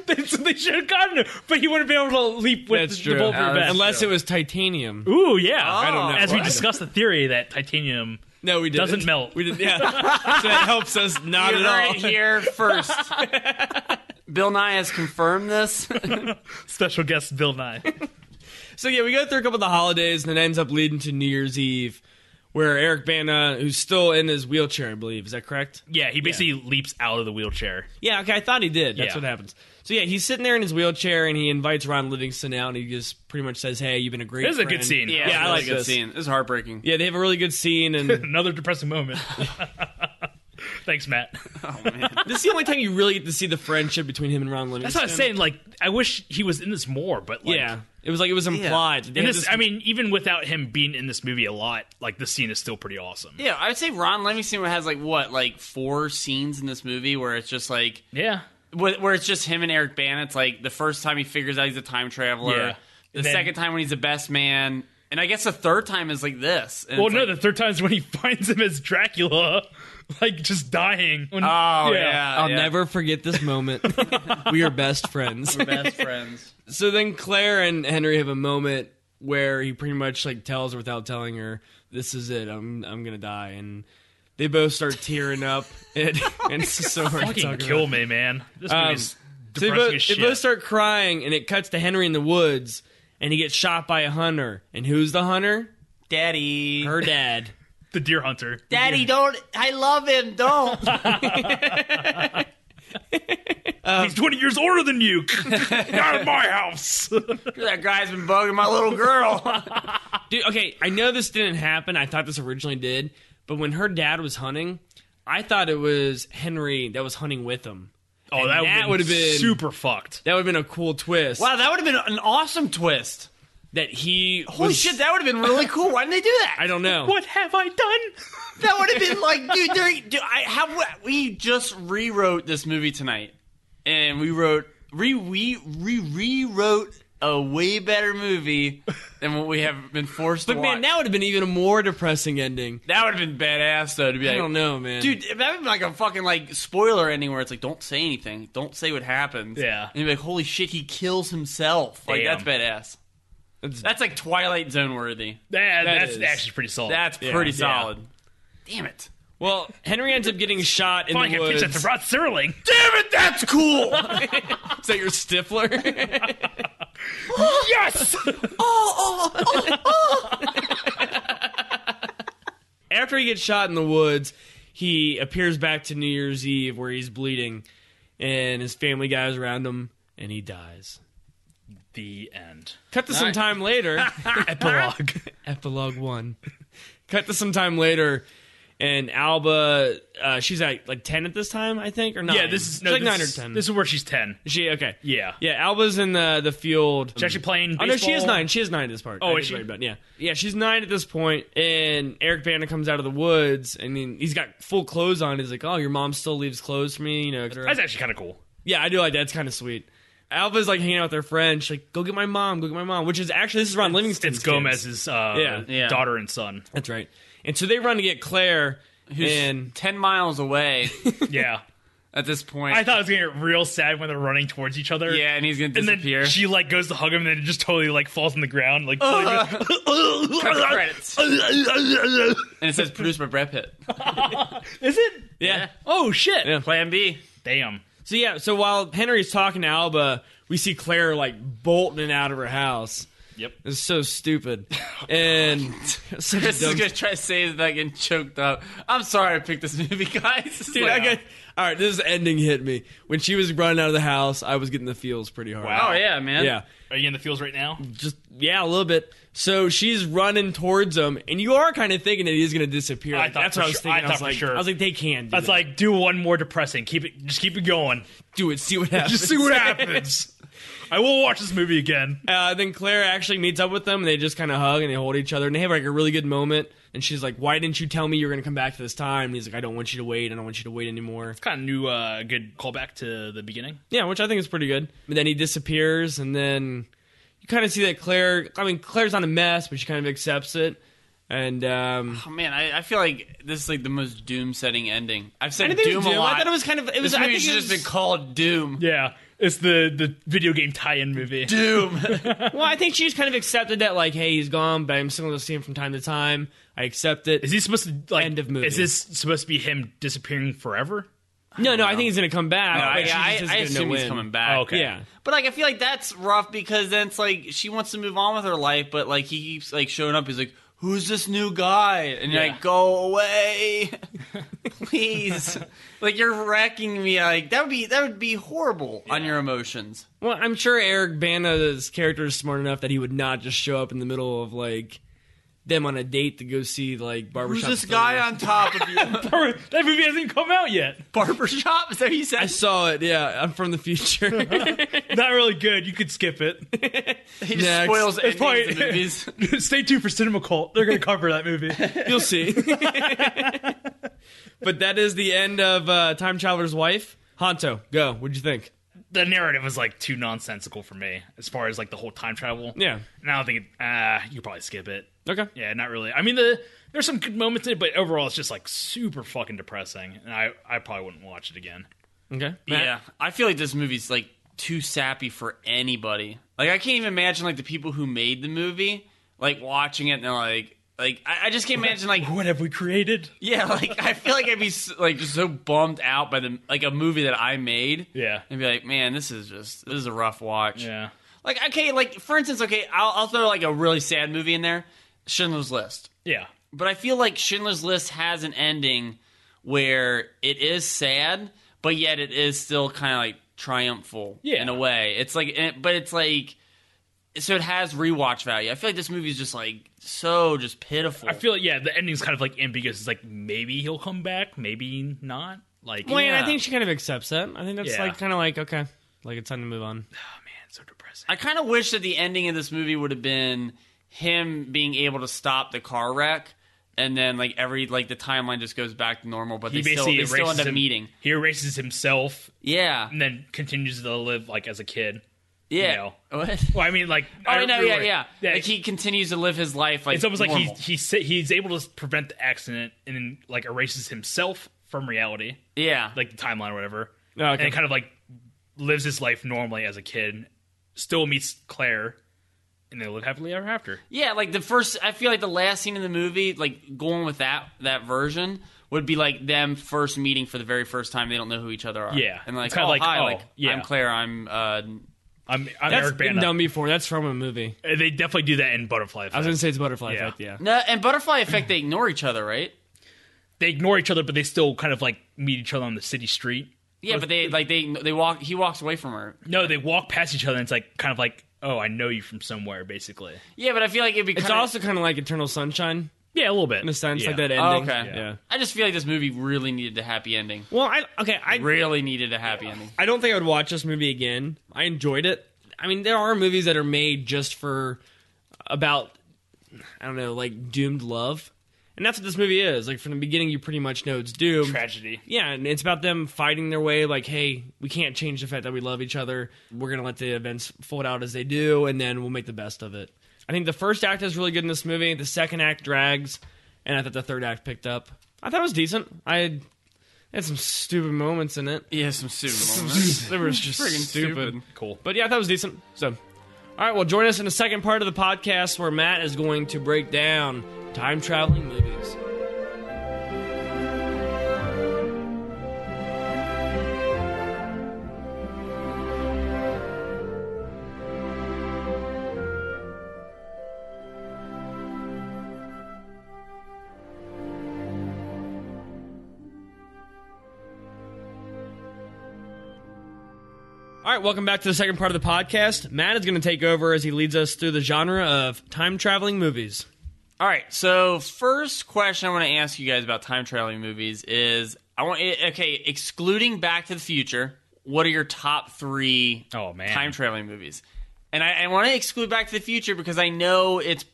Speaker 3: they, they should have gotten it, but he wouldn't be able to leap with
Speaker 1: that's
Speaker 3: the,
Speaker 1: true.
Speaker 3: the bulletproof
Speaker 2: Yeah, that's
Speaker 3: vest.
Speaker 1: Unless it was titanium.
Speaker 3: Ooh, yeah.
Speaker 2: I don't know.
Speaker 3: As we
Speaker 2: Well, I-
Speaker 3: discussed the theory that titanium
Speaker 1: No, we didn't.
Speaker 3: doesn't melt.
Speaker 1: We didn't. Yeah. so that helps us not
Speaker 2: you
Speaker 1: at
Speaker 2: heard
Speaker 1: all.
Speaker 2: it here first. Bill Nye has confirmed this.
Speaker 3: special guest Bill Nye.
Speaker 1: So yeah, we go through a couple of the holidays, and it ends up leading to New Year's Eve, where Eric Bana, who's still in his wheelchair, I believe, is that correct?
Speaker 3: yeah, he basically leaps out of the wheelchair.
Speaker 1: Yeah, okay, I thought he did. That's
Speaker 3: Yeah.
Speaker 1: what happens. So yeah, he's sitting there in his wheelchair, and he invites Ron Livingston out, and he just pretty much says, "Hey, you've been a great."
Speaker 3: This is a good
Speaker 1: friend."
Speaker 3: scene.
Speaker 2: Yeah,
Speaker 1: I
Speaker 2: really
Speaker 1: like
Speaker 2: good
Speaker 1: this.
Speaker 2: scene. This is heartbreaking.
Speaker 1: Yeah, they have a really good scene, and
Speaker 3: Another depressing moment. Thanks, Matt.
Speaker 2: Oh man.
Speaker 1: this is the only time you really get to see the friendship between him and Ron Livingston.
Speaker 3: That's what I was saying. Like, I wish he was in this more, but like,
Speaker 1: yeah, it was like it was implied. They
Speaker 3: in
Speaker 1: had
Speaker 3: this, I mean, even without him being in this movie a lot, like this scene is still pretty awesome.
Speaker 2: Yeah, I would say Ron Livingston has like what, like four scenes in this movie where it's just like
Speaker 3: Yeah.
Speaker 2: where where it's just him and Eric Bana. It's like the first time he figures out he's a time traveler.
Speaker 3: Yeah.
Speaker 2: The
Speaker 3: And then-
Speaker 2: second time when he's the best man, and I guess the third time is like this. And
Speaker 3: Well,
Speaker 2: it's
Speaker 3: no,
Speaker 2: like,
Speaker 3: the third time's when he finds him as Dracula, like just dying. When-
Speaker 2: oh yeah,
Speaker 1: I'll
Speaker 2: yeah.
Speaker 1: never forget this moment. we are best friends.
Speaker 2: best friends.
Speaker 1: So then Claire and Henry have a moment where he pretty much like tells her without telling her, "This is it. I'm I'm gonna die." And they both start tearing up. It, and it's just so hard to
Speaker 3: fucking
Speaker 1: talk
Speaker 3: kill
Speaker 1: about.
Speaker 3: me, man. This
Speaker 1: Um,
Speaker 3: movie's
Speaker 1: So they
Speaker 3: depressing
Speaker 1: both,
Speaker 3: as
Speaker 1: they
Speaker 3: shit.
Speaker 1: both start crying, and it cuts to Henry in the woods, and he gets shot by a hunter. And who's the hunter?
Speaker 2: Daddy,
Speaker 1: Her dad.
Speaker 3: the Deer Hunter.
Speaker 2: daddy, don't. I love him. Don't.
Speaker 3: He's 20 years older than you. Get out of my house.
Speaker 2: that guy's been bugging my little girl.
Speaker 1: Dude, okay, I know this didn't happen. I thought this originally did, but when her dad was hunting, I thought it was Henry that was hunting with him.
Speaker 3: oh,
Speaker 1: that
Speaker 3: that would
Speaker 1: would've
Speaker 3: have
Speaker 1: been-
Speaker 3: been super fucked.
Speaker 1: That would have been a cool twist.
Speaker 2: wow, that would have been an awesome twist.
Speaker 1: That he
Speaker 2: Holy
Speaker 1: was,
Speaker 2: shit, that would have been really cool. Why didn't they do that?
Speaker 1: I don't know.
Speaker 3: What have I done?
Speaker 2: That would have been like, dude, there, dude I, how, we just rewrote this movie tonight, and we wrote re we re rewrote a way better movie than what we have been forced
Speaker 1: But
Speaker 2: to
Speaker 1: man,
Speaker 2: watch.
Speaker 1: that would have been even a more depressing ending.
Speaker 2: that would have been badass though to be like,
Speaker 1: I don't know, man.
Speaker 2: dude, that would have been like a fucking like spoiler ending where it's like, don't say anything, don't say what happens. and
Speaker 3: Yeah.
Speaker 2: you'd be like, holy shit, he kills himself. Like
Speaker 3: Damn.
Speaker 2: that's badass.
Speaker 1: That's-
Speaker 2: That's like Twilight Zone worthy.
Speaker 3: That, that's
Speaker 1: is-
Speaker 3: actually pretty solid.
Speaker 2: That's
Speaker 1: Yeah.
Speaker 2: pretty
Speaker 1: Yeah.
Speaker 2: solid. Damn it.
Speaker 1: well, Henry ends up getting shot in
Speaker 3: Fine, Oh, I
Speaker 1: the
Speaker 3: can pitch that
Speaker 1: woods.
Speaker 3: to Rod Serling.
Speaker 2: Damn it, that's cool.
Speaker 1: Is that your stiffler?
Speaker 3: Yes!
Speaker 1: After he gets shot in the woods, he appears back to New Year's Eve where he's bleeding, and his family guys around him, and he dies.
Speaker 3: the end.
Speaker 1: Cut to some time later.
Speaker 3: Epilogue.
Speaker 1: Epilogue one. Cut to some time later, and Alba, uh, she's at like ten at this time, I think, or nine.
Speaker 3: Yeah, this is
Speaker 1: She's
Speaker 3: no,
Speaker 1: like
Speaker 3: this
Speaker 1: nine or
Speaker 3: is-
Speaker 1: ten.
Speaker 3: This is where she's ten.
Speaker 1: Is she okay.
Speaker 3: Yeah.
Speaker 1: yeah. Alba's in the the field.
Speaker 3: She's actually playing.
Speaker 1: Oh
Speaker 3: Baseball.
Speaker 1: no, she is nine. She is nine at this part. I
Speaker 3: Oh, is
Speaker 1: did
Speaker 3: she?
Speaker 1: write about- yeah, yeah, she's nine at this point, and Eric Bana comes out of the woods, and he- he's got full clothes on. He's like, "Oh, your mom still leaves clothes for me," you know. et cetera.
Speaker 3: That's actually kind of cool.
Speaker 1: Yeah, I do like that. It's kind of sweet. Alva's like hanging out with their friend. She's like, "Go get my mom. Go get my mom." Which is actually this is Ron Livingston's
Speaker 3: It's
Speaker 1: kids.
Speaker 3: Gomez's uh,
Speaker 1: Yeah.
Speaker 2: Yeah.
Speaker 3: daughter and son.
Speaker 1: That's right. And so they run to get Claire,
Speaker 2: Who's
Speaker 1: and
Speaker 2: ten miles away
Speaker 3: Yeah,
Speaker 2: at this point.
Speaker 3: I thought it was gonna get real sad when they're running towards each other.
Speaker 2: yeah, and he's gonna
Speaker 3: and then
Speaker 2: disappear.
Speaker 3: she like goes to hug him, and then just totally like falls on the ground. Like,
Speaker 2: Cut the
Speaker 1: Uh.
Speaker 2: credits. and it says produced by Brad Pitt.
Speaker 3: is it?
Speaker 1: yeah.
Speaker 3: Oh shit!
Speaker 1: Yeah.
Speaker 2: Plan B.
Speaker 3: Damn.
Speaker 1: So yeah, so while Henry's talking to Alba, we see Claire like bolting out of her house.
Speaker 3: Yep.
Speaker 1: It's so stupid, and such a
Speaker 2: Chris is
Speaker 1: dumb.
Speaker 2: gonna try to say that I get choked up. I'm sorry I picked this movie, guys.
Speaker 1: Dude, I got all right. This ending hit me when she was running out of the house. I was getting the feels pretty hard.
Speaker 3: Wow.
Speaker 2: Oh yeah, man.
Speaker 1: Yeah.
Speaker 3: Are you in the fields right now?
Speaker 1: just yeah, a little bit. So she's running towards him, and you are kind of thinking that he's going to disappear.
Speaker 3: I
Speaker 1: Like,
Speaker 3: thought
Speaker 1: that's
Speaker 3: for
Speaker 1: what I was
Speaker 3: sure-
Speaker 1: thinking.
Speaker 3: I
Speaker 1: was
Speaker 3: thought for
Speaker 1: like,
Speaker 3: sure.
Speaker 1: I was like, they can. Do
Speaker 3: That's
Speaker 1: that.
Speaker 3: like do one more depressing. Keep it. Just keep it going.
Speaker 1: do it, see what happens.
Speaker 3: Just see what happens. I will watch this movie again.
Speaker 1: Uh, then Claire actually meets up with them, and they just kind of hug and they hold each other, and they have like a really good moment. And she's like, "Why didn't you tell me you were going to come back to this time?" And he's like, "I don't want you to wait. I don't want you to wait anymore."
Speaker 3: Kind of new, uh, good callback to the beginning.
Speaker 1: Yeah, which I think is pretty good. But then he disappears, and then you kind of see that Claire. I mean, Claire's not a mess, but she kind of accepts it. And um,
Speaker 2: Oh man, I, I feel like this is like the most doom-setting ending. I've said
Speaker 1: I,
Speaker 2: doom,
Speaker 1: think it was
Speaker 2: a
Speaker 1: Doom. I
Speaker 2: lot.
Speaker 1: thought it was kind of it was.
Speaker 2: this
Speaker 1: I
Speaker 2: movie
Speaker 1: think
Speaker 2: should
Speaker 1: it
Speaker 2: just
Speaker 1: was-
Speaker 2: been called Doom.
Speaker 3: Yeah, it's the the video game tie-in movie.
Speaker 2: Doom.
Speaker 1: Well, I think she just kind of accepted that, like, hey, he's gone, but I'm still going to see him from time to time. I accept it.
Speaker 3: Is he supposed to like?
Speaker 1: End of movie.
Speaker 3: Is this supposed to be him disappearing forever?
Speaker 1: no, Oh, no, I think he's going to come back.
Speaker 2: I,
Speaker 1: but she
Speaker 2: I-
Speaker 1: just
Speaker 2: I
Speaker 1: isn't
Speaker 2: assume
Speaker 1: gonna
Speaker 2: he's
Speaker 1: win.
Speaker 2: coming back.
Speaker 3: Oh, okay.
Speaker 1: Yeah.
Speaker 2: But like, I feel like that's rough because then it's like she wants to move on with her life, but like he keeps like showing up. He's like, "Who's this new guy?" And you're
Speaker 3: Yeah.
Speaker 2: like, "Go away, please!" like you're wrecking me. Like that would be that would be horrible on your emotions.
Speaker 1: Well, I'm sure Eric Bana's character is smart enough that he would not just show up in the middle of, like, them on a date to go see, like,
Speaker 2: Who's
Speaker 1: Barbershop.
Speaker 2: this
Speaker 1: Story.
Speaker 2: guy on top of you?
Speaker 3: that movie hasn't come out yet.
Speaker 2: Barbershop? Is that what you
Speaker 1: I
Speaker 2: said?
Speaker 1: saw it, yeah. I'm from the future.
Speaker 3: Not really good. You could skip it.
Speaker 2: He just
Speaker 1: Next.
Speaker 2: spoils endings
Speaker 3: It's probably-
Speaker 2: in movies.
Speaker 3: Stay tuned for Cinema Cult. They're gonna cover that movie.
Speaker 1: You'll see. but that is the end of uh, Time Traveler's Wife. Hanto, go. What'd you think?
Speaker 3: the narrative was like too nonsensical for me as far as like the whole time travel.
Speaker 1: Yeah.
Speaker 3: and I don't think it, uh, you could probably skip it.
Speaker 1: Okay.
Speaker 3: Yeah, not really. I mean, the there's some good moments in it, but overall, it's just like super fucking depressing, and I I probably wouldn't watch it again.
Speaker 1: Okay. Matt?
Speaker 2: Yeah, I feel like this movie's like too sappy for anybody. Like I can't even imagine like the people who made the movie like watching it and they're like like I, I just can't imagine like
Speaker 3: What have we created?
Speaker 2: yeah like I feel like I'd be s- like just so bummed out by the like a movie that I made.
Speaker 3: Yeah.
Speaker 2: And be like, man, this is just this is a rough watch.
Speaker 3: Yeah.
Speaker 2: Like okay, like for instance, okay, I'll, I'll throw like a really sad movie in there, Schindler's List.
Speaker 3: Yeah.
Speaker 2: But I feel like Schindler's List has an ending where it is sad, but yet it is still kind of like triumphal
Speaker 3: Yeah.
Speaker 2: in a way. It's like, it- but it's like, so it has rewatch value. I feel like this movie is just like so just pitiful.
Speaker 3: I feel like, yeah, the ending's kind of like ambiguous. It's like maybe he'll come back, maybe not. Like,
Speaker 1: Well, yeah. I
Speaker 2: Yeah.
Speaker 1: think she kind of accepts that. I think that's
Speaker 3: Yeah.
Speaker 1: like kind of like okay, like it's time to move on.
Speaker 3: oh man, it's so depressing.
Speaker 2: I kind of wish that the ending of this movie would have been him being able to stop the car wreck. And then, like every like the timeline just goes back to normal, but they still they still end up
Speaker 3: him-
Speaker 2: meeting.
Speaker 3: He erases himself
Speaker 2: Yeah,
Speaker 3: and then continues to live like as a kid.
Speaker 2: yeah.
Speaker 3: No.
Speaker 2: What?
Speaker 3: Well, I mean, like, I
Speaker 2: Oh
Speaker 3: don't
Speaker 2: no,
Speaker 3: really-
Speaker 2: yeah, yeah, Like he continues to live his life. Like
Speaker 3: it's almost like
Speaker 2: normal.
Speaker 3: he's he's sa- he's able to prevent the accident and then like erases himself from reality,
Speaker 2: Yeah.
Speaker 3: like the timeline or whatever,
Speaker 1: Oh, okay.
Speaker 3: and kind of like lives his life normally as a kid. Still meets Claire, and they live happily ever after.
Speaker 2: yeah, like the first I feel like the last scene in the movie, like going with that that version would be like them first meeting for the very first time. They don't know who each other are.
Speaker 3: Yeah.
Speaker 2: And like,
Speaker 3: It's
Speaker 2: oh,
Speaker 3: kinda like,
Speaker 2: hi,
Speaker 3: oh,
Speaker 2: like
Speaker 3: yeah.
Speaker 2: I'm Claire, I'm uh
Speaker 3: I'm I'm
Speaker 1: That's
Speaker 3: Eric
Speaker 1: been
Speaker 3: Bana.
Speaker 1: done before. That's from a movie.
Speaker 3: Uh, They definitely do that in Butterfly.
Speaker 1: I was
Speaker 3: Effect.
Speaker 1: gonna say it's Butterfly
Speaker 3: Yeah.
Speaker 1: Effect. Yeah.
Speaker 2: No and Butterfly Effect they ignore each other, right?
Speaker 3: they ignore each other, but they still kind of like meet each other on the city street.
Speaker 2: Yeah, but they like they they walk he walks away from her.
Speaker 3: No, they walk past each other, and it's like kind of like, oh, I know you from somewhere, basically.
Speaker 2: Yeah, but I feel like it'd be
Speaker 1: It's
Speaker 2: kinda,
Speaker 1: also kind of like Eternal Sunshine.
Speaker 3: Yeah, a little bit.
Speaker 1: in a sense, like
Speaker 3: Yeah.
Speaker 1: that
Speaker 2: Oh,
Speaker 1: ending.
Speaker 2: okay.
Speaker 1: Yeah.
Speaker 2: I just feel like this movie really needed a happy ending.
Speaker 1: Well, I okay. I
Speaker 2: Really needed a happy ending.
Speaker 1: I don't think I would watch this movie again. I enjoyed it. I mean, there are movies that are made just for about I don't know, like doomed love, and that's what this movie is. Like from the beginning, you pretty much know it's doomed.
Speaker 3: Tragedy.
Speaker 1: Yeah, and it's about them fighting their way. Like, hey, we can't change the fact that we love each other. We're gonna let the events fold out as they do, and then we'll make the best of it. I think the first act is really good in this movie. The second act drags, and I thought the third act picked up. I thought it was decent. I had, it had some stupid moments in it.
Speaker 2: Yeah, some stupid moments.
Speaker 1: They were just
Speaker 2: Friggin'
Speaker 1: stupid.
Speaker 2: stupid.
Speaker 3: Cool.
Speaker 1: But yeah, that was decent. So, all right, well, join us in the second part of the podcast where Matt is going to break down time traveling movies. All right, welcome back to the second part of the podcast. Matt is going to take over as he leads us through the genre of time traveling movies.
Speaker 2: All right. So first question I want to ask you guys about time traveling movies is I want eh, okay, excluding Back to the Future, what are your top three
Speaker 3: Oh, man.
Speaker 2: time traveling movies? And I, I want to exclude Back to the Future because I know it's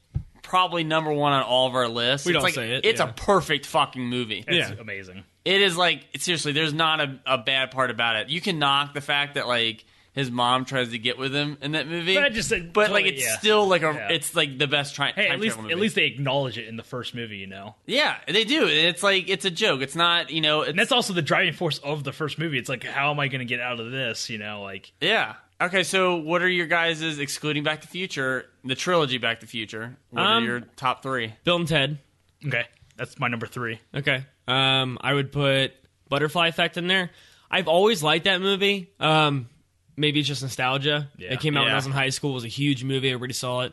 Speaker 2: probably number one on all of our lists.
Speaker 1: We
Speaker 2: It's
Speaker 1: don't
Speaker 2: like-
Speaker 1: say it,
Speaker 2: It's
Speaker 1: yeah.
Speaker 2: a perfect fucking movie.
Speaker 3: It's
Speaker 1: Yeah.
Speaker 3: amazing.
Speaker 2: It is like seriously, there's not a, a bad part about it. You can knock the fact that like his mom tries to get with him in that movie,
Speaker 3: But I just said-
Speaker 2: but
Speaker 3: totally,
Speaker 2: like it's
Speaker 3: yeah.
Speaker 2: still like a
Speaker 3: Yeah.
Speaker 2: it's like the best tri-
Speaker 3: Hey,
Speaker 2: time
Speaker 3: at least
Speaker 2: travel movie.
Speaker 3: at least they acknowledge it in the first movie, you know.
Speaker 2: Yeah, they do. It's like it's a joke. It's not, you know. It's,
Speaker 3: And that's also the driving force of the first movie. It's like, how am I going to get out of this? You know, like
Speaker 2: yeah. Okay, so what are your guys' excluding Back to the Future, the trilogy Back to the Future? What
Speaker 1: Um,
Speaker 2: are your top three?
Speaker 1: Bill and Ted.
Speaker 3: okay, that's my number three.
Speaker 1: Okay. Um, I would put Butterfly Effect in there. I've always liked that movie. Um, maybe it's just nostalgia.
Speaker 3: Yeah.
Speaker 1: It came out when I was
Speaker 2: Yeah.
Speaker 1: in high school. It was a huge movie. Everybody saw it.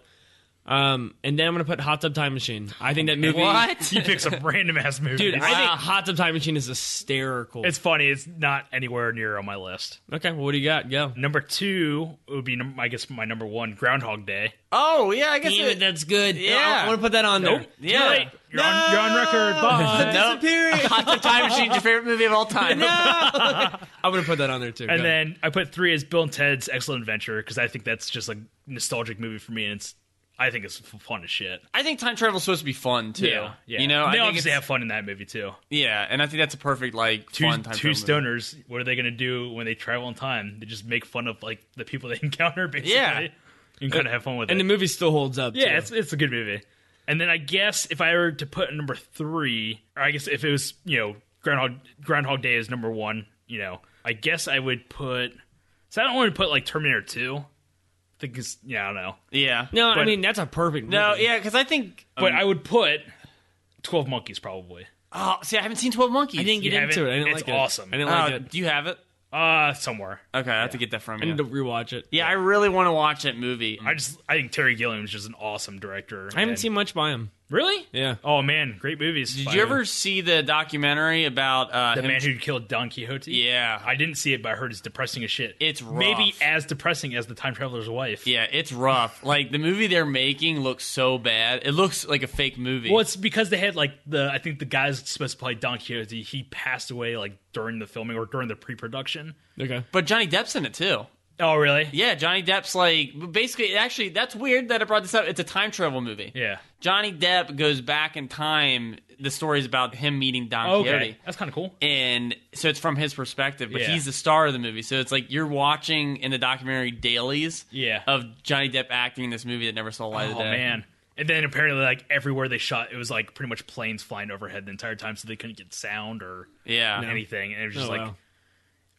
Speaker 1: Um, and then I'm gonna put Hot Tub Time Machine. I think that movie.
Speaker 3: He picks some random ass movies.
Speaker 1: Dude, I think
Speaker 2: Wow.
Speaker 1: Hot Tub Time Machine is hysterical.
Speaker 3: it's funny. It's not anywhere near on my list.
Speaker 1: okay, well, what do you got? Go.
Speaker 3: Number two would be, num- I guess, my number one, Groundhog Day.
Speaker 2: Oh yeah, I guess.
Speaker 1: Damn it,
Speaker 2: It,
Speaker 1: that's good.
Speaker 2: Yeah.
Speaker 1: I want to put that on there.
Speaker 2: yeah.
Speaker 3: Too late. You're, on, you're on record. Bye.
Speaker 2: Nope. Hot Tub Time Machine, your favorite movie of all time.
Speaker 1: I'm gonna put that on there too.
Speaker 3: And
Speaker 1: Go.
Speaker 3: then I put three as Bill and Ted's Excellent Adventure because I think that's just a nostalgic movie for me, and it's I think it's f- fun as shit.
Speaker 2: I think time travel is supposed to be fun too. You know,
Speaker 3: they
Speaker 2: I think
Speaker 3: obviously
Speaker 2: it's-
Speaker 3: have fun in that movie too.
Speaker 2: yeah, and I think that's a perfect like
Speaker 3: Two,
Speaker 2: fun time
Speaker 3: two
Speaker 2: travel movie.
Speaker 3: stoners, what are they going to do when they travel in time? They just make fun of like the people they encounter, basically,
Speaker 2: Yeah.
Speaker 3: and kind of have fun with
Speaker 1: and
Speaker 3: it.
Speaker 1: the movie still holds up.
Speaker 3: yeah,
Speaker 1: too.
Speaker 3: it's it's a good movie. And then I guess if I were to put a number three, or I guess if it was you know Groundhog Groundhog Day is number one, you know, I guess I would put. So I don't want to put like Terminator Two. I think it's yeah, I don't know,
Speaker 2: Yeah.
Speaker 1: no, I
Speaker 3: but-
Speaker 1: mean that's a perfect.
Speaker 2: No.
Speaker 1: movie.
Speaker 2: Yeah, because I think.
Speaker 3: but I would put Twelve Monkeys probably.
Speaker 2: oh, see, I haven't seen Twelve Monkeys.
Speaker 1: I didn't get
Speaker 3: You have
Speaker 1: into
Speaker 3: it?
Speaker 1: it. I didn't
Speaker 3: It's
Speaker 1: like it.
Speaker 3: awesome.
Speaker 1: I didn't
Speaker 2: Oh,
Speaker 1: like it.
Speaker 2: do you have it?
Speaker 3: Uh somewhere.
Speaker 2: Okay, I have to get that from
Speaker 1: I
Speaker 2: you.
Speaker 1: need to rewatch it.
Speaker 2: Yeah, I really want to watch that movie.
Speaker 3: I just I think Terry Gilliam is just an awesome director.
Speaker 1: I haven't seen much by him.
Speaker 3: really.
Speaker 1: Yeah.
Speaker 3: Oh man, great movies.
Speaker 2: Did you ever see the documentary about uh,
Speaker 3: The
Speaker 2: him-
Speaker 3: man who killed Don Quixote?
Speaker 2: Yeah.
Speaker 3: I didn't see it, but I heard it's depressing as shit.
Speaker 2: It's rough.
Speaker 3: maybe as depressing as the time traveler's wife.
Speaker 2: yeah, it's rough. like the movie they're making looks so bad. It looks like a fake movie.
Speaker 3: Well, it's because they had like the I think the guy's supposed to play Don Quixote. He passed away like during the filming or during the pre-production.
Speaker 1: Okay.
Speaker 2: but Johnny Depp's in it too.
Speaker 3: Oh, really?
Speaker 2: Yeah, Johnny Depp's like basically. Actually, that's weird that I brought this up. It's a time travel movie.
Speaker 3: Yeah.
Speaker 2: Johnny Depp goes back in time. The story's about him meeting Don
Speaker 3: Okay,
Speaker 2: Quixote.
Speaker 3: that's kind of cool.
Speaker 2: and so it's from his perspective but
Speaker 3: Yeah.
Speaker 2: he's the star of the movie so it's like you're watching in the documentary dailies
Speaker 3: Yeah.
Speaker 2: of johnny depp acting in this movie that never saw the light
Speaker 3: Oh
Speaker 2: of day
Speaker 3: man. And then apparently, like everywhere they shot, it was like pretty much planes flying overhead the entire time, so they couldn't get sound or
Speaker 2: yeah
Speaker 3: anything. And it was just
Speaker 1: Oh,
Speaker 3: like,
Speaker 1: wow.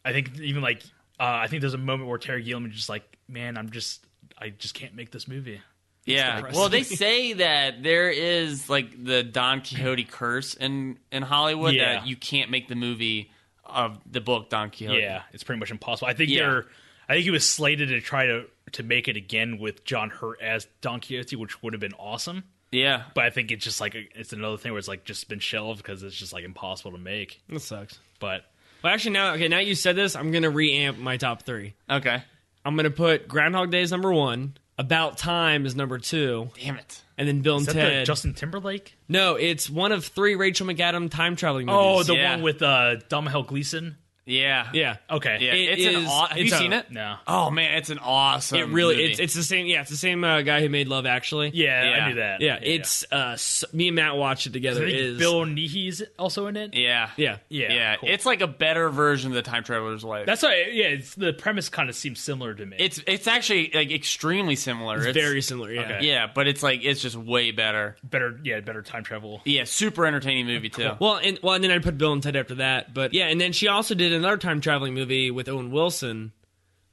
Speaker 3: I think even like, uh, I think there's a moment where Terry Gilliam is just like, man, I'm just, I just can't make this movie.
Speaker 2: yeah
Speaker 1: depressing.
Speaker 2: well they say that there is like the don quixote curse in in hollywood
Speaker 3: Yeah.
Speaker 2: that you can't make the movie of the book don quixote
Speaker 3: Yeah, it's pretty much impossible. I think
Speaker 2: Yeah.
Speaker 3: they're, I think he was slated to try to to make it again with John Hurt as Don Quixote, which would have been awesome.
Speaker 2: yeah
Speaker 3: But I think it's just like it's another thing where it's like just been shelved because it's just like impossible to make.
Speaker 1: That sucks.
Speaker 3: But
Speaker 1: Well, actually, now okay, now you said this, I'm gonna reamp my top three.
Speaker 2: okay
Speaker 1: I'm gonna put Groundhog Day as number one. About Time is number two,
Speaker 2: Damn it.
Speaker 1: and then Bill and
Speaker 3: Is that the
Speaker 1: Ted.
Speaker 3: Justin Timberlake?
Speaker 1: no, it's one of three Rachel McAdam time traveling movies.
Speaker 3: Oh, the
Speaker 2: Yeah.
Speaker 3: one with uh, Domhnall Gleeson.
Speaker 2: Yeah.
Speaker 1: yeah.
Speaker 3: Okay.
Speaker 2: Yeah.
Speaker 1: It
Speaker 2: it's an
Speaker 1: is-
Speaker 2: aw- Have
Speaker 1: it's
Speaker 2: you
Speaker 1: a-
Speaker 2: seen it?
Speaker 3: No.
Speaker 2: Oh man, it's an awesome.
Speaker 1: It really,
Speaker 2: movie.
Speaker 1: it's, it's the same. Yeah, it's the same uh, guy who made Love Actually.
Speaker 2: Yeah.
Speaker 3: Yeah, I knew that.
Speaker 1: yeah. It's uh, s me and Matt watched it
Speaker 3: I
Speaker 1: together.
Speaker 3: think
Speaker 1: It is
Speaker 3: Bill Nighy's also in it.
Speaker 2: yeah.
Speaker 1: Yeah,
Speaker 3: Yeah.
Speaker 2: Yeah,
Speaker 3: cool.
Speaker 2: it's like a better version of the time traveler's life.
Speaker 3: that's why. Yeah, it's, the premise kind of seems similar to me.
Speaker 2: it's it's actually like extremely similar. It's,
Speaker 1: very similar. Yeah.
Speaker 3: Okay.
Speaker 2: yeah, but it's like it's just way better.
Speaker 3: better. Yeah, better time travel.
Speaker 2: Yeah, super entertaining movie too.
Speaker 1: Well, and well, and then I put Bill and Ted after that. But yeah, and then she also did another time traveling movie with Owen Wilson,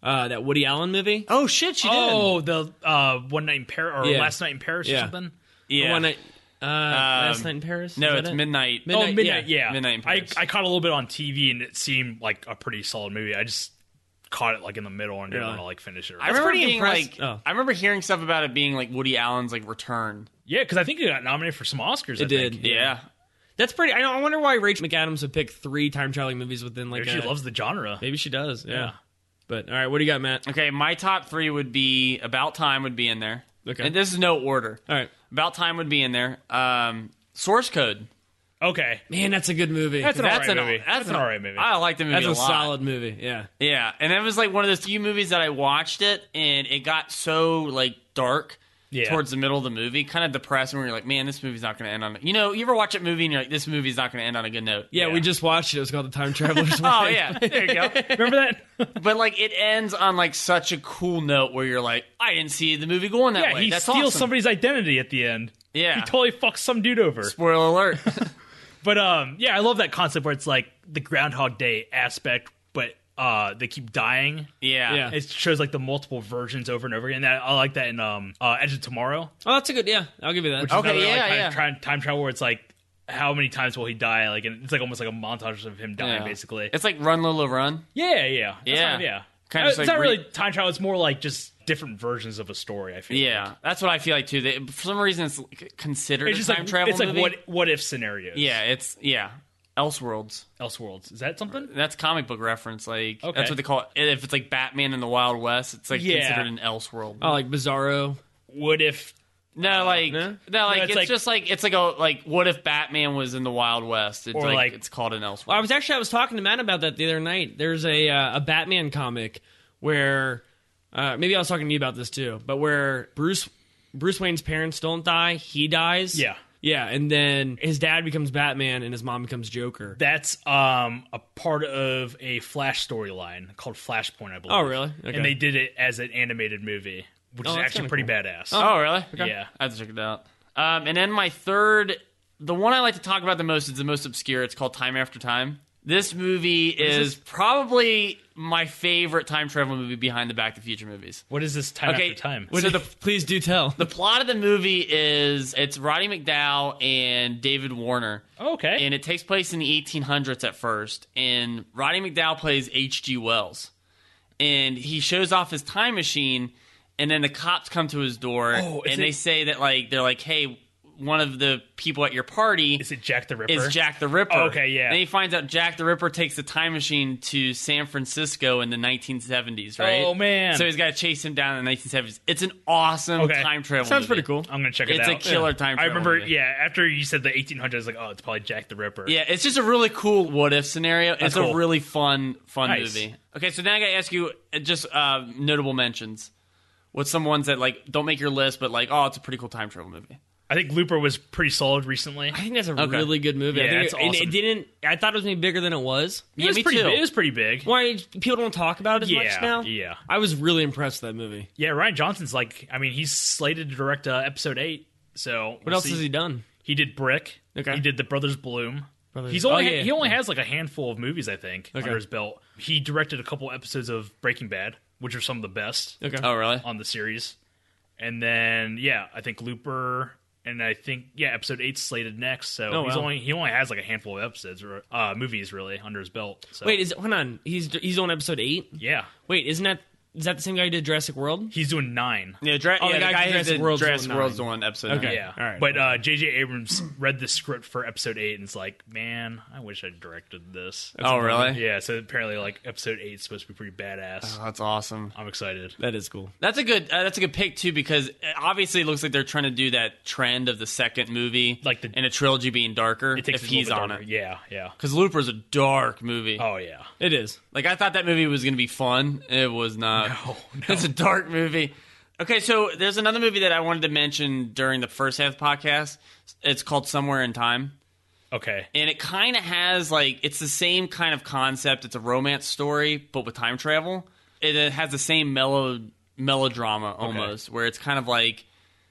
Speaker 1: uh, that Woody Allen movie.
Speaker 2: oh shit, she
Speaker 3: Oh, the uh, one night in Paris or
Speaker 1: Yeah.
Speaker 3: last night in Paris
Speaker 1: Yeah.
Speaker 3: or something.
Speaker 2: did. Yeah,
Speaker 1: The one night, uh, last night in Paris.
Speaker 2: no,
Speaker 1: Is
Speaker 2: it's
Speaker 1: that it?
Speaker 2: midnight.
Speaker 1: Midnight-
Speaker 3: oh, midnight.
Speaker 1: yeah.
Speaker 3: Yeah,
Speaker 2: Midnight in Paris.
Speaker 3: I, I caught a little bit on TV, and it seemed like a pretty solid movie. I just caught it like in the middle and didn't
Speaker 1: Really?
Speaker 3: want to like finish it.
Speaker 2: I remember
Speaker 1: pretty
Speaker 2: being
Speaker 1: impressed-
Speaker 2: like,
Speaker 1: oh.
Speaker 2: I remember hearing stuff about it being like Woody Allen's like return.
Speaker 3: yeah, because I think it got nominated for some Oscars.
Speaker 1: It
Speaker 3: I
Speaker 1: did.
Speaker 3: think.
Speaker 1: Yeah.
Speaker 2: Yeah,
Speaker 1: That's pretty. I, I wonder why Rachel McAdams would pick three time traveling movies within like.
Speaker 3: Maybe she
Speaker 1: a-
Speaker 3: loves the genre.
Speaker 1: Maybe she does. Yeah.
Speaker 3: Yeah.
Speaker 1: But all right, what do you got, Matt?
Speaker 2: Okay, my top three would be About Time would be in there.
Speaker 1: Okay.
Speaker 2: and this is no order.
Speaker 1: All right,
Speaker 2: About Time would be in there. Um, Source Code.
Speaker 3: Okay,
Speaker 1: man, that's a good movie.
Speaker 3: That's an alright
Speaker 2: an
Speaker 3: movie.
Speaker 2: that's,
Speaker 3: That's an alright movie.
Speaker 2: I like the movie
Speaker 1: That's a
Speaker 2: a, lot.
Speaker 1: solid movie. Yeah.
Speaker 2: Yeah, and that was like one of those few movies that I watched it, and it got so like dark
Speaker 3: Yeah.
Speaker 2: towards the middle of the movie, kind of depressing. Where you're like, man, this movie's not going to end on. You know, you ever watch a movie and you're like, this movie's not going to end on a good note.
Speaker 1: yeah,
Speaker 3: Yeah.
Speaker 1: we just watched it. It was called The Time Traveler's Wife.
Speaker 2: Oh yeah, there you go.
Speaker 3: remember that?
Speaker 2: But like it ends on like such a cool note where you're like, I didn't see the movie going that
Speaker 3: yeah,
Speaker 2: way.
Speaker 3: he
Speaker 2: That's
Speaker 3: steals
Speaker 2: awesome.
Speaker 3: somebody's identity at the end.
Speaker 2: Yeah.
Speaker 3: he totally fucks some dude over.
Speaker 2: Spoiler alert.
Speaker 3: But um, yeah, I love that concept where it's like the Groundhog Day aspect, but uh, they keep dying.
Speaker 2: yeah.
Speaker 1: Yeah.
Speaker 3: It shows like the multiple versions over and over again. That, I like that in um, uh, Edge of Tomorrow.
Speaker 1: Oh, that's a good. Yeah, I'll give you that.
Speaker 3: Which
Speaker 2: Okay,
Speaker 3: is another,
Speaker 2: yeah,
Speaker 3: like, kind
Speaker 2: yeah.
Speaker 3: Of tri- time travel where it's like how many times will he die? Like and it's like almost like a montage of him dying,
Speaker 2: Yeah.
Speaker 3: basically.
Speaker 2: It's like Run Lola Run.
Speaker 3: yeah, yeah, That's
Speaker 2: Yeah.
Speaker 3: kind of- yeah.
Speaker 2: Kind of
Speaker 3: Uh,
Speaker 2: just
Speaker 3: it's
Speaker 2: like
Speaker 3: not
Speaker 2: re-
Speaker 3: really time travel. It's more like just different versions of a story. I feel. like.
Speaker 2: Yeah, that's what I feel like too. They, for some reason, it's c- considered
Speaker 3: it's
Speaker 2: a
Speaker 3: just
Speaker 2: time
Speaker 3: like
Speaker 2: travel
Speaker 3: it's like
Speaker 2: movie.
Speaker 3: what what if scenarios.
Speaker 2: Yeah, it's yeah. Elseworlds.
Speaker 3: Elseworlds is that something?
Speaker 2: That's comic book reference. Like
Speaker 3: Okay.
Speaker 2: that's what they call it. If it's like Batman in the Wild West, it's like
Speaker 3: Yeah.
Speaker 2: considered an Elseworld.
Speaker 1: oh, like Bizarro.
Speaker 3: What if?
Speaker 2: no, like
Speaker 1: No?
Speaker 2: no, like
Speaker 3: it's
Speaker 2: it's,
Speaker 3: like-
Speaker 2: just like it's like a like what if Batman was in the Wild West? It's
Speaker 3: Or,
Speaker 2: like,
Speaker 3: like-
Speaker 2: it's called an Elseworld.
Speaker 1: Well, I was actually I was talking to Matt about that the other night. There's a uh, a Batman comic where uh, maybe I was talking to you about this too, but where Bruce Bruce Wayne's parents don't die, he dies.
Speaker 3: Yeah.
Speaker 1: yeah, and then his dad becomes Batman and his mom becomes Joker.
Speaker 3: That's um a part of a Flash storyline called Flashpoint, I believe.
Speaker 1: Oh, really? Okay.
Speaker 3: And they did it as an animated movie, which
Speaker 1: Oh,
Speaker 3: is
Speaker 1: that's
Speaker 3: actually
Speaker 1: kinda
Speaker 3: pretty
Speaker 1: cool.
Speaker 3: badass.
Speaker 2: oh, really?
Speaker 3: Yeah.
Speaker 2: I have to check it out. Um, and then my third, the one I like to talk about the most is the most obscure. It's called Time After Time. This movie is probably my favorite time travel movie behind the Back to the Future movies.
Speaker 3: What is this time
Speaker 2: Okay,
Speaker 3: after time?
Speaker 1: What
Speaker 2: So
Speaker 1: did-
Speaker 2: the-
Speaker 1: please do tell.
Speaker 2: The plot of the movie is it's Roddy McDowell and David Warner.
Speaker 3: okay.
Speaker 2: And it takes place in the 1800s at first. And Roddy McDowell plays H.G. Wells. And he shows off his time machine. And then the cops come to his door.
Speaker 3: Oh, is
Speaker 2: and
Speaker 3: it-
Speaker 2: they say that, like, they're like, hey, one of the people at your party
Speaker 3: is it Jack the Ripper?
Speaker 2: is Jack the Ripper.
Speaker 3: Oh, okay, yeah.
Speaker 2: And he finds out Jack the Ripper takes the time machine to San Francisco in the 1970s, right?
Speaker 3: Oh, man.
Speaker 2: So he's got to chase him down in the 1970s. It's an awesome
Speaker 3: Okay.
Speaker 2: time travel.
Speaker 1: Sounds
Speaker 2: movie.
Speaker 1: pretty cool.
Speaker 3: I'm gonna check it
Speaker 2: It's
Speaker 3: out.
Speaker 2: a killer time
Speaker 3: I
Speaker 2: travel
Speaker 3: remember.
Speaker 2: movie.
Speaker 3: Yeah, after you said the 1800s, like, oh, it's probably Jack the Ripper.
Speaker 2: Yeah, it's just a really cool what if scenario. it's
Speaker 3: cool.
Speaker 2: a really fun, fun
Speaker 3: Nice.
Speaker 2: movie. Okay, so now I gotta ask you uh, just uh, notable mentions. What's some ones that like don't make your list, but like, oh, it's a pretty cool time travel movie.
Speaker 3: I think Looper was pretty solid recently.
Speaker 1: I think that's a
Speaker 2: Okay.
Speaker 1: really good movie. I
Speaker 3: Yeah,
Speaker 1: think
Speaker 3: it's
Speaker 1: it, and
Speaker 3: awesome.
Speaker 1: it didn't. I thought it was gonna be bigger than it was.
Speaker 3: It was
Speaker 2: me
Speaker 3: pretty.
Speaker 2: too.
Speaker 3: Big. It was pretty big.
Speaker 1: Why people don't talk about it as
Speaker 3: Yeah,
Speaker 1: much now?
Speaker 3: yeah.
Speaker 1: I was really impressed with that movie.
Speaker 3: Yeah, Ryan Johnson's like, I mean, he's slated to direct uh, episode eight. So
Speaker 1: What else has he done?
Speaker 3: He did Brick.
Speaker 1: Okay.
Speaker 3: He did The Brothers Bloom.
Speaker 1: Brothers-
Speaker 3: He's only
Speaker 1: Oh, yeah.
Speaker 3: he only has like a handful of movies, I think,
Speaker 1: Okay.
Speaker 3: under his belt. He directed a couple episodes of Breaking Bad, which are some of the best
Speaker 1: Okay.
Speaker 2: Oh, really?
Speaker 3: on the series. And then yeah, I think Looper and I think yeah, episode eight's slated next. So
Speaker 1: Oh,
Speaker 3: he's
Speaker 1: wow.
Speaker 3: only he only has like a handful of episodes or uh, movies really under his belt. So
Speaker 1: Wait, is hold on. He's he's on episode eight.
Speaker 3: yeah,
Speaker 1: Wait, isn't that Is that the same guy who did Jurassic World?
Speaker 3: He's doing nine.
Speaker 2: Yeah, Dra-
Speaker 1: Oh, the
Speaker 2: yeah,
Speaker 1: guy who did
Speaker 2: the guy who
Speaker 1: Jurassic
Speaker 2: did
Speaker 1: World's
Speaker 2: Jurassic
Speaker 1: doing
Speaker 2: World's
Speaker 1: nine.
Speaker 2: doing episode
Speaker 1: Okay.
Speaker 2: nine.
Speaker 3: Yeah.
Speaker 1: all right.
Speaker 3: But uh, J.J. Abrams read the script for episode eight and is like, man, I wish I directed this.
Speaker 2: Oh, really?
Speaker 3: Yeah, so apparently, like, episode eight is supposed to be pretty badass.
Speaker 2: Oh, that's awesome.
Speaker 3: I'm excited.
Speaker 1: That is cool.
Speaker 2: That's a good. Uh, that's a good pick too, because uh, obviously it looks like they're trying to do that trend of the second movie,
Speaker 3: Like the-
Speaker 2: in a trilogy being darker.
Speaker 3: It
Speaker 2: if
Speaker 3: takes us a little
Speaker 2: he's
Speaker 3: bit
Speaker 2: on
Speaker 3: darker.
Speaker 2: it,
Speaker 3: Yeah, yeah.
Speaker 2: because Looper's a dark movie.
Speaker 3: Oh, yeah.
Speaker 1: It is.
Speaker 2: Like I thought that movie was going to be fun. It was not.
Speaker 3: No, no.
Speaker 2: It's a dark movie. Okay, so there's another movie that I wanted to mention during the first half of the podcast. It's called Somewhere in Time.
Speaker 3: Okay.
Speaker 2: And it kind of has like it's the same kind of concept. It's a romance story but with time travel. It, it has the same mellow melodrama almost where it's kind of like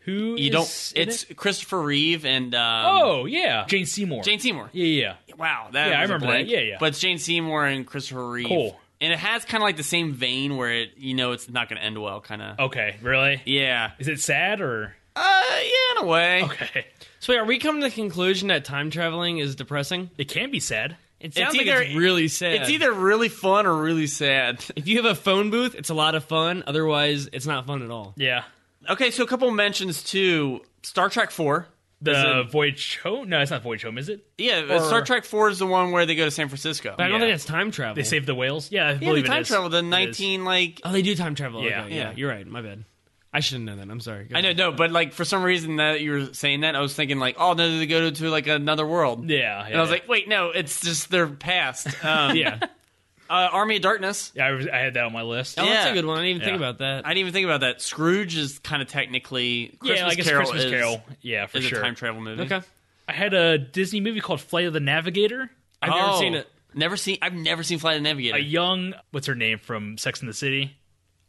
Speaker 3: Who
Speaker 2: you
Speaker 3: is
Speaker 2: don't
Speaker 3: in
Speaker 2: it's
Speaker 3: it?
Speaker 2: Christopher Reeve and um,
Speaker 3: Oh, yeah. Jane Seymour.
Speaker 2: Jane Seymour.
Speaker 3: Yeah, yeah.
Speaker 2: Wow, that
Speaker 3: Yeah, I
Speaker 2: was a
Speaker 3: remember that.
Speaker 2: blank.
Speaker 3: Yeah, yeah.
Speaker 2: But it's Jane Seymour and Christopher Reeve.
Speaker 3: Cool.
Speaker 2: And it has kind of like the same vein where it, you know, it's not going to end well, kind of.
Speaker 3: Okay, really?
Speaker 2: Yeah.
Speaker 3: Is it sad or
Speaker 2: Uh, yeah, in a way.
Speaker 3: okay?
Speaker 1: So wait, are we coming to the conclusion that time traveling is depressing?
Speaker 3: It can be sad.
Speaker 1: It
Speaker 2: It's
Speaker 1: sounds like
Speaker 2: either-
Speaker 1: it's really sad.
Speaker 2: It's either really fun or really sad.
Speaker 1: if you have a phone booth, it's a lot of fun. Otherwise, it's not fun at all.
Speaker 3: Yeah.
Speaker 2: Okay, so a couple mentions too. Star Trek Four.
Speaker 3: The voyage home? No, it's not voyage home, is it?
Speaker 2: Yeah, uh,
Speaker 3: Or-
Speaker 2: Star Trek Four is the one where they go to San Francisco.
Speaker 1: But I don't
Speaker 3: Yeah.
Speaker 1: think it's time travel.
Speaker 3: They save the whales. Yeah, I
Speaker 2: yeah, the
Speaker 3: believe it
Speaker 2: time
Speaker 3: is.
Speaker 2: travel. The
Speaker 3: It is.
Speaker 2: nineteen like.
Speaker 1: oh, they do time travel.
Speaker 3: Yeah.
Speaker 1: okay, yeah.
Speaker 2: Yeah.
Speaker 1: You're right. My bad. I shouldn't know that. I'm sorry. Go
Speaker 2: I know,
Speaker 1: ahead.
Speaker 2: no, but like for some reason that you were saying that, I was thinking like, oh no, they go to, to like another world.
Speaker 3: Yeah,
Speaker 2: And I was like, wait, no, it's just their past. Um,
Speaker 3: yeah,
Speaker 2: uh, Army of Darkness.
Speaker 3: yeah. I, was, I had that on my list.
Speaker 1: Oh, that's a
Speaker 2: Yeah.
Speaker 1: good one. I didn't even think
Speaker 3: Yeah.
Speaker 1: about that.
Speaker 2: I didn't even think about that. Scrooge is kind of technically Christmas
Speaker 3: yeah, like it's
Speaker 2: Carol
Speaker 3: Christmas
Speaker 2: is,
Speaker 3: Carol. Yeah, for
Speaker 2: is
Speaker 3: sure.
Speaker 2: a time travel movie.
Speaker 1: okay.
Speaker 3: I had a Disney movie called Flight of the Navigator.
Speaker 1: I've never
Speaker 2: Oh,
Speaker 1: seen it.
Speaker 2: Never seen. I've never seen Flight of the Navigator.
Speaker 3: A young, what's her name from Sex and the City?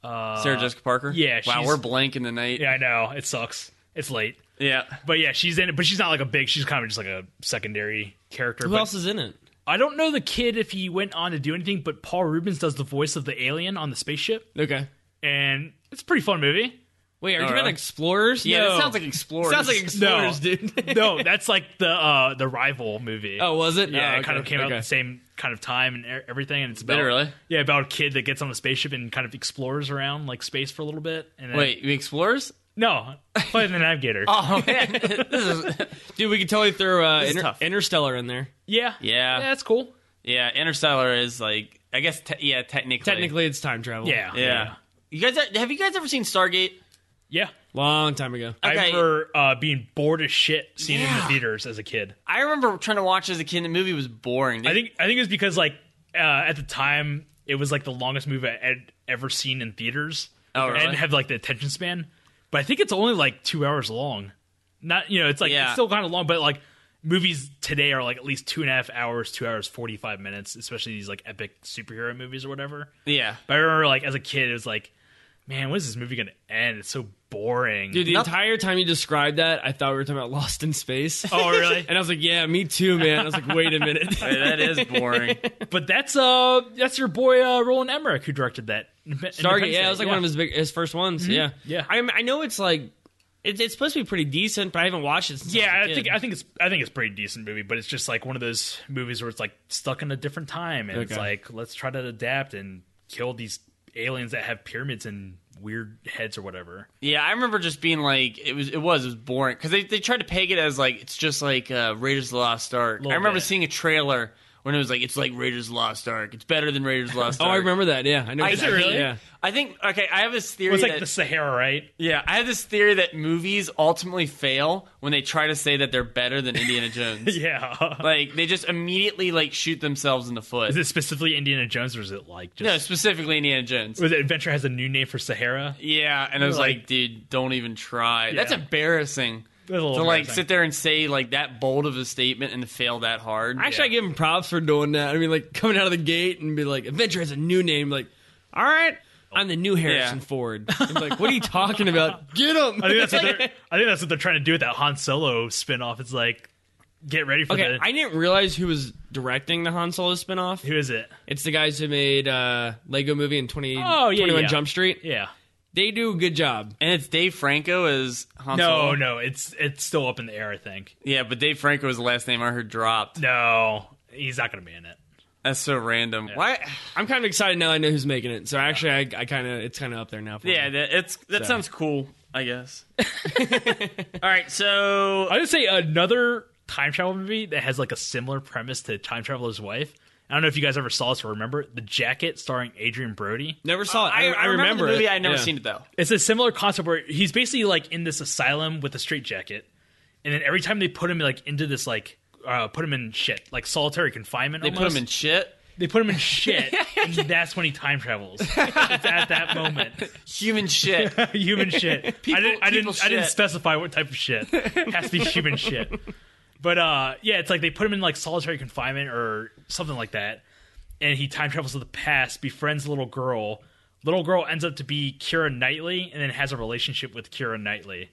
Speaker 2: Sarah Jessica Parker.
Speaker 3: yeah,
Speaker 2: Wow,
Speaker 3: she's-
Speaker 2: we're blank in the night.
Speaker 3: Yeah, I know it sucks. It's late,
Speaker 2: Yeah.
Speaker 3: but yeah, she's in it. But she's not like a big. She's kind of just like a secondary character.
Speaker 1: Who
Speaker 3: but
Speaker 1: else is in it?
Speaker 3: I don't know the kid if he went on to do anything, but Paul Rubens does the voice of the alien on the spaceship,
Speaker 1: Okay.
Speaker 3: and it's a pretty fun movie.
Speaker 1: Wait, are you
Speaker 2: All
Speaker 1: talking about
Speaker 2: right.
Speaker 1: explorers?
Speaker 2: Yeah,
Speaker 1: No. Oh.
Speaker 2: that sounds like Explorers.
Speaker 1: Sounds like
Speaker 3: No,
Speaker 1: Explorers, dude.
Speaker 3: no, that's like the uh, the rival movie.
Speaker 1: Oh, was it?
Speaker 3: yeah,
Speaker 1: Oh,
Speaker 3: it kind of
Speaker 1: okay,
Speaker 3: came out
Speaker 1: okay.
Speaker 3: at the same kind of time and e- everything. And it's about
Speaker 2: Literally?
Speaker 3: yeah, about a kid that gets on a spaceship and kind of explores around like space for a little bit. And then,
Speaker 2: Wait, we Explorers?
Speaker 3: no, play the Navigator.
Speaker 2: Oh man, this is
Speaker 1: Dude, we could totally throw uh,
Speaker 2: is
Speaker 1: Inter-
Speaker 2: tough.
Speaker 1: Interstellar in there.
Speaker 3: yeah,
Speaker 2: Yeah.
Speaker 3: that's cool.
Speaker 2: yeah. Interstellar is like I guess te- yeah technically
Speaker 1: Technically, it's time travel.
Speaker 3: Yeah,
Speaker 2: yeah. You guys have you guys ever seen Stargate?
Speaker 3: yeah.
Speaker 1: Long time ago.
Speaker 3: I
Speaker 2: Okay.
Speaker 3: remember uh, being bored as shit seeing it in
Speaker 2: Yeah.
Speaker 3: the theaters as a kid.
Speaker 2: I remember trying to watch it as a kid. and The movie was boring.
Speaker 3: I think I think it was because like uh, at the time it was like the longest movie I had ever seen in theaters.
Speaker 2: Oh, really?
Speaker 3: And have like the attention span, but I think it's only like two hours long. Not you know it's like
Speaker 2: Yeah.
Speaker 3: it's still kind of long, but like movies today are like at least two and a half hours, two hours forty five minutes, especially these like epic superhero movies or whatever.
Speaker 2: yeah.
Speaker 3: But I remember like as a kid it was like, man, when is this movie gonna end? It's so boring.
Speaker 1: Dude, the
Speaker 2: Noth-
Speaker 1: entire time you described that, I thought we were talking about Lost in Space.
Speaker 3: oh really?
Speaker 1: And I was like, yeah, me too, man. I was like, wait a minute.
Speaker 2: Hey, that is boring.
Speaker 3: but that's uh that's your boy uh, Roland Emmerich who directed that.
Speaker 1: Stargate, yeah, it was like one of his big, his first ones. Yeah,
Speaker 3: Yeah.
Speaker 1: I, I know it's like it, it's supposed to be pretty decent, but I haven't watched it. Since
Speaker 3: Yeah,
Speaker 1: I,
Speaker 3: I
Speaker 1: was a
Speaker 3: think
Speaker 1: kid.
Speaker 3: I think it's I think it's a pretty decent movie, but it's just like one of those movies where it's like stuck in a different time, and it's
Speaker 1: Okay.
Speaker 3: like let's try to adapt and kill these aliens that have pyramids and weird heads or whatever.
Speaker 2: Yeah, I remember just being like, it was, it was, it was boring because they, they tried to peg it as like it's just like uh, Raiders of the Lost Ark. I
Speaker 3: Little
Speaker 2: remember
Speaker 3: bit.
Speaker 2: seeing a trailer when it was like it's like Raiders of the Lost Ark. It's better than Raiders of the Lost
Speaker 1: Oh,
Speaker 2: Ark.
Speaker 1: I remember that. Yeah, I know.
Speaker 2: I,
Speaker 3: Is it
Speaker 1: exactly-
Speaker 3: really?
Speaker 1: Yeah.
Speaker 2: I think okay. I have this theory.
Speaker 3: It's like
Speaker 2: that-
Speaker 3: the Sahara, right?
Speaker 2: yeah, I have this theory that movies ultimately fail when they try to say that they're better than Indiana Jones.
Speaker 3: Yeah.
Speaker 2: Like they just immediately like shoot themselves in the foot.
Speaker 3: is it specifically Indiana Jones or is it like
Speaker 2: no,
Speaker 3: just?
Speaker 2: specifically Indiana Jones.
Speaker 3: was it Adventure has a new name for Sahara?
Speaker 2: Yeah, and I was
Speaker 3: like-
Speaker 2: like, dude, don't even try. That's
Speaker 3: Yeah.
Speaker 2: embarrassing.
Speaker 3: That's a little
Speaker 2: to like
Speaker 3: embarrassing.
Speaker 2: sit there and say like that bold of a statement and to fail that hard.
Speaker 1: Actually, I give him props for doing that. I mean, like coming out of the gate and be like, "Adventure has a new name." Like, all right, I'm the new Harrison
Speaker 2: Yeah.
Speaker 1: Ford. I'm like, what are you talking about? Get him.
Speaker 3: I think that's what they're, I think that's what they're trying to do with that Han Solo spinoff. It's like get ready for
Speaker 1: okay.
Speaker 3: the
Speaker 1: I didn't realize who was directing the Han Solo spinoff.
Speaker 3: who is it?
Speaker 1: It's the guys who made uh, Lego Movie and 20,
Speaker 3: Oh, yeah,
Speaker 1: 21
Speaker 3: yeah.
Speaker 1: Jump Street.
Speaker 3: Yeah.
Speaker 1: They do a good job.
Speaker 2: and it's Dave Franco as Han
Speaker 3: No,
Speaker 2: Solo.
Speaker 3: no, it's it's still up in the air. I think.
Speaker 2: Yeah, but Dave Franco was the last name I heard dropped.
Speaker 3: No, he's not going to be in it.
Speaker 2: That's so random. Why?
Speaker 1: I'm kind of excited now. I know who's making it. So actually, I, I kind of it's kind of up there now. For
Speaker 2: Yeah,
Speaker 1: me.
Speaker 2: that, it's that
Speaker 1: So.
Speaker 2: sounds cool. I guess. All right, so
Speaker 3: I would say another time travel movie that has like a similar premise to Time Traveler's Wife. I don't know if you guys ever saw this or remember The Jacket starring Adrian Brody.
Speaker 1: never saw it. I, I
Speaker 2: Oh, the
Speaker 1: remember
Speaker 2: movie.
Speaker 1: it.
Speaker 2: I never
Speaker 1: Yeah.
Speaker 2: seen it though.
Speaker 3: It's a similar concept where he's basically like in this asylum with a straitjacket, and then every time they put him like into this like uh, put him in shit like solitary confinement.
Speaker 2: They put
Speaker 3: almost.
Speaker 2: him in shit.
Speaker 3: They put him in shit, and that's when he time travels. It's at that moment,
Speaker 2: Human shit.
Speaker 3: human shit. I
Speaker 2: People-
Speaker 3: didn't, I
Speaker 2: people
Speaker 3: didn't, I didn't
Speaker 2: shit.
Speaker 3: specify what type of shit. It has to be human shit. But uh, yeah, it's like they put him in like solitary confinement or something like that, and he time travels to the past, befriends a little girl. Little girl ends up to be Kira Knightley, and then has a relationship with Kira Knightley.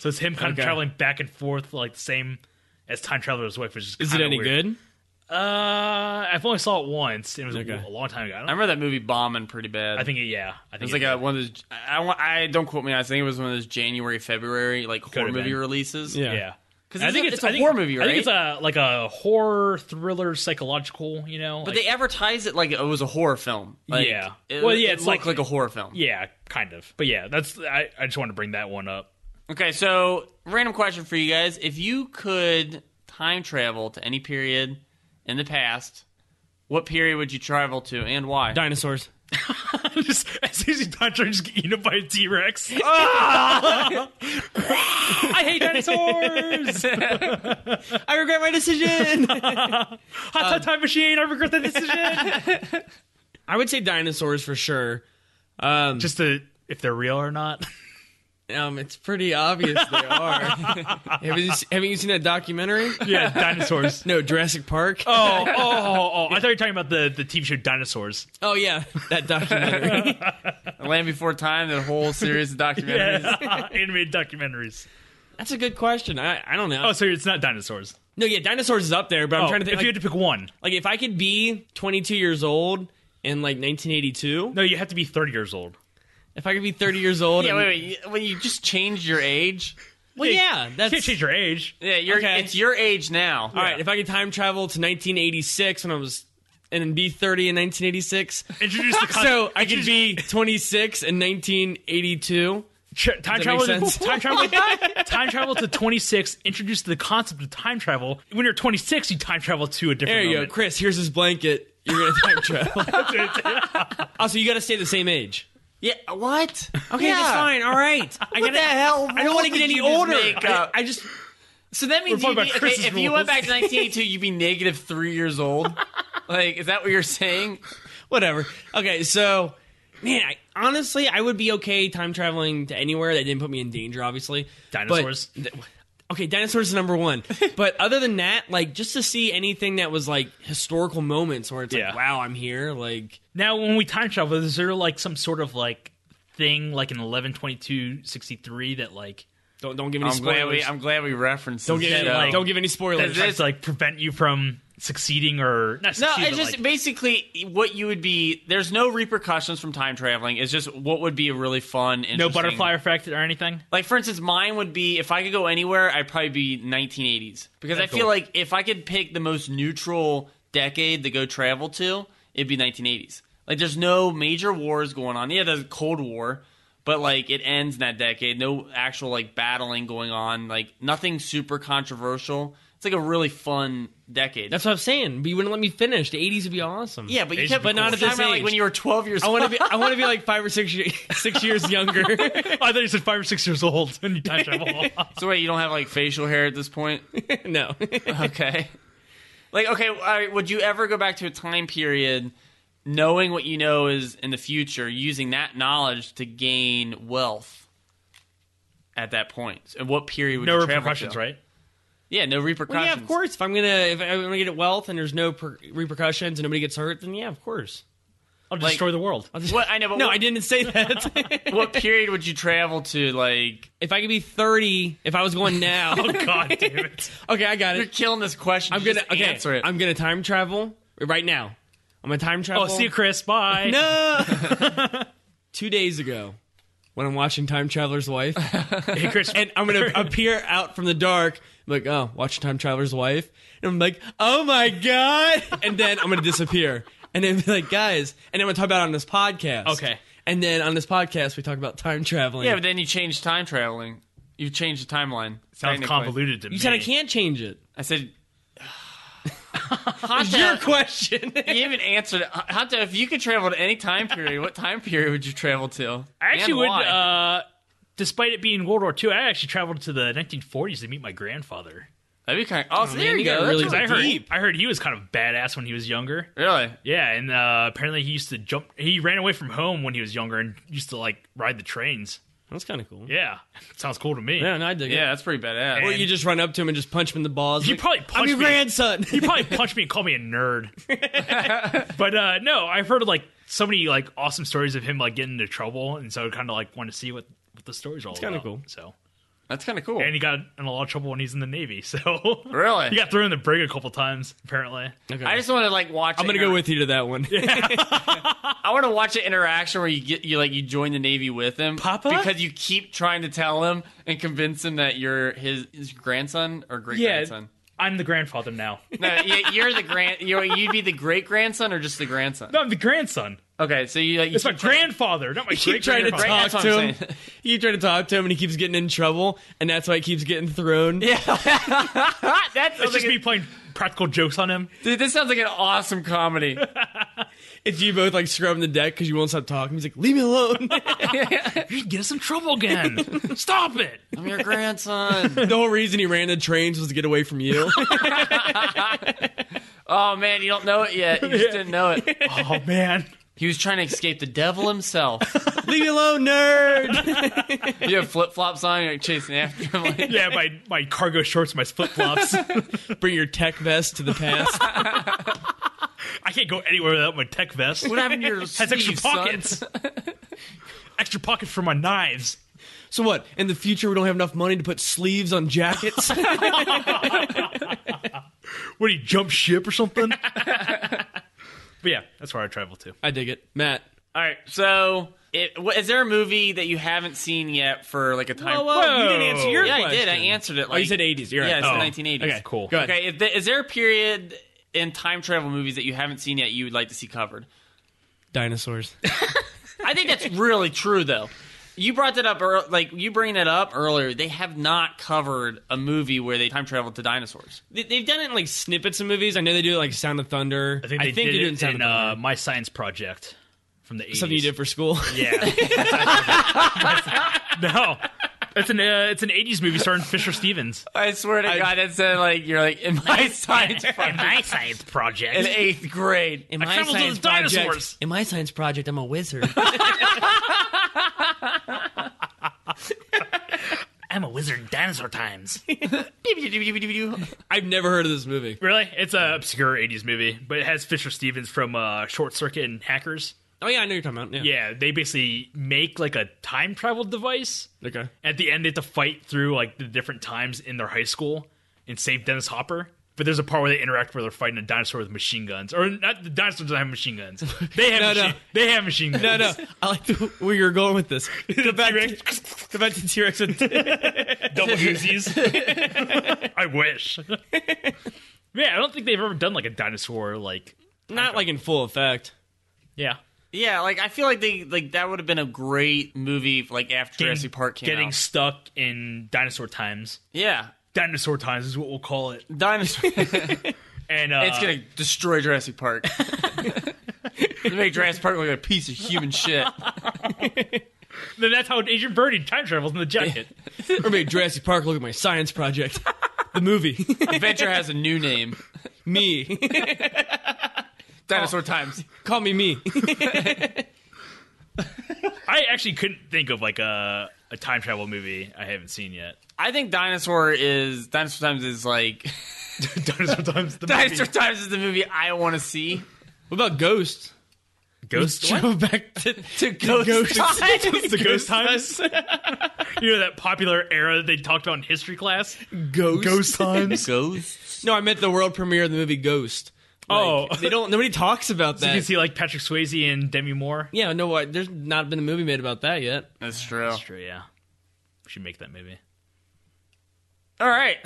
Speaker 3: So it's him kind
Speaker 1: Okay.
Speaker 3: of traveling back and forth, like the same as Time Traveler's Wife, which is
Speaker 1: Is it
Speaker 3: kinda
Speaker 1: any
Speaker 3: weird.
Speaker 1: good?
Speaker 3: Uh, I've only saw it once. and It was
Speaker 1: Okay.
Speaker 3: a long time ago. I, don't-
Speaker 2: I remember that movie bombing pretty bad.
Speaker 3: I think it, yeah. I
Speaker 2: it
Speaker 3: think
Speaker 2: was like a, one of those. I, I, want- I don't quote me. I think it was one of those January, February like horror
Speaker 3: have
Speaker 2: movie
Speaker 3: been.
Speaker 2: releases.
Speaker 1: Yeah.
Speaker 3: yeah.
Speaker 2: because
Speaker 3: I think it's,
Speaker 2: a
Speaker 3: I think,
Speaker 2: horror movie, right?
Speaker 3: I think it's a like a horror thriller psychological. You know,
Speaker 2: but
Speaker 3: like-
Speaker 2: they advertised it like it was a horror film. Like,
Speaker 3: Yeah.
Speaker 2: It,
Speaker 3: Well, yeah,
Speaker 2: it
Speaker 3: it's
Speaker 2: looked
Speaker 3: like-
Speaker 2: like a horror film.
Speaker 3: yeah, kind of. But yeah, that's I. I just wanted to bring that one up.
Speaker 2: Okay, so random question for you guys: If you could time travel to any period in the past, what period would you travel to, and why?
Speaker 1: Dinosaurs.
Speaker 3: just as soon as you touch, her, just get eaten by a T Rex. I hate dinosaurs.
Speaker 1: I regret my decision.
Speaker 3: Hot tub time machine. I regret that decision.
Speaker 1: I would say dinosaurs for sure. Um,
Speaker 3: just to if they're real or not.
Speaker 1: um, it's pretty obvious they are. have you, haven't you seen that documentary?
Speaker 3: yeah, dinosaurs.
Speaker 1: No, Jurassic Park.
Speaker 3: Oh, oh, oh, oh! I thought you were talking about the the TV show Dinosaurs.
Speaker 1: Oh, yeah, that documentary.
Speaker 2: Land Before Time, that whole series of documentaries.
Speaker 3: Yeah, animated documentaries.
Speaker 1: That's a good question. I, I don't know.
Speaker 3: Oh, so it's not dinosaurs.
Speaker 1: no, yeah, dinosaurs is up there, but I'm
Speaker 3: Oh,
Speaker 1: trying to think.
Speaker 3: if
Speaker 1: like,
Speaker 3: you had to pick one,
Speaker 1: Like if I could be 22 years old in like 1982,
Speaker 3: no, you have to be thirty years old.
Speaker 1: if I could be 30 years old,
Speaker 2: Yeah,
Speaker 1: and-
Speaker 2: wait, wait. you- When you just changed your age,
Speaker 1: well, yeah,
Speaker 3: You can't
Speaker 1: that's
Speaker 3: change your age.
Speaker 2: yeah, you're
Speaker 1: Okay.
Speaker 2: it's your age now.
Speaker 1: all right. If I could time travel to 1986 when I was and then be 30 in 1986,
Speaker 3: Introduce the con-
Speaker 1: so I could be 26 in 1982.
Speaker 3: Ch- time
Speaker 1: that make
Speaker 3: travel.
Speaker 1: sense?
Speaker 3: Time travel. time travel to twenty six. Introduce the concept of time travel. When you're twenty six, you time travel to a different.
Speaker 1: There you go,
Speaker 3: moment.
Speaker 1: Chris. Here's his blanket. You're gonna time travel. also, you got to stay the same age.
Speaker 2: Yeah, what?
Speaker 1: Okay,
Speaker 2: yeah.
Speaker 1: that's fine. All right. I
Speaker 2: What the hell?
Speaker 1: I don't want to get any older. I,
Speaker 2: I,
Speaker 1: I just
Speaker 2: so that means
Speaker 3: We're
Speaker 2: you'd
Speaker 3: talking
Speaker 2: be,
Speaker 3: about
Speaker 2: okay,
Speaker 3: Chris's
Speaker 2: if you went
Speaker 3: rules.
Speaker 2: back to 1982, you'd be negative three years old. like, is that what you're saying?
Speaker 1: whatever. Okay, so man, I, honestly, I would be okay time traveling to anywhere that didn't put me in danger. Obviously, But-
Speaker 3: Dinosaurs.
Speaker 1: th- okay, dinosaurs is number one. but other than that, like just to see anything that was like historical moments where it's
Speaker 3: Yeah.
Speaker 1: like, wow, I'm here. Like
Speaker 3: Now, when we time travel, is there like some sort of like thing like in eleven twenty two sixty three that like
Speaker 1: don't don't give any
Speaker 2: I'm glad
Speaker 1: spoilers.
Speaker 2: we I'm glad we referenced.
Speaker 1: don't
Speaker 2: this
Speaker 1: give any,
Speaker 2: show.
Speaker 1: don't give any spoilers.
Speaker 3: tries to like prevent you from succeeding or not
Speaker 2: No,
Speaker 3: succeed,
Speaker 2: it's
Speaker 3: but,
Speaker 2: just
Speaker 3: like-
Speaker 2: basically what you would be. There's no repercussions from time traveling. It's just what would be a really fun.
Speaker 3: no
Speaker 2: interesting-
Speaker 3: butterfly effect or anything.
Speaker 2: Like for instance, mine would be if I could go anywhere, I'd probably be 1980s because I
Speaker 3: That's
Speaker 2: feel
Speaker 3: cool.
Speaker 2: like if I could pick the most neutral decade to go travel to, it'd be 1980s. Like there's no major wars going on. Yeah, there's Cold War, but like it ends in that decade. No actual like battling going on. Like nothing super controversial. It's like a really fun decade.
Speaker 1: That's what I'm saying. But you wouldn't let me finish. The 80s would be awesome.
Speaker 2: yeah, but you
Speaker 3: It's
Speaker 2: kept
Speaker 3: but not
Speaker 1: at this
Speaker 2: talking about, like
Speaker 1: age.
Speaker 2: when you were 12 years.
Speaker 1: I want to be. I want to be like five or six ye- six years younger.
Speaker 3: I thought you said five or six years old when you time travel.
Speaker 2: So wait, you don't have like facial hair at this point?
Speaker 1: no.
Speaker 2: Okay. Like, okay, all right, would you ever go back to a time period knowing what you know is in the future, using that knowledge to gain wealth at that point? And what period would
Speaker 3: no
Speaker 2: you travel
Speaker 3: repercussions,
Speaker 2: to?
Speaker 3: right?
Speaker 2: Yeah, no repercussions.
Speaker 1: Well, yeah, of course. If I'm gonna if I'm gonna get wealth and there's no per- repercussions and nobody gets hurt, then yeah, of course.
Speaker 3: I'll
Speaker 2: Like- Oh,
Speaker 3: destroy the world.
Speaker 2: What, I know, but
Speaker 1: No,
Speaker 2: what,
Speaker 1: I didn't say that.
Speaker 2: what period would you travel to? Like,
Speaker 1: if I could be 30, if I was going now,
Speaker 3: Oh God damn it!
Speaker 1: okay, I got
Speaker 2: you're
Speaker 1: it.
Speaker 2: killing this question.
Speaker 1: I'm
Speaker 2: Just
Speaker 1: gonna okay.
Speaker 2: answer it.
Speaker 1: I'm gonna time travel right now. I'm gonna time travel.
Speaker 3: Oh, see you, Chris. Bye.
Speaker 1: No. Two days ago, when I'm watching Time Traveler's Wife,
Speaker 3: Hey, Chris.
Speaker 1: and I'm gonna appear out from the dark. like, oh, watch Time Traveler's Wife, and I'm like, oh my god, and then I'm gonna disappear, and then be like, guys, and then we talk about it on this podcast.
Speaker 3: Okay.
Speaker 1: And then on this podcast, we talk about time traveling.
Speaker 2: Yeah, but then you change time traveling. You've changed the timeline.
Speaker 3: Sounds
Speaker 2: technically.
Speaker 3: convoluted to me.
Speaker 1: you said I can't change it.
Speaker 2: I said. Hanta,
Speaker 1: Your question.
Speaker 2: you even answered it. Hanta, if you could travel to any time period, what time period would you travel to?
Speaker 3: I actually
Speaker 2: And
Speaker 3: would.
Speaker 2: why?
Speaker 3: Uh, despite it being World War II, I actually traveled to the 1940s to meet my grandfather.
Speaker 2: That'd be kind of. Oh, so there
Speaker 1: man,
Speaker 2: you
Speaker 1: you
Speaker 2: go.
Speaker 1: got
Speaker 2: That's
Speaker 1: really
Speaker 2: what
Speaker 3: I heard.
Speaker 1: Deep.
Speaker 3: I heard he was kind of badass when he was younger.
Speaker 2: Really?
Speaker 3: Yeah, and uh, apparently he used to jump. He ran away from home when he was younger and used to like ride the trains.
Speaker 1: That's kind of cool. Yeah.
Speaker 3: Yeah, sounds cool to me.
Speaker 1: no, I dig
Speaker 2: Yeah,
Speaker 1: it.
Speaker 2: that's pretty badass.
Speaker 1: Or
Speaker 3: And-
Speaker 1: you just run up to him and just punch him in the balls.
Speaker 3: He
Speaker 1: like,
Speaker 3: probably
Speaker 1: I'm
Speaker 3: punched
Speaker 1: your
Speaker 3: me.
Speaker 1: grandson.
Speaker 3: He probably punched me and called me a nerd. but uh, no, I've heard like so many like awesome stories of him like getting into trouble, and so I kind of like want to see what what the stories all. It's
Speaker 1: kinda cool.
Speaker 3: So
Speaker 2: that's kind of cool.
Speaker 3: and he got in a lot of trouble when he's in the navy. So
Speaker 2: Really?
Speaker 3: he got thrown in the brig a couple times apparently.
Speaker 1: Okay.
Speaker 2: I just want to like watch.
Speaker 1: I'm gonna go with you to that one.
Speaker 2: I want to watch an interaction where you get you like you join the navy with him,
Speaker 1: Papa?
Speaker 2: because you keep trying to tell him and convince him that you're his, his grandson or great grandson.
Speaker 3: I'm the grandfather now.
Speaker 2: No, you- you're the grand. You're, you'd be the great grandson or just the grandson.
Speaker 3: no, I'm the grandson.
Speaker 2: Okay, so you like you
Speaker 3: It's my grandfather, not my
Speaker 1: You keep
Speaker 3: great
Speaker 1: trying to
Speaker 3: grandfather.
Speaker 1: talk
Speaker 2: Right, that's what
Speaker 1: to
Speaker 2: I'm
Speaker 1: him. You keep trying to talk to him, and he keeps getting in trouble, and that's why he keeps getting thrown. Yeah,
Speaker 2: that sounds
Speaker 3: It's
Speaker 2: like
Speaker 3: just me playing practical jokes on him.
Speaker 2: a- dude, this sounds like an awesome comedy.
Speaker 1: it's you both like scrubbing the deck because you won't stop talking. He's like, "Leave me alone."
Speaker 3: You get us in trouble again. Stop it.
Speaker 2: I'm your grandson.
Speaker 1: the whole reason he ran the trains was to get away from you.
Speaker 2: Oh man, you don't know it yet. You just didn't know it.
Speaker 3: Oh man.
Speaker 2: He was trying to escape the devil himself.
Speaker 1: Leave me alone, nerd.
Speaker 2: You have flip flops on. You're like, chasing after him. Like,
Speaker 3: Yeah, my, my cargo shorts, my flip flops.
Speaker 1: Bring your tech vest to the past.
Speaker 3: I can't go anywhere without my tech vest.
Speaker 2: what happened to your
Speaker 3: Has extra
Speaker 2: sleeve, son?"
Speaker 3: pockets. extra pocket for my knives.
Speaker 1: so what? In the future, we don't have enough money to put sleeves on jackets.
Speaker 3: What do you jump ship or something? but yeah, that's where I travel to.
Speaker 1: I dig it, Matt.
Speaker 2: All right, so it, wh- is there a movie that you haven't seen yet for like a time?
Speaker 3: Oh, you didn't answer your
Speaker 2: yeah, I did. I answered it. Like,
Speaker 1: Oh, you said 80s. You're right.
Speaker 2: Yeah, it's
Speaker 1: Oh,
Speaker 2: the 1980s.
Speaker 1: Okay,
Speaker 3: Cool.
Speaker 1: Go ahead.
Speaker 2: Okay, if the, is there a period in time travel movies that you haven't seen yet you would like to see covered?
Speaker 1: Dinosaurs.
Speaker 2: I think that's really true, though. You brought that up, ear- like you bringing that up earlier. They have not covered a movie where they time traveled to dinosaurs.
Speaker 1: They- They've done it in like snippets of movies. I know they do it like Sound of Thunder.
Speaker 3: I think they did,
Speaker 1: do it in
Speaker 3: it
Speaker 1: Sound
Speaker 3: in
Speaker 1: of Thunder.
Speaker 3: uh, my science project from the 80s.
Speaker 1: Something you did for school.
Speaker 3: Yeah. no. It's an uh, it's an 80s movie starring Fisher Stevens.
Speaker 2: I swear to God, it said like you're like in my science project
Speaker 3: my science project.
Speaker 2: in eighth grade.
Speaker 1: In
Speaker 3: I traveled to the dinosaurs.
Speaker 1: in my science project, I'm a wizard.
Speaker 3: I'm a wizard in dinosaur times.
Speaker 1: I've never heard of this movie.
Speaker 3: really? It's a obscure 80s movie, but it has Fisher Stevens from uh, Short Circuit and Hackers.
Speaker 1: Oh yeah, I know you're talking about. Yeah.
Speaker 3: Yeah, they basically make like a time travel device.
Speaker 1: Okay.
Speaker 3: At the end, they have to fight through like the different times in their high school and save Dennis Hopper. But there's a part where they interact where they're fighting a dinosaur with machine guns, or not the dinosaur doesn't have machine guns. They have
Speaker 1: No, no.
Speaker 3: machine, they have machine guns.
Speaker 1: No, no. I like the, where you're going with this. Go back to, go back to T-Rex. and-
Speaker 3: double Uzis. I wish. yeah, I don't think they've ever done like a dinosaur like
Speaker 1: Not like in full effect.
Speaker 3: yeah
Speaker 2: Yeah, like I feel like they like that would have been a great movie like after Jurassic Park came
Speaker 3: getting
Speaker 2: out.
Speaker 3: stuck in dinosaur times.
Speaker 2: yeah,
Speaker 3: Dinosaur times is what we'll call it.
Speaker 2: dinosaur.
Speaker 3: And uh,
Speaker 2: it's gonna destroy Jurassic Park. They make Jurassic Park look like a piece of human shit.
Speaker 3: then that's how Agent Birdie time travels in the jacket.
Speaker 1: Or maybe Jurassic Park. Look at my science project. The movie.
Speaker 2: Adventure has a new name.
Speaker 1: me.
Speaker 2: Dinosaur Times.
Speaker 1: Call me me.
Speaker 3: I actually couldn't think of like a a time travel movie I haven't seen yet.
Speaker 2: I think Dinosaur is Dinosaur Times is like
Speaker 3: dinosaur times the
Speaker 2: Dinosaur Times is the movie I want to see.
Speaker 1: What about Ghost?
Speaker 3: ghost.
Speaker 1: Go back to, to
Speaker 2: Ghost Times.
Speaker 3: It's the ghost times. you know that popular era that they talked about in history class.
Speaker 1: Ghost.
Speaker 3: times.
Speaker 2: Ghost.
Speaker 1: No, I meant the world premiere of the movie Ghost.
Speaker 3: Oh,
Speaker 1: They don't. Nobody talks about that.
Speaker 3: You can see like Patrick Swayze and Demi Moore.
Speaker 1: yeah, no. I- There's not been a movie
Speaker 2: Oh
Speaker 1: made about that yet.
Speaker 2: That's true.
Speaker 3: That's true. Yeah, we should make that movie.
Speaker 2: All right.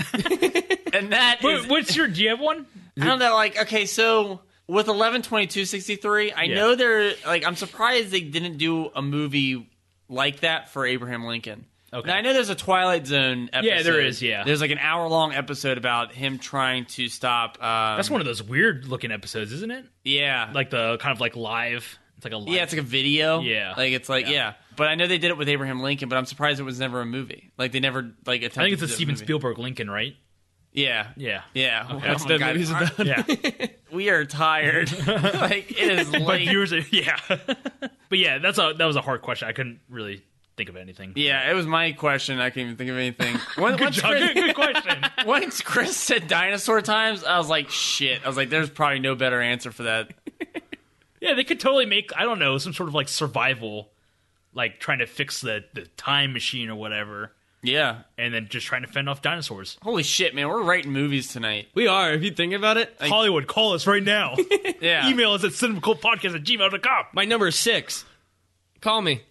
Speaker 2: and that is-
Speaker 3: Wait, what's your? Do you have one?
Speaker 2: I don't know. Like, okay, so with eleven twenty two sixty three, I
Speaker 3: Yeah.
Speaker 2: know they're like. I'm surprised they didn't do a movie like that for Abraham Lincoln.
Speaker 3: Okay.
Speaker 2: Now I know there's a Twilight Zone episode.
Speaker 3: Yeah, there is, yeah.
Speaker 2: there's like an hour long episode about him trying to stop. Um,
Speaker 3: That's one of those weird looking episodes, isn't it?
Speaker 2: Yeah.
Speaker 3: Like the kind of like live. It's like a live.
Speaker 2: yeah, it's like a video.
Speaker 3: Yeah.
Speaker 2: like it's like yeah. But I know they did it with Abraham Lincoln, but I'm surprised it was never a movie. Like they never like attempted.
Speaker 3: I think it's
Speaker 2: to
Speaker 3: a
Speaker 2: do
Speaker 3: Steven
Speaker 2: movie.
Speaker 3: Spielberg Lincoln, right?
Speaker 2: Yeah,
Speaker 3: Yeah.
Speaker 2: yeah. Oh
Speaker 1: That's
Speaker 2: my
Speaker 1: that
Speaker 2: God.
Speaker 1: movie's
Speaker 2: Our-
Speaker 1: about.
Speaker 3: Yeah.
Speaker 2: We are tired. like it is
Speaker 3: but
Speaker 2: late.
Speaker 3: viewers, are- yeah. but yeah, that's a that was a hard question. I couldn't really think of anything.
Speaker 2: Yeah, it was my question. I can't even think of anything. Once,
Speaker 3: Good
Speaker 2: once,
Speaker 3: job. Good,
Speaker 2: Chris,
Speaker 3: good question.
Speaker 2: once Chris said dinosaur times, I was like, shit. I was like, there's probably no better answer for that.
Speaker 3: Yeah, they could totally make I don't know some sort of like survival, like trying to fix the the time machine or whatever,
Speaker 2: Yeah.
Speaker 3: and then just trying to fend off dinosaurs.
Speaker 2: Holy shit, man. We're writing movies tonight.
Speaker 1: We are. If you think about it,
Speaker 3: Hollywood, call us right now.
Speaker 2: Yeah.
Speaker 3: Email us at cinemaclubpodcast at gmail.com.
Speaker 1: my number is six. Call me.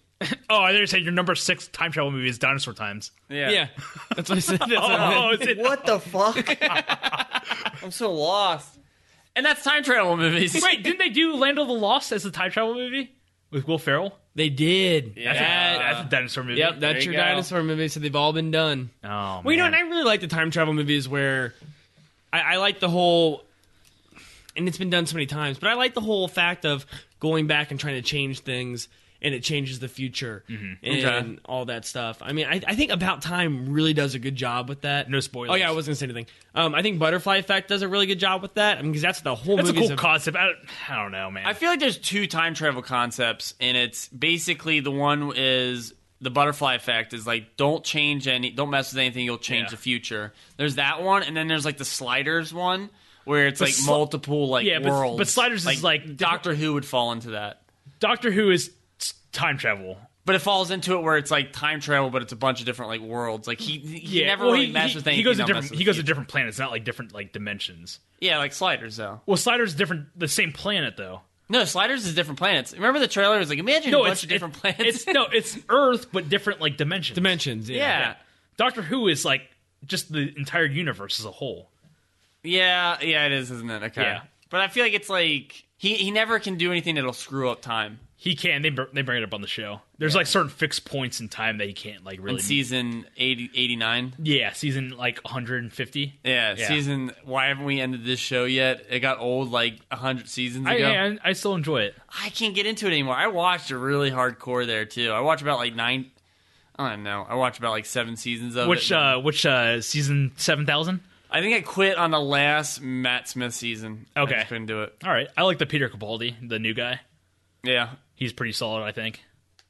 Speaker 3: Oh, I already said your number six time travel movie is Dinosaur Times.
Speaker 2: Yeah.
Speaker 1: Yeah, that's what I said. That's what
Speaker 3: Oh,
Speaker 1: I meant.
Speaker 3: is it?
Speaker 2: What the fuck? I'm so lost. And that's time travel movies.
Speaker 3: Wait, didn't they do Land of the Lost as the time travel movie with Will Ferrell?
Speaker 1: They did.
Speaker 2: Yeah.
Speaker 1: That-
Speaker 3: That's a dinosaur movie.
Speaker 1: Yep,
Speaker 2: There
Speaker 1: that's
Speaker 2: you
Speaker 1: your
Speaker 2: go.
Speaker 1: dinosaur movie. So they've all been done.
Speaker 3: Oh,
Speaker 1: Well, you know, and
Speaker 3: man.
Speaker 1: I really like the time travel movies where I, I like the whole, and it's been done so many times, but I like the whole fact of going back and trying to change things and it changes the future and
Speaker 2: Okay.
Speaker 1: all that stuff. I mean, I, I think About Time really does a good job with that.
Speaker 3: No spoilers.
Speaker 1: Oh, yeah, I wasn't going to say anything. Um, I think Butterfly Effect does a really good job with that. I mean, because that's the whole
Speaker 3: That's a
Speaker 1: movie's
Speaker 3: cool
Speaker 1: ab-
Speaker 3: concept. I don't, I don't know, man.
Speaker 2: I feel like there's two time travel concepts, and it's basically the one is the butterfly effect is like don't change any, don't mess with anything, you'll change the
Speaker 3: Yeah.
Speaker 2: future. There's that one, and then there's like the sliders one where it's like
Speaker 3: sli-
Speaker 2: multiple like
Speaker 3: Yeah, but-
Speaker 2: worlds.
Speaker 3: but Sliders is, like,
Speaker 2: Doctor Who would fall into that,
Speaker 3: Doctor Who is s- time travel.
Speaker 2: but it falls into it where it's like time travel, but it's a bunch of different like worlds. Like he he
Speaker 3: Yeah,
Speaker 2: never
Speaker 3: well,
Speaker 2: really messes with anything.
Speaker 3: He goes to
Speaker 2: that
Speaker 3: different.
Speaker 2: messes with
Speaker 3: He goes
Speaker 2: the
Speaker 3: to different planets, not like different like dimensions.
Speaker 2: future. yeah, like sliders though.
Speaker 3: Well, Sliders is different, the same planet though.
Speaker 2: No, sliders is different planets. Remember the trailer was like imagine a bunch of different
Speaker 3: it-
Speaker 2: planets.
Speaker 3: It's no, it's Earth, but different like dimensions.
Speaker 1: dimensions. Yeah.
Speaker 2: yeah.
Speaker 3: Doctor Who is like just the entire universe as a whole.
Speaker 2: Yeah, yeah, it is, isn't it? Okay.
Speaker 3: Yeah.
Speaker 2: But I feel like it's like he he never can do anything that'll screw up time.
Speaker 3: He can. They br- they bring it up on the show. There's like certain fixed points in time that he can't like really.
Speaker 2: In season 80, 89.
Speaker 3: yeah, season like 150.
Speaker 2: Yeah,
Speaker 3: Yeah.
Speaker 2: season why haven't we ended this show yet? It got old like 100 seasons
Speaker 3: I,
Speaker 2: ago.
Speaker 3: I I still enjoy it.
Speaker 2: I can't get into it anymore. I watched a really hardcore there too. I watched about like 9 I don't know. I watched about like 7 seasons of
Speaker 3: Which
Speaker 2: it.
Speaker 3: uh which uh season 7000?
Speaker 2: I think I quit on the last Matt Smith season. I
Speaker 3: Okay.
Speaker 2: just couldn't do it.
Speaker 3: All right. I like the Peter Capaldi, the new guy.
Speaker 2: Yeah.
Speaker 3: He's pretty solid, I think.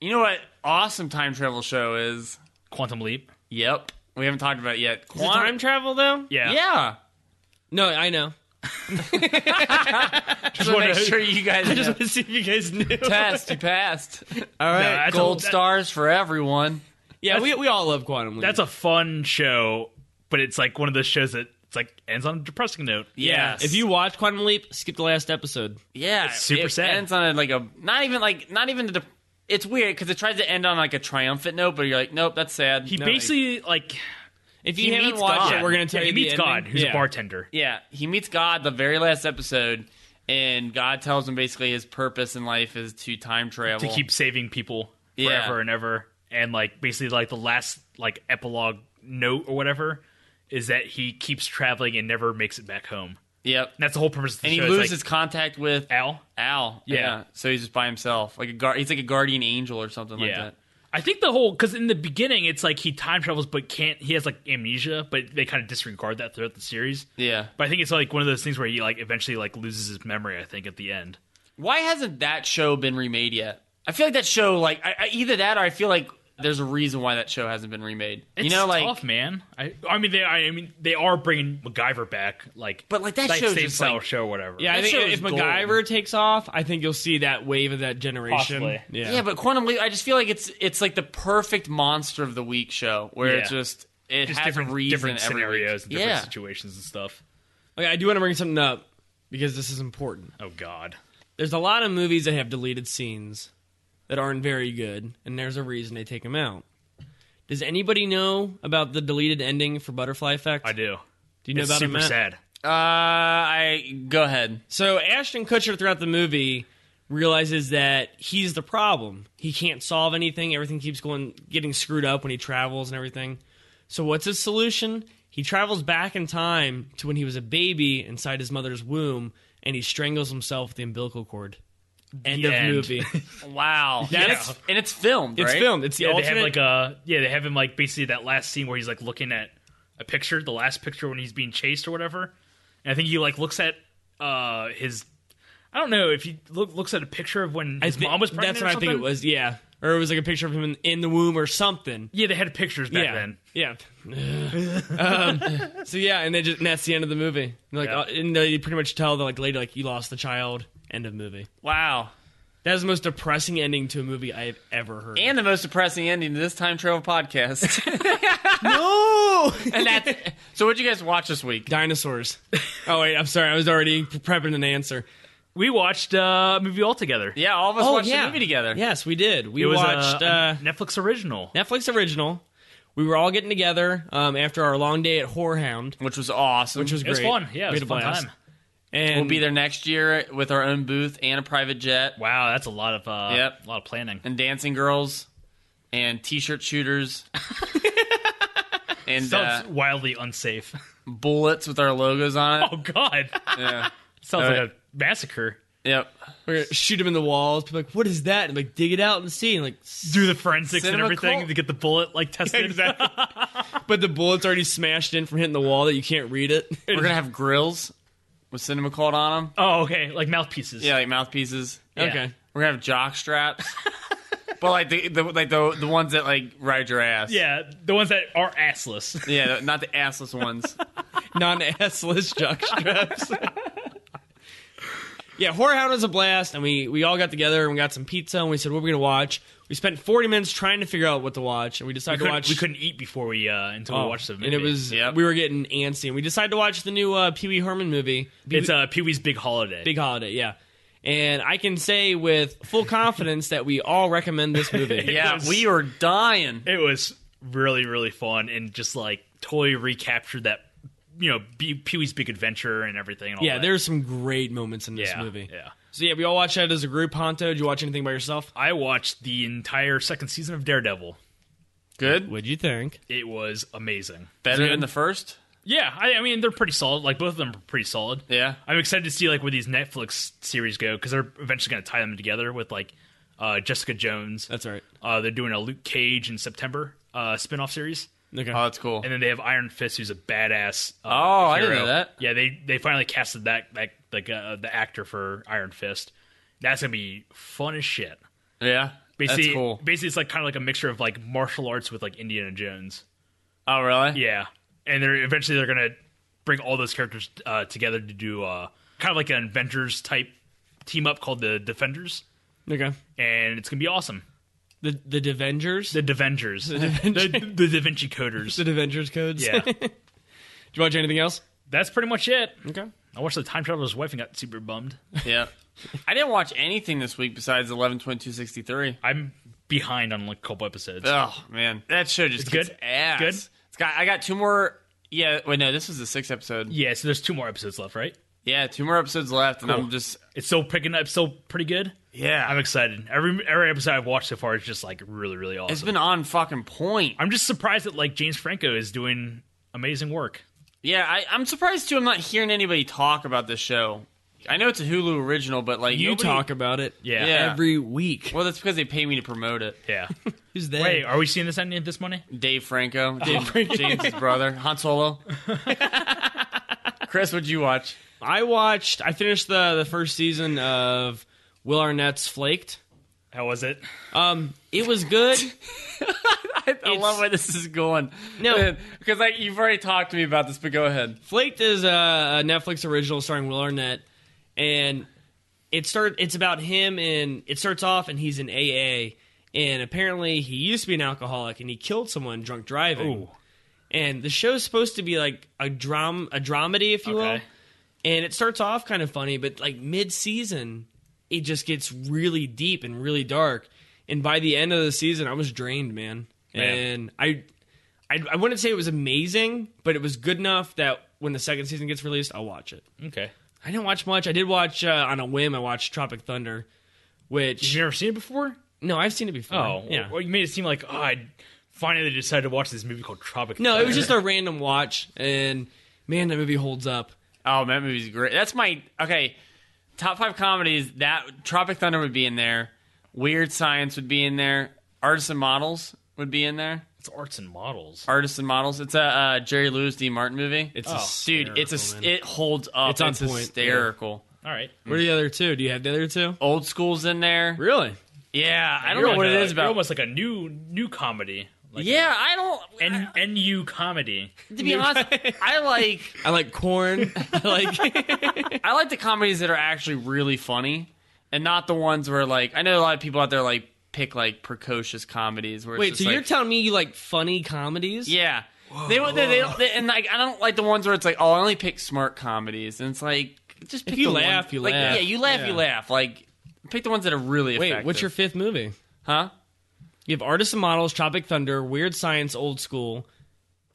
Speaker 2: You know what awesome time travel show is?
Speaker 3: Quantum Leap.
Speaker 2: Yep. We haven't talked about it yet.
Speaker 1: Is it time travel though?
Speaker 3: Yeah.
Speaker 2: yeah.
Speaker 1: No, I know.
Speaker 3: Just
Speaker 2: to
Speaker 3: wanted
Speaker 2: make
Speaker 3: to-
Speaker 2: sure you guys
Speaker 1: I just
Speaker 2: know.
Speaker 1: want to see if you guys knew.
Speaker 2: test. You passed.
Speaker 1: All
Speaker 3: No,
Speaker 1: right.
Speaker 3: that's
Speaker 2: Gold
Speaker 3: a, that-
Speaker 2: stars for everyone.
Speaker 1: yeah, we, we all love Quantum Leap.
Speaker 3: that's a fun show, but it's like one of those shows that it's like ends on a depressing note.
Speaker 2: Yes.
Speaker 1: If you watch Quantum Leap, skip the last episode.
Speaker 2: yeah, it's
Speaker 3: super
Speaker 2: it
Speaker 3: sad.
Speaker 2: Ends on a, like a not even like not even the. It's weird because it tries to end on like a triumphant note, but you're like, nope, that's sad.
Speaker 3: He
Speaker 2: No,
Speaker 3: basically like
Speaker 1: If you
Speaker 2: He
Speaker 1: haven't
Speaker 2: meets
Speaker 1: watched
Speaker 2: God.
Speaker 1: it, we're gonna tell
Speaker 3: yeah,
Speaker 1: you the
Speaker 3: he meets
Speaker 1: ending.
Speaker 3: God, who's
Speaker 1: Yeah.
Speaker 3: a bartender.
Speaker 2: yeah, he meets God the very last episode, and God tells him basically his purpose in life is to time travel
Speaker 3: to keep saving people forever
Speaker 2: Yeah.
Speaker 3: and ever. And like basically like the last like epilogue note or whatever is that he keeps traveling and never makes it back home.
Speaker 2: Yep,
Speaker 3: And that's the whole purpose of the
Speaker 2: and he
Speaker 3: show.
Speaker 2: loses
Speaker 3: it's
Speaker 2: contact with
Speaker 3: like, Al.
Speaker 2: Al.
Speaker 3: Yeah.
Speaker 2: so he's just by himself, like a guard. He's like a guardian angel or something like
Speaker 3: yeah.
Speaker 2: that.
Speaker 3: I think the whole because in the beginning it's like he time travels but can't he has like amnesia but they kind of disregard that throughout the series.
Speaker 2: Yeah,
Speaker 3: But I think it's like one of those things where he like eventually like loses his memory. I think at the end.
Speaker 2: Why hasn't that show been remade yet? I feel like that show, like I, I, either that or I feel like there's a reason why that show hasn't been remade.
Speaker 3: It's
Speaker 2: you know, like,
Speaker 3: tough, man. I I mean they I mean they are bringing MacGyver back like
Speaker 2: But, like, that
Speaker 3: like
Speaker 2: show's
Speaker 3: same
Speaker 2: just,
Speaker 3: style
Speaker 2: like-
Speaker 3: show or whatever.
Speaker 1: Yeah, I
Speaker 2: That
Speaker 1: think
Speaker 2: show
Speaker 1: if
Speaker 2: is gold.
Speaker 1: MacGyver takes off, I think you'll see that wave of that generation.
Speaker 3: Possibly.
Speaker 1: Yeah.
Speaker 2: yeah. but Quantum Leap, I just feel like it's it's like the perfect monster of the week show where it's
Speaker 3: Yeah.
Speaker 2: just it
Speaker 3: just
Speaker 2: has
Speaker 3: different
Speaker 2: a reason
Speaker 3: different
Speaker 2: every week.
Speaker 3: scenarios and different
Speaker 2: yeah.
Speaker 3: situations and stuff.
Speaker 1: Okay, I do want to bring something up because this is important.
Speaker 3: Oh God,
Speaker 1: There's a lot of movies that have deleted scenes that aren't very good, and there's a reason they take them out. Does anybody know about the deleted ending for Butterfly Effect?
Speaker 3: I do.
Speaker 1: Do you know
Speaker 3: it's
Speaker 1: about it,
Speaker 3: super
Speaker 1: Matt?
Speaker 3: sad.
Speaker 2: Uh, I go ahead.
Speaker 1: So Ashton Kutcher throughout the movie realizes that he's the problem. He can't solve anything. Everything keeps going getting screwed up when he travels and everything. So what's his solution? He travels back in time to when he was a baby inside his mother's womb and he strangles himself with the umbilical cord. End of
Speaker 3: end.
Speaker 1: movie.
Speaker 2: Wow,
Speaker 1: That's-
Speaker 2: That's- and it's filmed.
Speaker 1: It's
Speaker 2: right?
Speaker 1: filmed. It's the
Speaker 3: Yeah, they have
Speaker 1: alternate
Speaker 3: like a yeah, they have him like basically that last scene where he's like looking at a picture, the last picture when he's being chased or whatever. And I think he like looks at uh his I don't know if he look, looks at a picture of when
Speaker 1: I
Speaker 3: his
Speaker 1: thi-
Speaker 3: mom was pregnant.
Speaker 1: That's
Speaker 3: or
Speaker 1: what I think it
Speaker 3: something.
Speaker 1: was. Yeah. Or it was like a picture of him in, in the womb or something.
Speaker 3: Yeah, they had pictures back then.
Speaker 1: Yeah. um, so yeah, and they just and that's the end of the movie. And, like,
Speaker 3: Yeah.
Speaker 1: uh, and they pretty much tell the like lady like you lost the child. End of movie.
Speaker 2: Wow,
Speaker 1: That is the most depressing ending to a movie I have ever heard.
Speaker 2: and the most depressing ending to this time travel podcast.
Speaker 1: no
Speaker 2: and that's so. What'd you guys watch this week?
Speaker 1: dinosaurs. Oh wait, I'm sorry. I was already prepping an answer.
Speaker 3: We watched uh, a movie all together.
Speaker 2: Oh, Yeah, all of us watched
Speaker 1: Oh, yeah.
Speaker 2: the movie together.
Speaker 1: Yes, we did. We
Speaker 3: It was
Speaker 1: watched
Speaker 3: a,
Speaker 1: uh,
Speaker 3: a Netflix original.
Speaker 1: Netflix original. We were all getting together um, after our long day at Whorehound,
Speaker 2: which was awesome.
Speaker 1: which was
Speaker 3: It was
Speaker 1: great.
Speaker 3: fun. Yeah,
Speaker 1: We
Speaker 3: it was
Speaker 1: had
Speaker 3: a fun
Speaker 1: blast.
Speaker 3: time.
Speaker 1: And
Speaker 2: we'll be there next year with our own booth and a private jet
Speaker 3: Wow, that's a lot of uh,
Speaker 2: Yep.
Speaker 3: a lot of planning.
Speaker 2: and dancing girls and t-shirt shooters and uh,
Speaker 3: Sounds wildly unsafe.
Speaker 2: bullets with our logos on it.
Speaker 3: oh God,
Speaker 2: Yeah.
Speaker 3: sounds
Speaker 2: All
Speaker 3: like
Speaker 2: right.
Speaker 3: a massacre.
Speaker 2: Yep.
Speaker 1: We're gonna shoot him in the walls. People are like, what is that? And like, dig it out and see. And like,
Speaker 3: Do the forensics and
Speaker 2: Cinema
Speaker 3: everything
Speaker 2: cult.
Speaker 3: to get the bullet like tested.
Speaker 1: exactly. but the bullet's already smashed in from hitting the wall that you can't read it.
Speaker 2: We're gonna have grills with cinema called on them.
Speaker 3: Oh, okay, like mouthpieces.
Speaker 2: Yeah, like mouthpieces.
Speaker 1: Okay.
Speaker 2: We're gonna have jock straps, but like the, the like the the ones that like ride your ass.
Speaker 3: Yeah, the ones that are assless.
Speaker 2: Yeah, not the assless ones.
Speaker 1: Non-assless jock straps. yeah, Horrorhound was a blast, and we we all got together and we got some pizza and we said, what are we gonna watch? We spent 40 minutes trying to figure out what to watch, and we decided
Speaker 3: we,
Speaker 1: to watch.
Speaker 3: couldn't, we couldn't eat before we uh until we
Speaker 1: Oh,
Speaker 3: watched the movie.
Speaker 1: and it was
Speaker 2: Yep.
Speaker 1: we were getting antsy, and we decided to watch the new uh, Pee Wee Herman movie.
Speaker 3: it's uh, Pee Wee's Big Holiday.
Speaker 1: Big holiday, yeah. And I can say with full confidence that we all recommend this movie.
Speaker 2: Yeah,
Speaker 3: was-
Speaker 2: we are dying.
Speaker 3: It was really really fun and just like totally recaptured that you know Pee Pee Wee's Big Adventure and everything. And all
Speaker 1: Yeah,
Speaker 3: that.
Speaker 1: there's some great moments in this
Speaker 3: yeah,
Speaker 1: movie.
Speaker 3: Yeah,
Speaker 1: So yeah, we all watched that as a group. Honto, did you watch anything by yourself?
Speaker 3: I watched the entire second season of Daredevil.
Speaker 2: Good.
Speaker 1: What'd you think?
Speaker 3: It was amazing.
Speaker 2: Better than the first.
Speaker 3: Yeah, I, I mean they're pretty solid. Like both of them are pretty solid.
Speaker 2: Yeah.
Speaker 3: I'm excited to see like where these Netflix series go because they're eventually going to tie them together with like uh, Jessica Jones.
Speaker 1: That's all right.
Speaker 3: Uh, they're doing a Luke Cage in September uh, spin-off series,
Speaker 1: Okay.
Speaker 2: Oh, that's cool.
Speaker 3: and then they have Iron Fist, who's a badass. Uh,
Speaker 2: Oh, I didn't
Speaker 3: hero.
Speaker 2: know that.
Speaker 3: Yeah, they they finally casted that that like uh, the actor for Iron Fist. That's gonna be fun as shit.
Speaker 2: Yeah.
Speaker 3: Basically,
Speaker 2: that's cool.
Speaker 3: basically, it's like kind of like a mixture of like martial arts with like Indiana Jones.
Speaker 2: Oh, really?
Speaker 3: Yeah, and they're eventually they're gonna bring all those characters uh, together to do uh, kind of like an Avengers type team up called the Defenders,
Speaker 1: okay.
Speaker 3: and it's gonna be awesome.
Speaker 1: The the Devengers.
Speaker 3: The Devengers, the,
Speaker 1: Devengers.
Speaker 3: the Da Vinci Coders.
Speaker 1: the Devengers codes.
Speaker 3: yeah,
Speaker 1: did you watch anything else?
Speaker 3: that's pretty much it.
Speaker 1: Okay.
Speaker 3: I watched the time traveler's wife and got super bummed.
Speaker 2: Yeah. I didn't watch anything this week besides 11 23
Speaker 3: I'm behind on like a couple episodes.
Speaker 2: Oh, man. That show just
Speaker 3: It's
Speaker 2: gets
Speaker 3: good?
Speaker 2: ass.
Speaker 3: Good?
Speaker 2: It's got I got two more Yeah, wait no, this was the sixth episode.
Speaker 3: yeah, so there's two more episodes left, right?
Speaker 2: Yeah, two more episodes left and
Speaker 3: Cool.
Speaker 2: I'm just
Speaker 3: It's still picking up, still pretty good.
Speaker 2: yeah.
Speaker 3: I'm excited. Every every episode I've watched so far is just like really, really awesome.
Speaker 2: it's been on fucking point.
Speaker 3: I'm just surprised that like James Franco is doing amazing work.
Speaker 2: Yeah, I, I'm surprised too I'm not hearing anybody talk about this show. I know it's a Hulu original, but like
Speaker 1: You
Speaker 2: nobody-
Speaker 1: talk about it.
Speaker 3: Yeah.
Speaker 2: Yeah.
Speaker 1: Every week.
Speaker 2: Well, that's because they pay me to promote it.
Speaker 3: Yeah.
Speaker 1: Who's they?
Speaker 3: Wait, are we seeing this ending this Monday?
Speaker 2: Dave Franco,
Speaker 3: Oh,
Speaker 2: Dave James' brother, Han Solo. Chris, what'd you watch?
Speaker 1: I watched. I finished the the first season of Will Arnett's Flaked.
Speaker 3: How was it?
Speaker 1: Um, it was good.
Speaker 2: I, I love where this is going.
Speaker 1: No.
Speaker 2: because like you've already talked to me about this, but go ahead.
Speaker 1: Flaked is a, a Netflix original starring Will Arnett, and it start it's about him and it starts off and he's in AA, and apparently he used to be an alcoholic and he killed someone drunk driving.
Speaker 3: Ooh.
Speaker 1: And the show's supposed to be like a dram a dramedy, if you will.
Speaker 3: Okay.
Speaker 1: And it starts off kind of funny, but like mid season, it just gets really deep and really dark. And by the end of the season, I was drained, man.
Speaker 2: Man.
Speaker 1: and I, I I wouldn't say it was amazing, but it was good enough that when the second season gets released, I'll watch it.
Speaker 3: Okay.
Speaker 1: I didn't watch much. I did watch uh, on a whim. I watched Tropic Thunder,
Speaker 3: Did
Speaker 1: which
Speaker 3: you never seen it before?
Speaker 1: no, I've seen it before.
Speaker 3: Oh,
Speaker 1: yeah.
Speaker 3: Well, you made it seem like oh, I finally decided to watch this movie called Tropic.
Speaker 1: No, it was
Speaker 3: Thunder.
Speaker 1: just a random watch, and man, that movie holds up.
Speaker 2: Oh, man, that movie's great. That's my okay. Top five comedies. That Tropic Thunder would be in there. Weird Science would be in there. Artists and Models would be in there.
Speaker 3: It's arts and models.
Speaker 2: Artists and Models. It's a uh, Jerry Lewis D. Martin movie.
Speaker 1: It's
Speaker 3: Oh,
Speaker 2: dude. It's a
Speaker 1: hysterical, man.
Speaker 2: it holds up.
Speaker 1: It's on point,
Speaker 2: hysterical.
Speaker 3: All right.
Speaker 1: What are the other two? Do you have the other two?
Speaker 2: Old school's in there.
Speaker 1: Really?
Speaker 2: Yeah, I don't
Speaker 3: You're
Speaker 2: know what
Speaker 3: like
Speaker 2: it
Speaker 3: a-
Speaker 2: is
Speaker 3: You're
Speaker 2: about.
Speaker 3: almost like a new new comedy. Like
Speaker 2: yeah, I don't.
Speaker 3: a
Speaker 2: I-
Speaker 3: N- NU comedy.
Speaker 2: to be honest, I like
Speaker 1: I like corn. I like.
Speaker 2: I like the comedies that are actually really funny, and not the ones where like I know a lot of people out there like pick like precocious comedies. Where it's
Speaker 1: Wait,
Speaker 2: just,
Speaker 1: so you're
Speaker 2: like-
Speaker 1: telling me you like funny comedies?
Speaker 2: yeah. They, want- they, they, don't- they and like I don't like the ones where it's like oh I only pick smart comedies and it's like just pick
Speaker 1: you
Speaker 2: the
Speaker 1: laugh,
Speaker 2: one-
Speaker 1: you
Speaker 2: like,
Speaker 1: laugh.
Speaker 2: yeah you laugh you
Speaker 1: Yeah.
Speaker 2: laugh like pick the ones that are really
Speaker 1: Wait,
Speaker 2: effective.
Speaker 1: what's your fifth movie?
Speaker 2: huh
Speaker 1: You have Artists and Models, Tropic Thunder, Weird Science, Old School.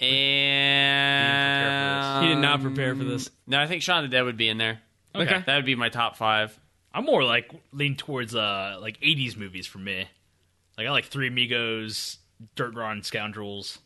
Speaker 2: and
Speaker 1: He did not prepare for this.
Speaker 2: Um, no I think Shaun of the Dead would be in there
Speaker 3: Okay.
Speaker 2: that would be my top five
Speaker 3: I'm more like lean towards uh like 80s movies for me. Like I like Three Amigos, Dirt Ron Scoundrels. Like, that-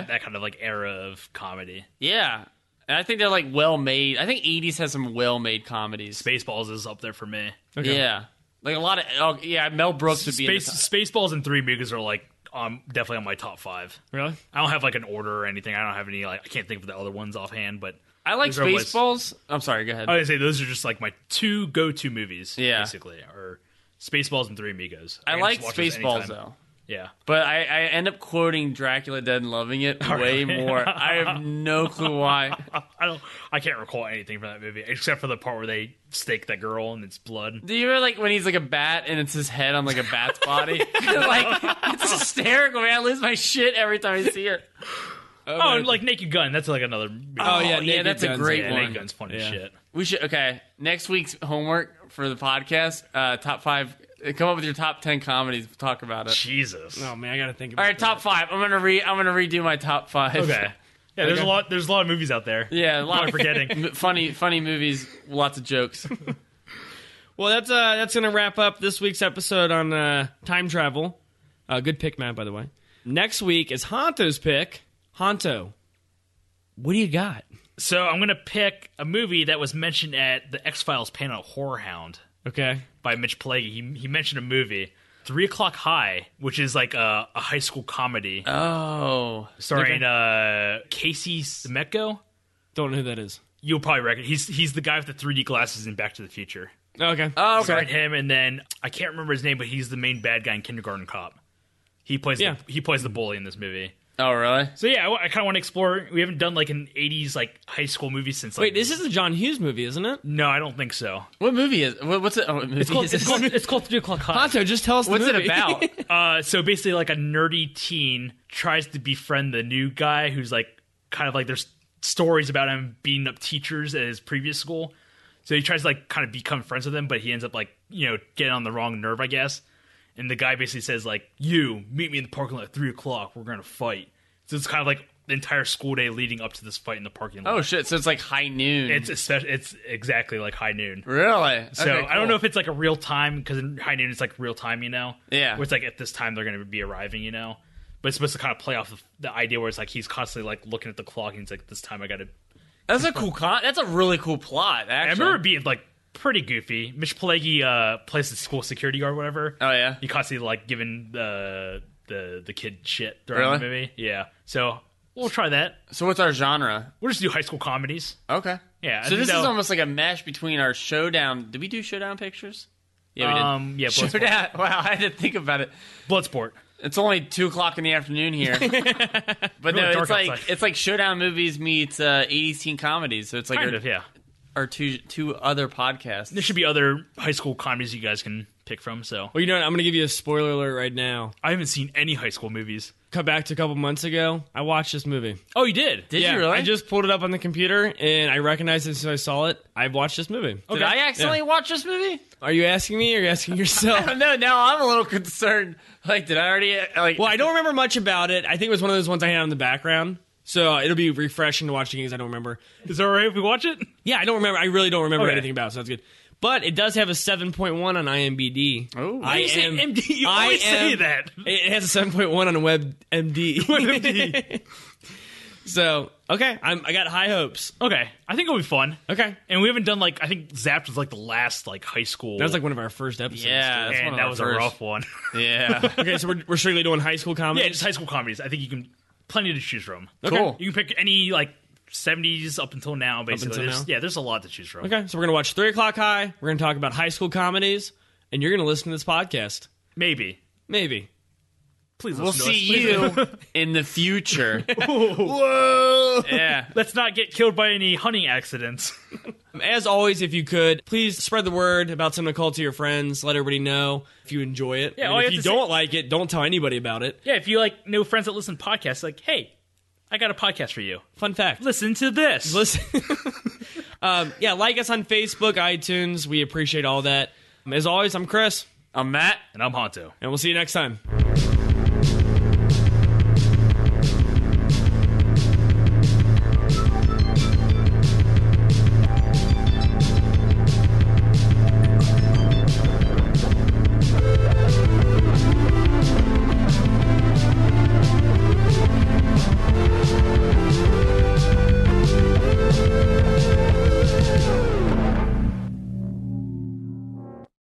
Speaker 2: Okay.
Speaker 3: That, kind of like era of comedy.
Speaker 2: yeah and I think they're like well made I think 80s has some well made comedies
Speaker 3: Spaceballs is up there for me.
Speaker 1: Okay.
Speaker 2: Yeah. Like a lot of oh, yeah, Mel Brooks would be in
Speaker 3: Space
Speaker 2: the top.
Speaker 3: Spaceballs and Three Amigos are like um definitely on my top five.
Speaker 1: Really?
Speaker 3: I don't have like an order or anything. I don't have any like I can't think of the other ones offhand, but
Speaker 2: I like
Speaker 3: those are always-
Speaker 2: Spaceballs. I'm sorry, go ahead.
Speaker 3: I would say those are just like my two go-to movies.
Speaker 2: Yeah.
Speaker 3: basically, or Spaceballs and Three Amigos.
Speaker 2: I
Speaker 3: can
Speaker 2: like
Speaker 3: just watch those
Speaker 2: Spaceballs
Speaker 3: anytime.
Speaker 2: though.
Speaker 3: Yeah,
Speaker 2: But I, I end up quoting Dracula Dead and loving it way more. I have no clue why.
Speaker 3: I don't. I can't recall anything from that movie except for the part where they stake that girl and it's blood.
Speaker 2: Do you remember like when he's like a bat and it's his head on like a bat's body? like it's hysterical, man. I lose my shit every time I see it.
Speaker 3: Oh, and like Naked Gun. That's like another. Movie.
Speaker 1: Oh, yeah,
Speaker 2: yeah,
Speaker 1: Naked
Speaker 2: that's a
Speaker 1: Gun's in
Speaker 2: great
Speaker 3: yeah,
Speaker 1: it.
Speaker 2: one.
Speaker 3: Naked Gun's funny
Speaker 1: Yeah.
Speaker 3: as shit.
Speaker 2: We should okay. Next week's homework for the podcast, uh top five come up with your top ten comedies, we'll talk about it.
Speaker 3: Jesus.
Speaker 1: Oh man, I gotta think. About
Speaker 2: All right,
Speaker 1: that.
Speaker 2: top five. I'm gonna re. I'm gonna redo my top five.
Speaker 3: Okay. Yeah, there's a
Speaker 1: Okay.
Speaker 3: lot. There's a lot of movies out there.
Speaker 2: Yeah, a lot
Speaker 3: I'm
Speaker 2: of
Speaker 3: forgetting.
Speaker 2: m- funny, funny movies, lots of jokes.
Speaker 1: Well, that's uh, that's gonna wrap up this week's episode on uh, time travel. Uh, good pick, Matt, by the way. Next week is Honto's pick. Honto, what do you got?
Speaker 3: so I'm gonna pick a movie that was mentioned at the X Files panel, Horror Hound.
Speaker 1: Okay.
Speaker 3: by Mitch Pileggi. He, he mentioned a movie, Three O'clock High, which is like a, a high school comedy
Speaker 2: Oh,
Speaker 3: starring uh, Casey Semetko.
Speaker 1: Don't know who that is.
Speaker 3: You'll probably recognize he's he's the guy with the 3D glasses in Back to the Future.
Speaker 1: Okay.
Speaker 2: oh,
Speaker 3: Starring
Speaker 2: okay.
Speaker 3: him, and then I can't remember his name, but he's the main bad guy in Kindergarten Cop. He plays
Speaker 1: Yeah.
Speaker 3: the, he plays the bully in this movie.
Speaker 2: Oh, really?
Speaker 3: So yeah, I, kind of want to explore. We haven't done like an 80s like high school movie since. Like,
Speaker 1: Wait, this is a John Hughes movie, isn't it?
Speaker 3: no, I don't think so.
Speaker 2: What movie is? What, what's it? Oh, what movie
Speaker 3: It's called,
Speaker 2: is
Speaker 3: it's,
Speaker 2: this?
Speaker 3: called, it's called Three O'clock High.
Speaker 1: Honto, just tell us. the
Speaker 2: What's it
Speaker 1: movie.
Speaker 2: about?
Speaker 3: Uh, so basically, like a nerdy teen tries to befriend the new guy who's like kind of like there's stories about him beating up teachers at his previous school. So he tries to like kind of become friends with him, but he ends up like you know getting on the wrong nerve, I guess. And the guy basically says like, "You meet me in the parking lot at three o'clock. We're gonna fight." So it's kind of like the entire school day leading up to this fight in the parking lot.
Speaker 2: oh shit! So it's like High Noon.
Speaker 3: it's espe- it's exactly like high noon.
Speaker 2: really.
Speaker 3: So I don't know if it's like a real time because in High Noon it's like real time, you know.
Speaker 2: Yeah.
Speaker 3: Where it's like at this time they're going to be arriving, you know. But it's supposed to kind of play off of the idea where it's like he's constantly like looking at the clock and he's like, "This time I got to."
Speaker 2: that's a cool con. That's a really cool plot.
Speaker 3: I
Speaker 2: Actually,
Speaker 3: remember it being like pretty goofy. Mitch Pileggi uh, plays the school security guard, or whatever.
Speaker 2: Oh yeah.
Speaker 3: He constantly like giving the the the kid shit during the
Speaker 2: Really?
Speaker 3: movie. Yeah. So we'll try that.
Speaker 2: So what's our genre?
Speaker 3: We'll just do high school comedies.
Speaker 2: Okay.
Speaker 3: Yeah, I
Speaker 2: So
Speaker 3: think
Speaker 2: this is
Speaker 3: that'll-
Speaker 2: almost like a mesh between our showdown. Did we do showdown pictures? Yeah, we did.
Speaker 3: Um, yeah, Bloodsport.
Speaker 2: showdown. Wow, I had to think about it.
Speaker 3: Bloodsport.
Speaker 2: It's only two o'clock in the afternoon here, but no,
Speaker 3: dark
Speaker 2: it's like
Speaker 3: outside.
Speaker 2: it's like showdown movies meets uh, 80s teen comedies. So it's like
Speaker 3: Kind
Speaker 2: a-
Speaker 3: of. Yeah.
Speaker 2: our two two other podcasts.
Speaker 3: There should be other high school comedies you guys can pick from. So
Speaker 1: Well, you know what? I'm going to give you a spoiler alert right now.
Speaker 3: I haven't seen any high school movies.
Speaker 1: Cut back to a couple months ago. I watched this movie.
Speaker 3: Oh, you did?
Speaker 2: Did
Speaker 1: yeah,
Speaker 2: you really?
Speaker 1: I just pulled it up on the computer and I recognized it as soon as I saw it. I've watched this movie.
Speaker 2: Did I accidentally watch this movie?
Speaker 1: Are you asking me or are you asking
Speaker 2: I
Speaker 1: yourself?
Speaker 2: don't know. Now I'm a little concerned. Like, did I already uh, like?
Speaker 1: well, I don't remember much about it. I think it was one of those ones I had on the background. So uh, it'll be refreshing to watch the games I don't remember.
Speaker 3: Is it all right if we watch it?
Speaker 1: Yeah, I don't remember. I really don't remember
Speaker 3: Okay.
Speaker 1: anything about it, so that's good. But it does have a 7.1 on IMDb.
Speaker 2: Oh.
Speaker 1: I
Speaker 3: You say
Speaker 1: am-
Speaker 3: MD. You
Speaker 1: I
Speaker 3: always say
Speaker 1: am-
Speaker 3: that.
Speaker 1: It has a 7.1 on WebMD.
Speaker 3: WebMD.
Speaker 1: so, okay. I'm, I got high hopes.
Speaker 3: Okay, I think it'll be fun.
Speaker 1: Okay.
Speaker 3: And we haven't done like I think Zapped was like the last like high school.
Speaker 1: That was like one of our first episodes.
Speaker 2: Yeah, that's one of
Speaker 3: and that
Speaker 2: our
Speaker 3: was
Speaker 2: first.
Speaker 3: a rough one.
Speaker 2: Yeah.
Speaker 1: Okay, so we're, we're strictly doing high school comedy?
Speaker 3: yeah, just high school comedies. I think you can plenty to choose from.
Speaker 2: Cool.
Speaker 3: You can pick any like seventies up until now. Basically,
Speaker 1: until
Speaker 3: there's,
Speaker 1: now?
Speaker 3: yeah, there's a lot to choose from.
Speaker 1: Okay, so we're going to watch 3 O'Clock High. We're going to talk about high school comedies. And you're going to listen to this podcast.
Speaker 3: Maybe.
Speaker 1: Maybe.
Speaker 3: Please.
Speaker 2: We'll
Speaker 3: listen to
Speaker 2: see
Speaker 3: us.
Speaker 2: you in the future.
Speaker 3: Whoa.
Speaker 2: Yeah.
Speaker 3: Let's not get killed by any hunting accidents.
Speaker 1: As always, if you could, please spread the word about Cinema Cult to your friends. Let everybody know if you enjoy it.
Speaker 3: Yeah,
Speaker 1: And
Speaker 3: all
Speaker 1: if
Speaker 3: you have
Speaker 1: you
Speaker 3: to say-
Speaker 1: don't like it, don't tell anybody about it.
Speaker 3: yeah, if you like know friends that listen to podcasts, like, hey, I got a podcast for you.
Speaker 1: Fun fact.
Speaker 3: Listen to this.
Speaker 1: Listen. um, yeah, like us on Facebook, iTunes. We appreciate all that. Um, As always, I'm Chris,
Speaker 2: I'm Matt.
Speaker 3: and I'm Honto.
Speaker 1: and we'll see you next time.